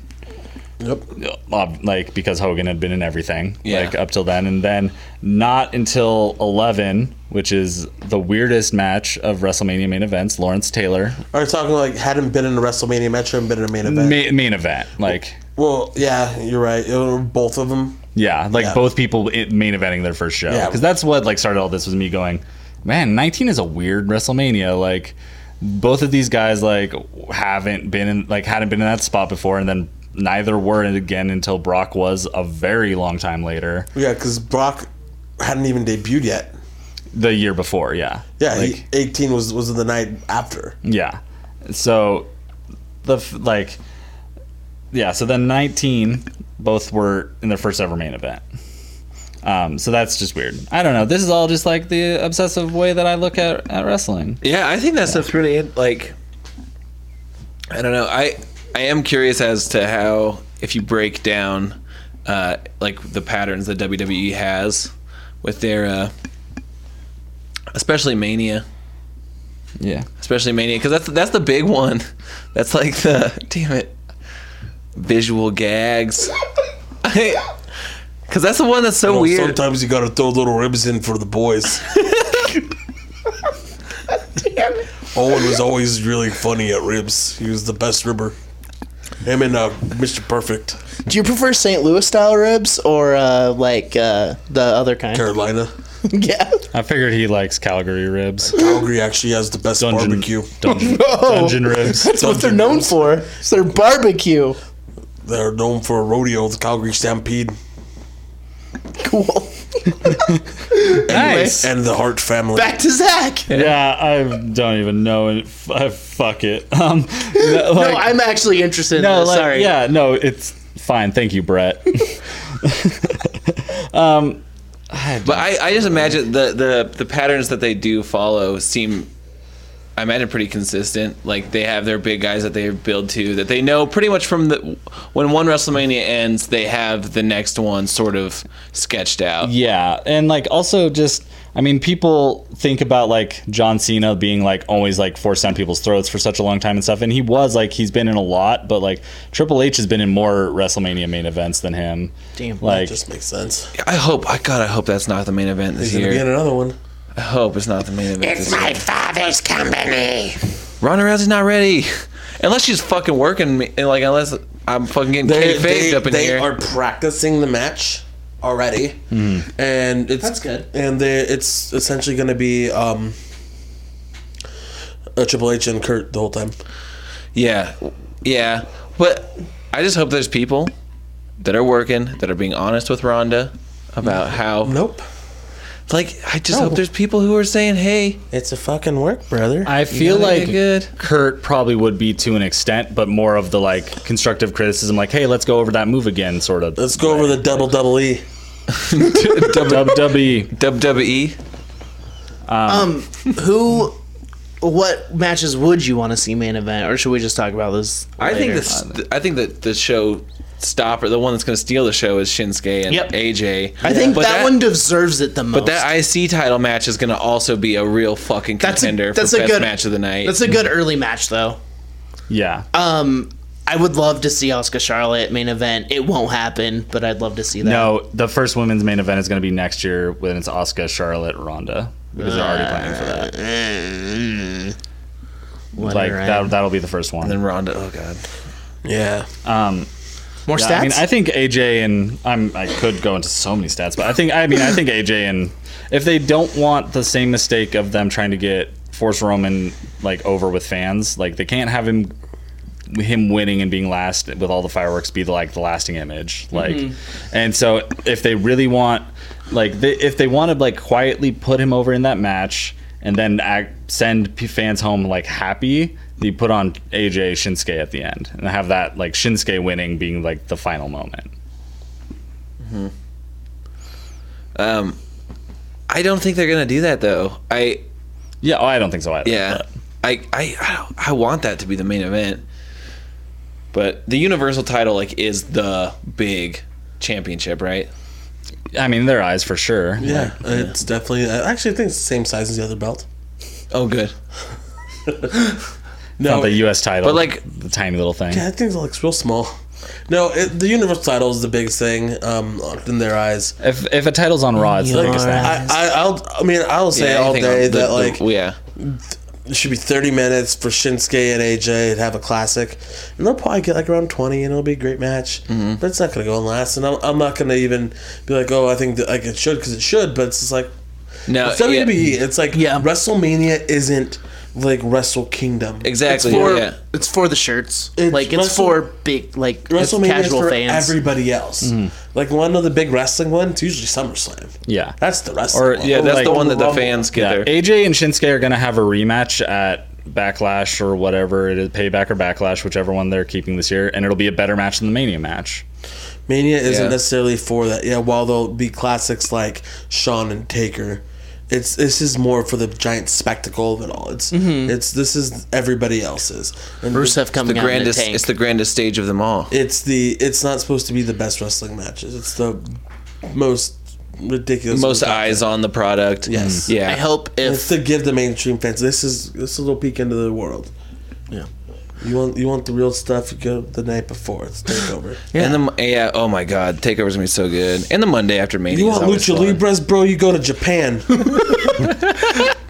F: Uh,
E: Yep.
F: ob- like because Hogan had been in everything
C: Yeah.
F: like up till then and then not until 11 which is the weirdest match of WrestleMania main events Lawrence Taylor
E: Are you talking like hadn't been in a WrestleMania match, hadn't been in a main event?
F: ma- main event like
E: well, yeah, you're right. It were both of them.
F: yeah like
E: Yeah.
F: both people i- main eventing their first show
E: Yeah.
F: because that's what like started all this was me going man 19 is a weird WrestleMania like both of these guys like haven't been in like hadn't been in that spot before and then neither were again until Brock was a very long time later
E: Yeah, because Brock hadn't even debuted yet.
F: the year before yeah
E: Yeah,
F: like,
E: he, 18 was was the night after.
F: Yeah. So the f- like yeah, so then 19 both were in their first ever main event. Um, so that's just weird. I don't know. This is all just like the obsessive way that I look at, at wrestling.
C: Yeah, I think that stuff's really in- like. I don't know. I I am curious as to how if you break down, uh, like the patterns that WWE has with their, uh, especially Mania,
F: Yeah.
C: especially Mania, because that's that's the big one. That's like the damn it, visual gags. Because that's the one that's so
E: Well,
C: weird.
E: Sometimes you gotta throw little ribs in for the boys. Owen was always really funny at ribs. He was the best ribber. Him and uh, Mr. Perfect,
D: Do you prefer St. Louis style ribs or uh, like uh, the other kind?
E: Carolina.
D: yeah.
F: I figured he likes Calgary ribs.
E: Calgary actually has the best
F: Dungeon
E: barbecue.
F: Dungeon, dungeon ribs.
D: That's what they're known for. It's their barbecue.
E: They're known for a rodeo, the Calgary Stampede,
D: Cool.
F: Nice.
E: and the Hart family.
D: Back to Zach.
F: Yeah, I don't even know. It. F- I- fuck it. Um, no,
D: no, I'm actually interested in
F: no,
D: this.
F: like,
D: Sorry.
F: Yeah, no, it's fine. Thank you, Brett.
C: But I, I just imagine the, the the patterns that they do follow seem I imagine pretty consistent. Like they have their big guys that they build to that they know pretty much from the when one WrestleMania ends, they have the next one sort of sketched out.
F: Yeah, and like also just I mean, people think about like John Cena being like always like forced down people's throats for such a long time and stuff, and he was like he's been in a lot, but like Triple H has been in more WrestleMania main events than him.
D: Damn, that
F: like
E: Just makes sense.
C: I hope I God I hope that's not the main event this
E: He's gonna be in
C: year.
E: another one.
C: I hope it's not the main event. It's my father's company. Ronda Rousey's not ready, unless she's fucking working me. and, Like unless I'm fucking getting
E: They,
C: fake
E: they,
C: up in
E: they
C: here.
E: are practicing the match already,
C: Hmm.
E: and it's
D: That's good.
E: And they, it's essentially going to be um, a Triple H and Kurt the whole time.
C: Yeah, yeah, but I just hope there's people that are working that are being honest with Rhonda about how.
E: Nope,
C: Like, I just hope there's people who are saying, "Hey,
E: it's a fucking work, brother.
F: I feel
C: gotta
F: like
C: get good."
F: Kurt probably would be to an extent, but more of the like constructive criticism, like "Hey, let's go over that move again," sort of.
E: Let's go over the double double E.
F: WWE.
C: WWE."
D: Um, Who? What matches would you want to see main event, or should we just talk about this?
C: I
D: later?
C: think this. I think that the show stopper, the one that's going to steal the show, is Shinsuke and
D: Yep.
C: AJ.
D: I think
C: But
D: that, one deserves it the most.
C: But that IC title match is going to also be a real fucking
D: that's a,
C: contender
D: that's
C: for
D: a
C: best
D: good
C: match of the night.
D: That's a good early match, though.
F: Yeah,
D: Um, I would love to see Oscar Charlotte main event. It won't happen, but I'd love to see that.
F: no, the first women's main event is going to be next year when it's Oscar, Charlotte, Ronda because they're already planning for that.
D: Wonder,
F: like
D: right?
F: that that'll be the first one.
C: and Ronda. Oh god.
E: Yeah,
D: More
F: Yeah,
D: stats.
F: I mean, I think AJ and I'm I could go into so many stats, but I think I mean I think AJ and if they don't want the same mistake of them trying to get Force Roman like over with fans, like they can't have him him winning and being last with all the fireworks be the, like the lasting image like and so if they really want like they, if they want to like quietly put him over in that match and then act, send p- fans home like happy you put on AJ Shinsuke at the end and have that like Shinsuke winning being like the final moment
G: I don't think they're gonna do that though. I
F: yeah oh, I don't think so either
G: yeah, I I I, don't- I want that to be the main event. But the universal title like is the big championship, right?
F: but, I mean in their eyes for sure
E: Yeah, it's definitely. I actually think it's the same size as the other belt.
G: Oh, good.
E: No,
F: not the U.S. title
G: But, like-
F: the tiny little thing
E: Yeah, that thing looks real small. No, it, the universal title is the big thing um, in their eyes.
F: if if a title's on Raw it's the
D: Like,
F: biggest thing
E: I, I, I'll, I mean, I'll say all
G: anything on
E: day
G: the-
E: that
G: the-
E: like
G: yeah.
E: it should be 30 minutes for Shinsuke and AJ to have a classic, and they'll probably get like around 20, and it'll be a great match.
G: Mm-hmm.
E: But it's not gonna go and last, and I'm, I'm not gonna even be like, oh, I think that, like it should because it should, but it's just like
G: No,
E: it's
G: yeah.
E: WWE. It's like
D: Yeah.
E: WrestleMania isn't like Wrestle Kingdom.
D: It's
G: exactly.
D: for
G: yeah.
D: it's for the shirts.
E: It's
D: like it's
E: Wrestle-
D: for big like it's
E: WrestleMania is
D: casual
E: for
D: fans.
E: everybody else.
G: Mm-hmm.
E: Like one of the big wrestling ones, usually SummerSlam.
F: yeah
E: That's the wrestling.
F: Or-
E: one.
G: Yeah, that's
F: like-
G: the one that the
E: Rumble.
G: fans get
F: Yeah,
G: there.
F: AJ and Shinsuke are gonna have a rematch at Backlash or whatever it is, Payback or Backlash, whichever one they're keeping this year, and it'll be a better match than the Mania match.
E: Mania isn't
G: Yeah.
E: necessarily for that. Yeah, while there'll be classics like Shawn and Taker, it's this is more for the giant spectacle of it all. It's
G: Mm-hmm.
E: it's this is everybody else's. And
D: Rusev coming
G: the
D: out
G: grandest.
D: in the tank.
G: It's the grandest stage of them all.
E: It's the it's not supposed to be the best wrestling matches. It's the most ridiculous.
G: Most eyes on the product.
E: Yes.
G: Yeah.
D: I hope
E: It's
D: if
E: to give the mainstream fans this is this is a little peek into the world.
D: Yeah.
E: You want you want the real stuff? You go the night before. It's takeover.
G: And the yeah, oh my god, takeovers gonna be so good. And the Monday after Mania.
E: You
G: is
E: want
G: always
E: lucha
G: fun.
E: libres, bro? You go to Japan. Vince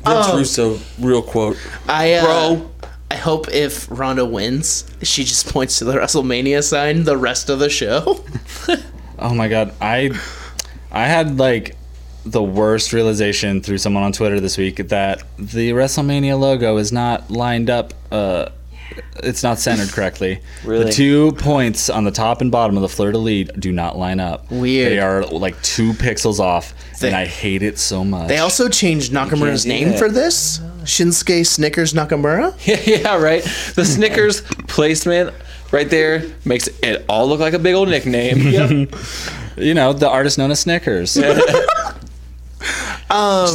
E: Russo, real quote.
D: I uh,
E: Bro.
D: I hope if Ronda wins, she just points to the WrestleMania sign the rest of the show.
F: Oh my god, I I had like the worst realization through someone on Twitter this week that the WrestleMania logo is not lined up. Uh, it's not centered correctly. really? The two points on the top and bottom of the fleur de lis do not line up.
D: Weird.
F: They are like two pixels off,
D: They-
F: and I hate it so much.
D: They also changed Nakamura's
G: You can't do
D: name
G: that.
D: for this. Shinsuke Snickers Nakamura.
G: yeah, right. The Snickers placement right there makes it all look like a big old nickname.
F: you know, the artist known as Snickers.
G: Just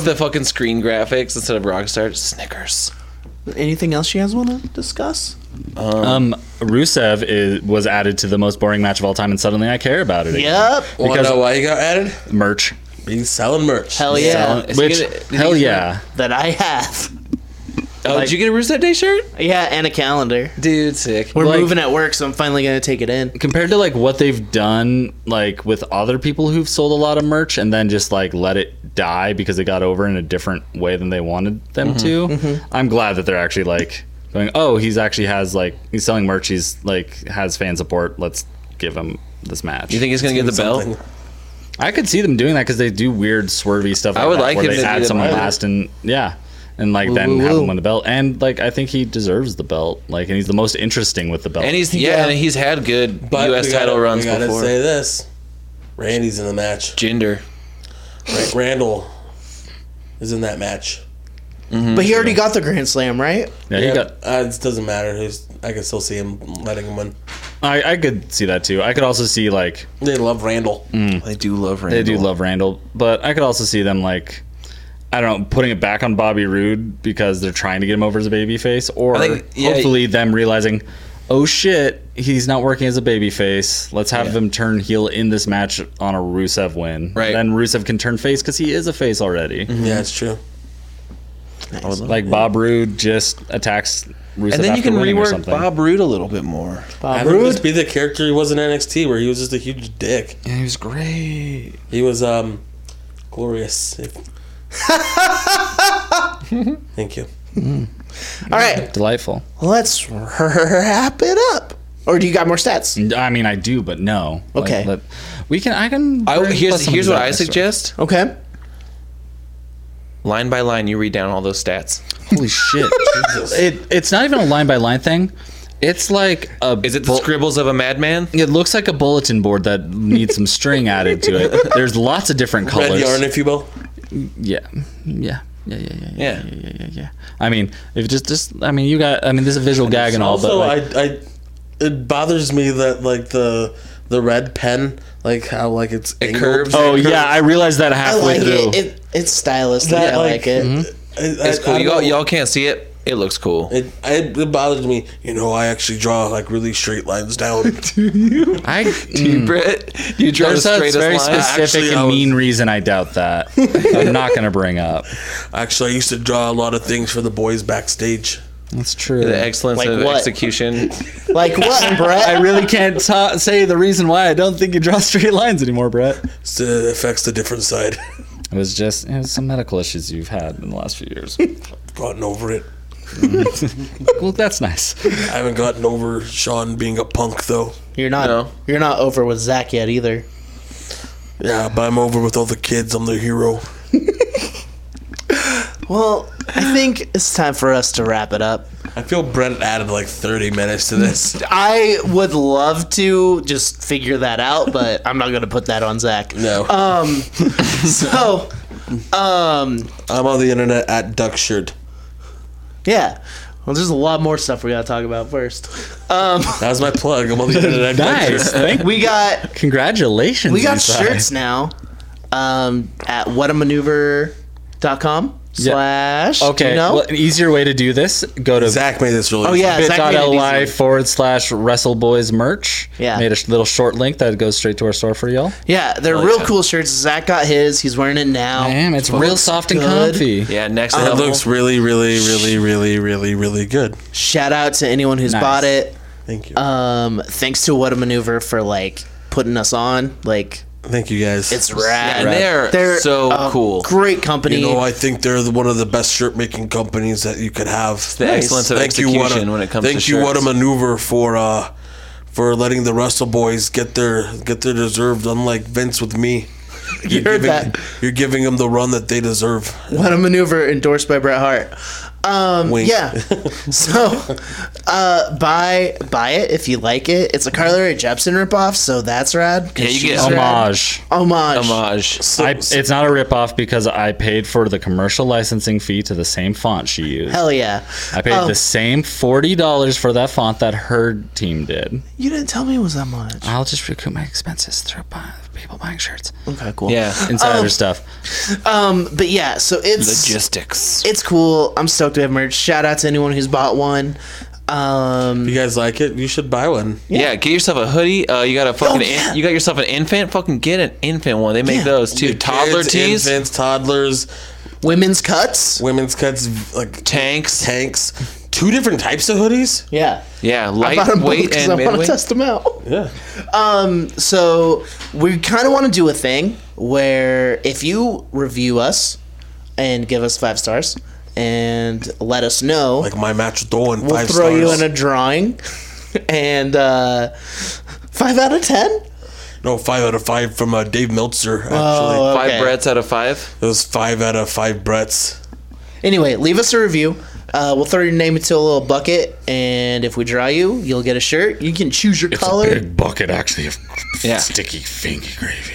G: the fucking screen graphics instead of Rockstar, it's Snickers.
D: Anything else you guys want to discuss?
F: Um, Rusev is, was added to the most boring match of all time, and suddenly I care about it. again.
D: Yep.
E: Wanna
F: Because-
E: know why he got added?
F: Merch,
E: He's selling merch.
D: Hell yeah,
F: Selling-
G: Uh, Is he
F: which
G: gonna- is he
F: hell
G: gonna-
F: yeah,
D: that I have.
G: Oh,
F: Like-
G: did you get a Rusev Day shirt?
D: Yeah, and a calendar.
G: Dude, sick.
D: We're
F: Like-
D: moving at work, so I'm finally gonna take it in.
F: compared to like what they've done, like with other people who've sold a lot of merch and then just like let it die because it got over in a different way than they wanted them
G: Mm-hmm.
F: to. I'm glad that they're actually like going, oh, he's actually has like he's selling merch. He's like has fan support. Let's give him this match.
G: you think he's gonna get the
E: Something.
G: belt?
F: I could see them doing that because they do weird swervy stuff. Like
G: I would
F: that,
G: like
F: where
G: him
F: they
G: to do
F: add
G: the
F: someone
G: pilot.
F: last and yeah, and like then
D: woo,
F: have
D: woo.
F: him win the belt. And like I think he deserves the belt. Like and he's the most interesting with the belt.
G: And he's yeah,
E: Yeah.
G: and he's had good
E: But
G: US
E: we gotta-
G: title runs
E: we gotta
G: before.
E: say this: Randy's in the match.
G: Gender.
E: Ra- Randall is in that match.
D: But he already got the Grand Slam, right?
F: yeah, he
E: Yeah,
F: got.
E: uh, it doesn't matter. Who's I can still see him letting him win.
F: I, I could see that too. I could also see like
E: They love Randall.
G: They do love Randall.
F: they do love Randall, but I could also see them like. I don't know, putting it back on Bobby Roode because they're trying to get him over as a babyface, or
G: I think- yeah,
F: hopefully them realizing, oh shit, he's not working as a babyface. Let's have him turn heel in this match on a Rusev win.
G: Right. Mhm.
F: Then Rusev can turn face because he is a face already.
E: Yeah, it's true.
F: Like Bob Roode just attacks Rusev
G: And then
F: after
G: you can
F: winning or
G: rework
F: something.
G: Bob Roode a little bit more.
E: Have him just be the character he was in NXT, where he was just a huge dick.
F: Yeah, he was great.
E: He was um glorious. If- Thank you.
D: All right,
F: Delightful.
D: let's wrap it up. Or do you got more stats?
F: I mean, I do, but no. Like,
D: Okay.
F: let- we can. I can.
G: I,
F: bring- let
G: here's
F: somebody
G: here's what
F: back
G: I
F: next week.
G: suggest.
D: Okay.
G: Line by line, you read down all those stats.
F: Holy shit! it, it's not even a line by line thing. It's like a.
G: Is it the
F: bu-
G: scribbles of a madman?
F: It looks like a bulletin board that needs some string added to it. There's lots of different colors.
E: Red yarn, if you will.
F: Yeah. Yeah. Yeah, yeah, yeah,
G: Yeah.
F: yeah, yeah, yeah, yeah, yeah. I mean, if just, just, I mean, you got, I mean, this is a visual gag and all, but
E: Also,
F: like,
E: I, I, it bothers me that like the the red pen, like how like it's angled.
G: curves.
F: oh yeah, I realized that
D: I
F: halfway
D: like
F: through.
D: it. it. It's stylistic.
E: That,
D: I like mm-hmm.
E: like,
D: it.
E: It's
G: It's cool. Y'all, y'all can't see it. It looks cool.
E: It, it, it bothers me. You know, I actually draw like really straight lines down.
F: I,
G: You,
F: mm,
G: Brett, you draw the
F: there's a
G: straightest
F: very
G: line.
F: specific
E: Actually, I
F: and
E: was-
F: mean reason I doubt that. I'm not gonna bring up.
E: actually, I used to draw a lot of things for the boys backstage.
F: That's true.
G: the excellence
D: Like
G: of
D: what?
G: execution.
D: Like what, Brett?
F: I really can't ta- say the reason why I don't think you draw straight lines anymore, Brett.
E: So It affects the different side.
F: It was just it was some medical issues you've had in the last few years.
E: gotten over it.
F: well, that's nice.
E: I haven't gotten over Sean being a punk though.
D: You're not.
G: No.
D: You're not over with Zach yet either.
E: Yeah, but I'm over with all the kids. I'm their hero.
D: Well, I think it's time for us to wrap it up.
E: I feel Brent added like 30 minutes to this.
D: I would love to just figure that out, but I'm not gonna put that on Zach.
E: No,
D: Um. So. Um.
E: I'm on the internet at Duckshirt.
D: Yeah. Well, there's a lot more stuff we gotta talk about first. Um.
E: That was my plug. I'm on the internet. at
F: Nice.
E: Duckshirt.
F: Thank
D: We got
F: Congratulations.
D: we got
F: Isai.
D: shirts now. Um. At whatamaneuver.com slash.
F: Okay.
D: You know?
F: Well, an easier way to do this, go to
E: uh, Zach made this really.
D: oh yeah. Zach made it
F: bit.ly
D: easy.
F: forward slash wrestle boys merch.
D: Yeah.
F: Made a sh- little short link that goes straight to our store for y'all.
D: Yeah, they're real
G: yeah.
D: cool shirts. Zach got his. He's wearing it now.
F: Damn, it's
D: Looks
F: real soft and
D: good.
F: comfy.
G: Yeah, next
E: It
G: level.
E: looks really, really, really, really, really, really good.
D: Shout out to anyone who's
F: Nice.
D: bought it.
E: Thank you.
D: Um, thanks to What a Maneuver for like putting us on. Like
E: Thank you guys.
D: it's rad.
G: and they're so
D: a
G: cool.
D: Great company.
E: you know, I think they're the, one of the best shirt making companies that you could have.
G: the excellence of execution when it comes to
E: Thank you, what a
G: shirts.
E: maneuver for uh, for letting the Russell boys get their get their deserved. Unlike Vince with me,
D: You heard
E: giving,
D: that.
E: You're giving them the run that they deserve.
D: what a maneuver endorsed by Bret Hart. Um,
E: Wink.
D: yeah. so uh, buy buy it if you like it. It's a Carly Rae Jepsen ripoff, so that's rad. 'cause
G: Yeah, you get
D: she's rad.
F: Homage.
D: Homage.
G: homage.
F: I, it's not a ripoff because I paid for the commercial licensing fee to the same font she used.
D: Hell yeah.
F: I paid
D: Oh.
F: the same forty dollars for that font that her team did.
D: You didn't tell me it was that much.
G: Uh,
F: I'll just recoup my expenses through buy, people buying shirts,
D: Okay, cool.
G: Yeah,
F: insider stuff.
D: Um, but yeah, so it's
G: logistics.
D: it's cool. I'm stoked we have merch. Shout out to anyone who's bought one. Um,
E: You guys like it? You should buy one.
G: Yeah. get yourself a hoodie. Uh, you got a fucking. in-
D: yeah.
G: you got yourself an infant. Fucking get an infant one. They make
D: Yeah.
G: those too. Toddler
E: Kids,
G: tees,
E: infants, toddlers,
D: women's cuts.
E: women's cuts, like
G: tanks.
E: tanks. Two different types of hoodies.
D: Yeah,
G: Yeah,
D: bought them both
G: lightweight
D: because
G: and
D: I want to
G: midweight.
D: test them out. Um,
E: Yeah.
D: So we kind of want to do a thing where if you review us and give us five stars and let us know,
E: Like my match with Dolan.
D: we'll
E: five
D: throw
E: stars.
D: you in a drawing and uh, five out of ten.
E: no five out of five from uh, Dave Meltzer. Actually,
D: Oh,
G: Five
D: okay.
G: Bretts out of five.
E: it was five out of five Bretts.
D: Anyway, leave us a review. Uh, we'll throw your name into a little bucket, and if we draw you, you'll get a shirt. You can choose your color.
F: bucket actually of
G: Yeah.
F: sticky fingy gravy.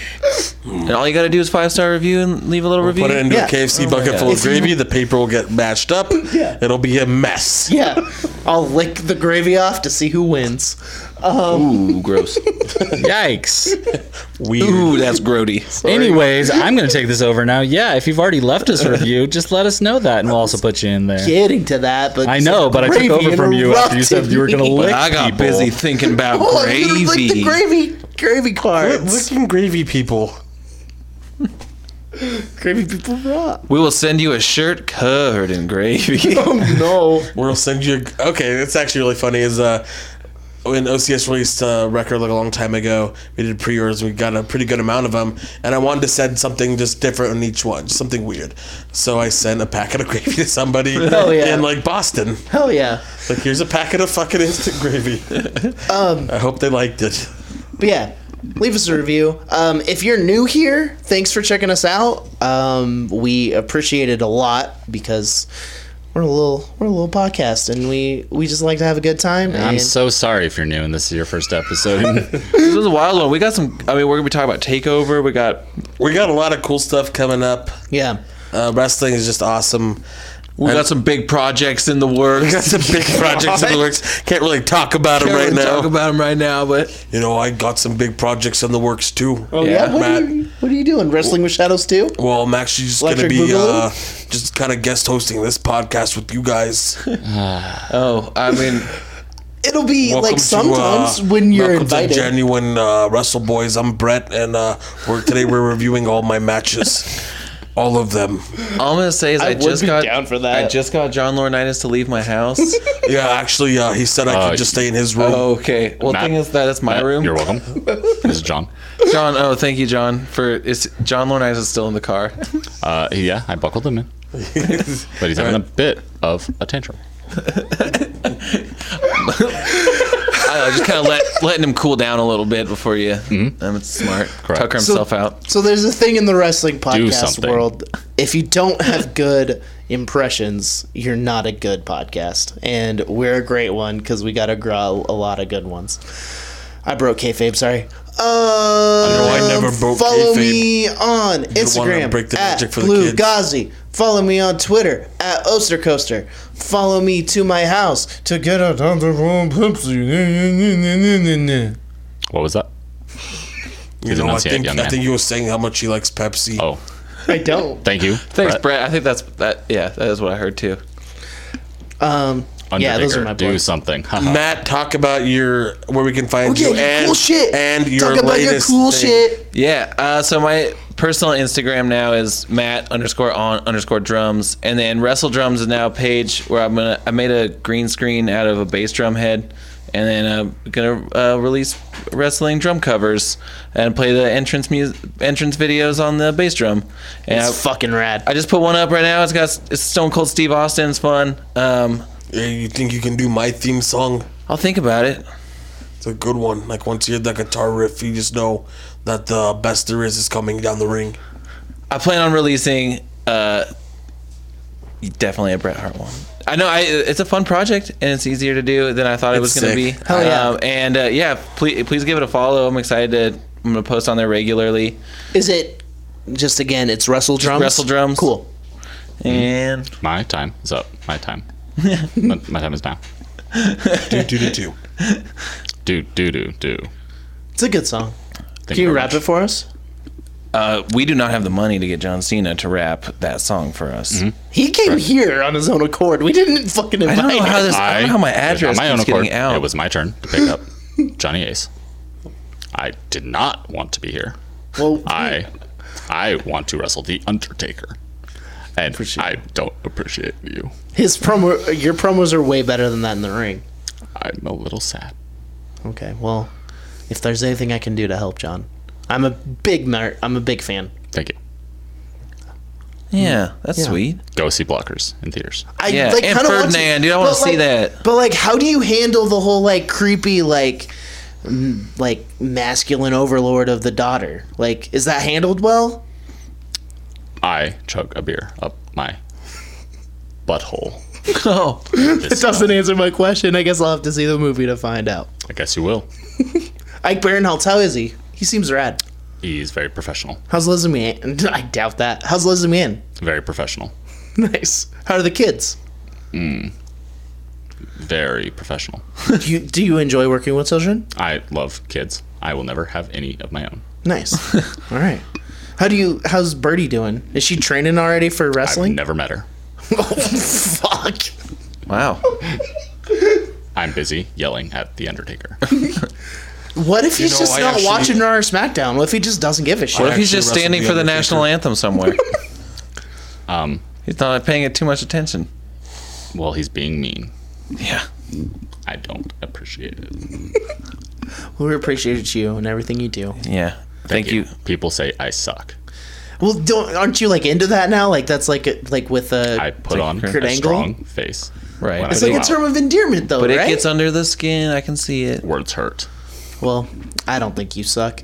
G: And all you got to do is five star review and leave a little review.
E: Put it into
D: Yeah.
E: a KFC bucket full of gravy. The paper will get mashed up.
D: Yeah.
E: It'll be a mess.
D: yeah, I'll lick the gravy off to see who wins.
G: Ooh, gross.
F: Yikes.
E: Weird.
G: Ooh, that's grody.
F: Anyways, I'm gonna take this over now. Yeah, if you've already left us a review, just let us know that, and we'll also put you in there.
D: Getting to that, but
F: I know, but I took
D: Gravy
F: over from you after you said
D: interrupted
F: you were gonna
D: me.
F: lick
G: I got
F: people.
G: busy thinking about
D: Oh, I'm gonna lick
G: gravy.
D: the gravy, gravy
E: Quit
D: cards.
E: Licking gravy people.
D: Gravy people rock.
G: We will send you a shirt covered in gravy.
D: Oh
E: We'll send you. Okay, that's actually really funny. Is uh. When OCS released a record like a long time ago, we did pre-orders. We got a pretty good amount of them, and I wanted to send something just different on each one, something weird. So I sent a packet of gravy to somebody
D: Hell Oh, yeah.
E: in like Boston.
D: no! Hell yeah!
E: Like here's a packet of fucking instant gravy.
D: Um,
E: I hope they liked it.
D: But yeah, leave us a review. Um, if you're new here, thanks for checking us out. Um, we appreciate it a lot because We're a little we're a little podcast, and we we just like to have a good time.
F: I'm
D: and
F: so sorry if you're new and this is your first episode.
C: This was a wild one. We got some. I mean, we're gonna be talking about Takeover. We got
E: We got a lot of cool stuff coming up.
D: yeah.
E: Uh, wrestling is just awesome.
C: we got some big projects in the works.
E: We got some big projects in the works. Can't really talk about them
C: Can't
E: right
C: really
E: now.
C: Talk about them right now, but
E: you know, I got some big projects in the works too.
D: Oh yeah, what,
E: Matt.
D: Are you, what are you doing? Wrestling with shadows too?
E: Well, I'm actually just going to
D: Electric
E: be
D: Boogaloo?
E: uh, just kind of guest hosting this podcast with you guys.
C: oh, I mean,
D: It'll be
E: Welcome
D: like
E: to,
D: sometimes
E: uh,
D: when you're
E: welcome
D: invited.
E: To genuine uh, Wrestle Boys. I'm Brett, and uh, we're today we're reviewing all my matches, all of them.
C: all I'm gonna say is I,
D: would
C: just
D: be
C: got
D: down for that.
C: I just got John Laurinaitis to leave my house.
E: Yeah, actually, uh, he said I
F: Oh,
E: could just stay in his room.
C: okay. Well,
F: Matt-
C: thing is that that's my room.
F: You're welcome. This is John.
C: John. Oh, thank you, John. For it's John Laurinaitis is still in the car.
F: Uh, yeah, I buckled him in, but he's having a bit of a tantrum.
C: I don't know, just kind of let letting him cool down a little bit before you. Um, it's smart.
F: Correct.
C: Tucker himself out.
D: so there's a thing in the wrestling podcast
F: something.
D: world. If you don't have good impressions, you're not a good podcast, and we're a great one because we got to grow a lot of good ones. I broke kayfabe. Sorry. Um,
E: I never broke
D: follow
E: kayfabe.
D: me on Instagram
E: break the
D: at
E: magic for the
D: Blue
E: kids.
D: Gazi. Follow me on Twitter at Ostercoaster. Follow me to my house to get a Pepsi.
F: What was that?
E: you know, I
F: enunciate,
E: think
F: young
E: I
F: man.
E: think you were saying how much he likes Pepsi.
F: Oh,
D: I don't.
F: thank you.
C: Thanks, Brett. I think that's that. Yeah, that is what I heard too.
D: Um, yeah, those are my
F: do
D: boys.
F: something.
E: Matt, talk about your where we can find
D: Yeah,
E: you
D: your
E: and
D: cool shit.
E: and your
D: Talk about your
E: latest
D: cool
E: thing.
D: shit.
C: Yeah. Uh, so my personal Instagram now is Matt underscore on underscore drums, and then Wrestle Drums is now a page where I'm gonna I made a green screen out of a bass drum head, and then I'm gonna uh, release wrestling drum covers and play the entrance music entrance videos on the bass drum. And I,
D: It's fucking rad.
C: I just put one up right now. It's got it's Stone Cold Steve Austin. It's fun. Um,
E: Yeah, you think you can do my theme song?
C: I'll think about it.
E: It's a good one. Like once you hear that guitar riff, you just know that the best there is is coming down the ring.
C: I plan on releasing uh, definitely a Bret Hart one. I know I, it's a fun project and it's easier to do than I thought it
E: It's
C: was going to be.
E: sick.
D: Hell yeah.
C: Um, and uh, yeah, please please give it a follow. I'm excited to. I'm going to post on there regularly.
D: Is it just again? It's wrestle drums.
C: wrestle drums.
D: Cool.
C: And
F: my time is up. My time. my, my time is now.
E: Do do do do.
F: Do do do do.
D: It's a good song. Can
F: Thank
D: you
F: very
D: rap
F: much.
D: it for us?
C: uh, we do not have the money to get John Cena to rap that song for us.
D: He came here on his own accord. We didn't fucking invite
C: I don't know how
D: him.
C: this. I, don't know how my
F: it was on
C: address
F: own
C: is
F: accord,
C: getting out.
F: It was my turn to pick up Johnny Ace. I did not want to be here.
D: Well,
F: I I want to wrestle the Undertaker, and I don't appreciate you.
D: his promo, your promos are way better than that in the ring.
F: I'm a little sad.
D: Okay. Well, if there's anything I can do to help John, I'm a big mer- I'm a big fan.
F: Thank you.
C: yeah, that's
D: Yeah.
C: sweet.
F: Go see Blockers in theaters.
D: I
C: Yeah, and
D: kinda want
C: Ferdinand, dude, I wanna
D: but,
C: see
D: like-
C: that.
D: But like, how do you handle the whole like creepy like m- like masculine overlord of the daughter? Like, is that handled well?
F: I chug a beer up my butthole.
C: Oh,
D: It doesn't answer my question. I guess I'll have to see the movie to find out.
F: I guess you will.
D: Ike Barinholtz, how is he? He seems rad.
F: He's very professional.
D: How's Leslie Mann? I doubt that. How's Leslie Mann?
F: Very professional.
D: Nice. How are the kids?
F: Very professional.
D: Do you, do you enjoy working with children?
F: I love kids. I will never have any of my own.
D: Nice. All right. How do you? How's Birdie doing? Is she training already for
F: I've
D: wrestling? Oh,
F: never met her.
D: Fuck.
C: wow.
F: I'm busy yelling at the Undertaker.
D: What if he's
E: know,
D: just
E: I
D: not
E: actually-
D: watching Raw or SmackDown? What if he just doesn't give a shit?
C: What if he's just
E: Actually,
C: standing
E: wrestled
C: for
E: The
C: the national anthem somewhere?
F: Um,
C: He's not paying it too much attention.
F: well, he's being mean.
C: Yeah.
F: I don't appreciate it. Thank,
D: We appreciate you and everything you do.
C: Yeah. Thank, you.
F: People say I suck.
D: Well, don't aren't you like into that now? Like that's like a, like with
C: Uh,
D: a
F: I put on
D: Kurt
F: a
D: Angle?
F: strong face.
C: Right.
F: when I
D: it's like
F: go
D: a
F: out.
D: term of endearment though,
C: But
D: right?
C: it gets under the skin. I can see it.
F: Words hurt.
D: well, I don't think you suck.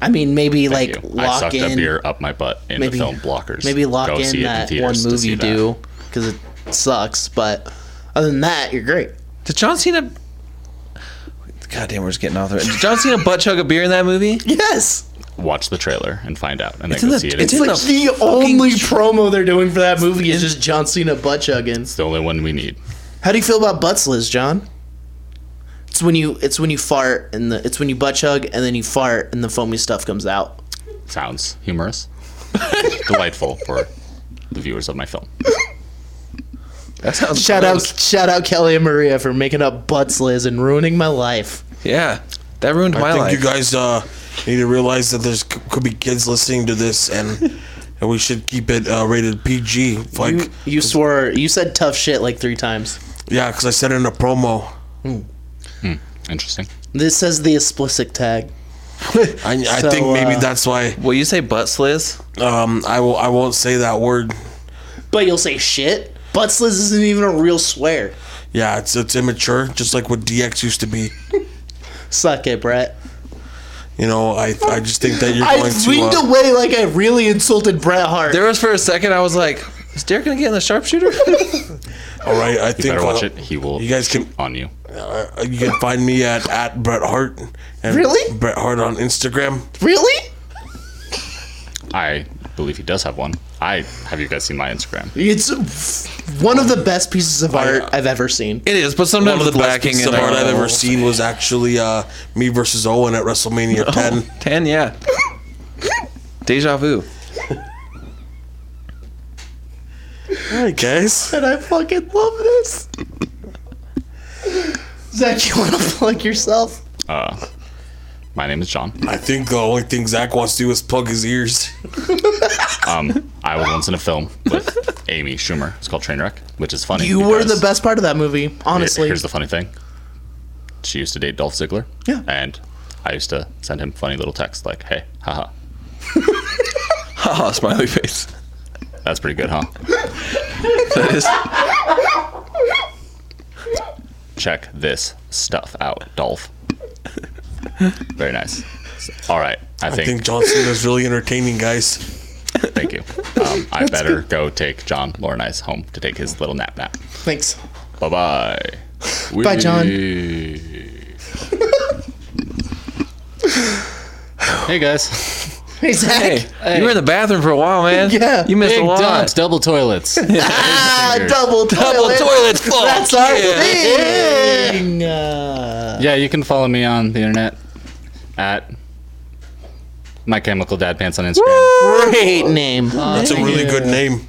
D: I mean, maybe
F: Thank
D: like
F: you. I
D: lock
F: sucked a
D: in,
F: beer up my butt in
D: Maybe-
F: the film Blockers.
D: maybe lock
F: Go
D: in
F: see it
D: that
F: theaters
D: one
F: to
D: move
F: see
D: you
F: that.
D: do because sucks. But other than that, you're great.
C: Did John Cena? God damn, we're just getting off the. Did John Cena butt chug a beer in that movie?
D: Yes,
F: Watch the trailer and find out, and
C: in
F: then go
C: the-
F: see it.
C: it's
F: It's,
C: in
D: like
C: the
D: the only promo they're doing for that movie is just John Cena butt chugging.
F: the only one we need.
D: How do you feel about butt slizz, John? It's when you it's when you fart and the it's when you butt chug and then you fart and the foamy stuff comes out.
F: Sounds humorous, delightful for the viewers of my film.
C: That sounds
D: Shout out
C: gross.
D: shout out Kelly and Maria for making up butt slizz and ruining my life.
C: Yeah, that ruined my
E: I think
C: life.
E: you guys uh, need to realize that there's c- could be kids listening to this, and and we should keep it uh, rated PG. Like,
D: You, you swore you said tough shit like three times.
E: yeah, because I said it in a promo.
F: Interesting.
D: This says the explicit tag.
E: I, I
D: So,
E: think maybe
D: uh,
E: that's why
C: Will you say butt slizz?
E: um, I will. I won't say that word.
D: But you'll say shit. Butt slizz isn't even a real swear.
E: Yeah, it's it's immature, just like what DX used to be.
D: Suck it, Brett.
E: You know, I I just think that you're
D: I
E: going
D: leaned
E: to. Uh,
D: away like I really insulted Bret Hart.
C: There was for a second I was like, is Derek gonna get in the sharpshooter?
E: all right, I think
F: Better watch
E: uh,
F: it. He will
E: You guys
F: shoot
E: can-
F: on you.
E: uh, you can find me at at Bret Hart. And
D: Really?
E: Bret Hart on Instagram.
D: really?
F: I believe he does have one. I have you guys seen my Instagram?
D: It's one of the best pieces of art I've ever seen.
C: it is, but
E: One
C: sometimes
E: of
C: the
E: the best
C: backing
E: pieces
C: and
E: of art I've ever
C: seen.
E: seen was actually uh, me versus Owen at WrestleMania 10.
C: Ten, yeah. Deja vu.
E: All right, guys.
D: And I fucking love this. Zach, you want to plug yourself?
F: Uh, my name is John.
E: I think the only thing Zach wants to do is plug his ears.
F: Um, I was once in a film with Amy Schumer. It's called Trainwreck, which is funny.
D: You were the
F: because-
D: best part of that movie, honestly.
F: Here's the funny thing. She used to date Dolph Ziggler.
D: Yeah.
F: And I used to send him funny little texts like, hey, haha.
C: Haha,
E: Oh,
C: smiley face.
F: That's pretty good, huh?
C: That is
F: Check this stuff out, Dolph. Very nice. All right. I
E: I think
F: think,
E: John Cena's really entertaining, guys.
F: thank you. Um, I better go take John Laurinaitis home to take his little nap nap.
D: Thanks.
F: Bye bye.
D: Bye, John.
F: hey, guys.
D: Hey, Zach.
C: hey, you were in the bathroom for a while, man.
D: Yeah.
C: You missed
F: Big
C: a lot.
F: dumps, double toilets.
D: Ah, double toilet.
C: Double toilet fuck.
D: That's our
C: yeah.
D: thing. Uh,
F: Yeah, you can follow me on the internet at my chemical dad pants on Instagram.
D: great name.
E: That's a really good name.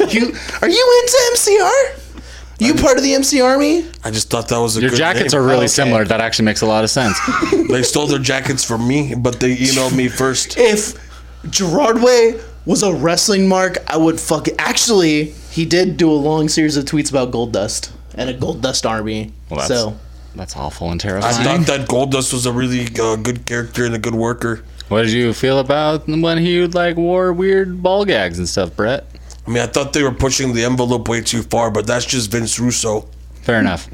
D: you, are you into MCR? You part of the MC Army?
E: I just thought that was a
F: Your
E: good
F: jackets
E: name.
F: are really
D: Okay.
F: similar. That actually makes a lot of sense.
E: They stole their jackets from me, but they emailed me first.
D: if Gerard Way was a wrestling mark, I would fuck. Actually, he did do a long series of tweets about Gold Dust and a Gold Dust army.
F: Well, that's,
D: so
F: that's awful and
E: I
F: terrifying.
E: thought that Goldust was a really uh, good character and a good worker.
F: what did you feel about when he like wore weird ball gags and stuff, Brett?
E: I mean, I thought they were pushing the envelope way too far, but that's just Vince Russo.
F: Fair enough.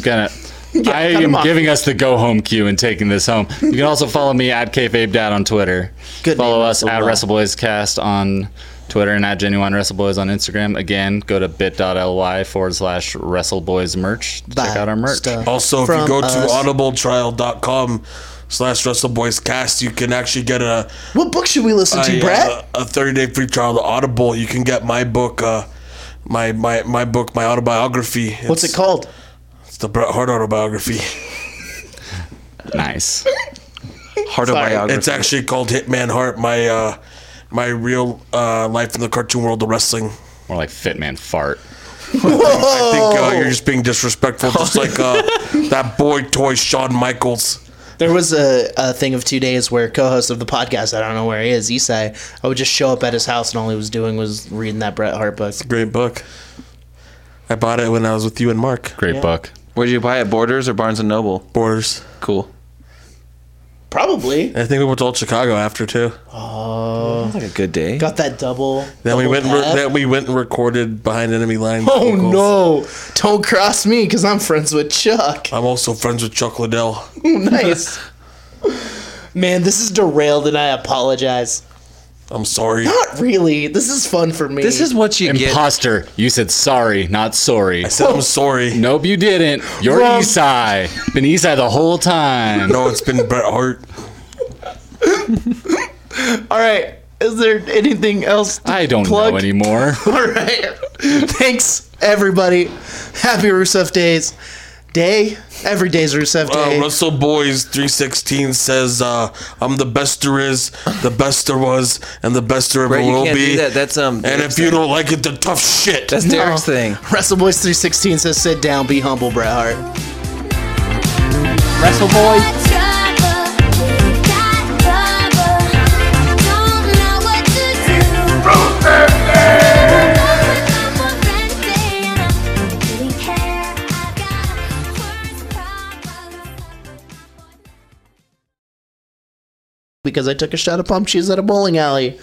F: gonna. I
D: cut him
F: am
D: off.
F: giving us the go home cue and taking this home. You can also follow me at kayfabe dad on Twitter.
D: Good
F: follow
D: name,
F: us at WrestleBoysCast on Twitter and at Genuine WrestleBoys on Instagram. Again, go to bit.ly forward slash WrestleBoys merch. to Check
D: buy
F: out our merch.
D: stuff
E: Also, if
D: from uh,
E: you go to
D: us.
E: audibletrial.com slash WrestleBoysCast, you can actually get a
D: what book should we listen to,
E: a,
D: Brett?
E: uh, a 30-day free trial to Audible. You can get my book, uh, my, my, my book, my autobiography.
D: What's it
E: It's-
D: called?
E: It's the Bret Hart autobiography.
F: Nice.
C: Heart of biography.
E: It's actually called Hitman Heart, my uh, my real uh, life in the cartoon world of wrestling.
F: More like Fitman fart.
E: I think uh, you're just being disrespectful, just like uh, that boy toy Shawn Michaels.
D: There was a, a thing of two days where co-host of the podcast, I don't know where he is, Isai, I would just show up at his house and all he was doing was reading that Bret Hart book.
E: Great book. I bought it when I was with you and Mark.
F: Great book.
C: Where'd you buy it? Borders or Barnes and Noble?
E: Borders.
C: Cool.
D: Probably
E: I think we went to Old Chicago after too.
C: Sounds like a good day.
D: got that double.
E: Then we
D: double
E: went. And re-
D: tap.
E: then we went and recorded behind enemy lines.
D: Oh
E: vocals.
D: no! Don't cross me because I'm friends with Chuck.
E: I'm also friends with Chuck Liddell.
D: nice. Man, this is derailed and I apologize.
E: I'm sorry.
D: Not really. This is fun for me.
G: This is what you get.
F: Imposter. You said sorry, not sorry.
E: I said I'm sorry.
F: Nope, you didn't. You're
D: Wrong.
F: Esai. Been Esai the whole time.
E: No, it's been Bret Hart.
D: all right. Is there anything else? To
F: I don't
D: plug?
F: know anymore.
D: All right. Thanks, everybody. Happy Rusev days. Day. Every day's Rusev
E: Uh,
D: day.
E: Russell Boys 316 says, uh, "I'm the best there is, the best there was, and the best there ever
G: Right, you
E: will
G: can't
E: be."
G: do that. That's um.
E: and if you don't like it, then tough shit.
G: that's Derek's
D: Oh.
G: thing.
D: WrestleBoys 316 says, "Sit down, be humble, Bret Hart."
A: Wrestle Boys.
D: Because I took a shot of pump cheese at a bowling alley.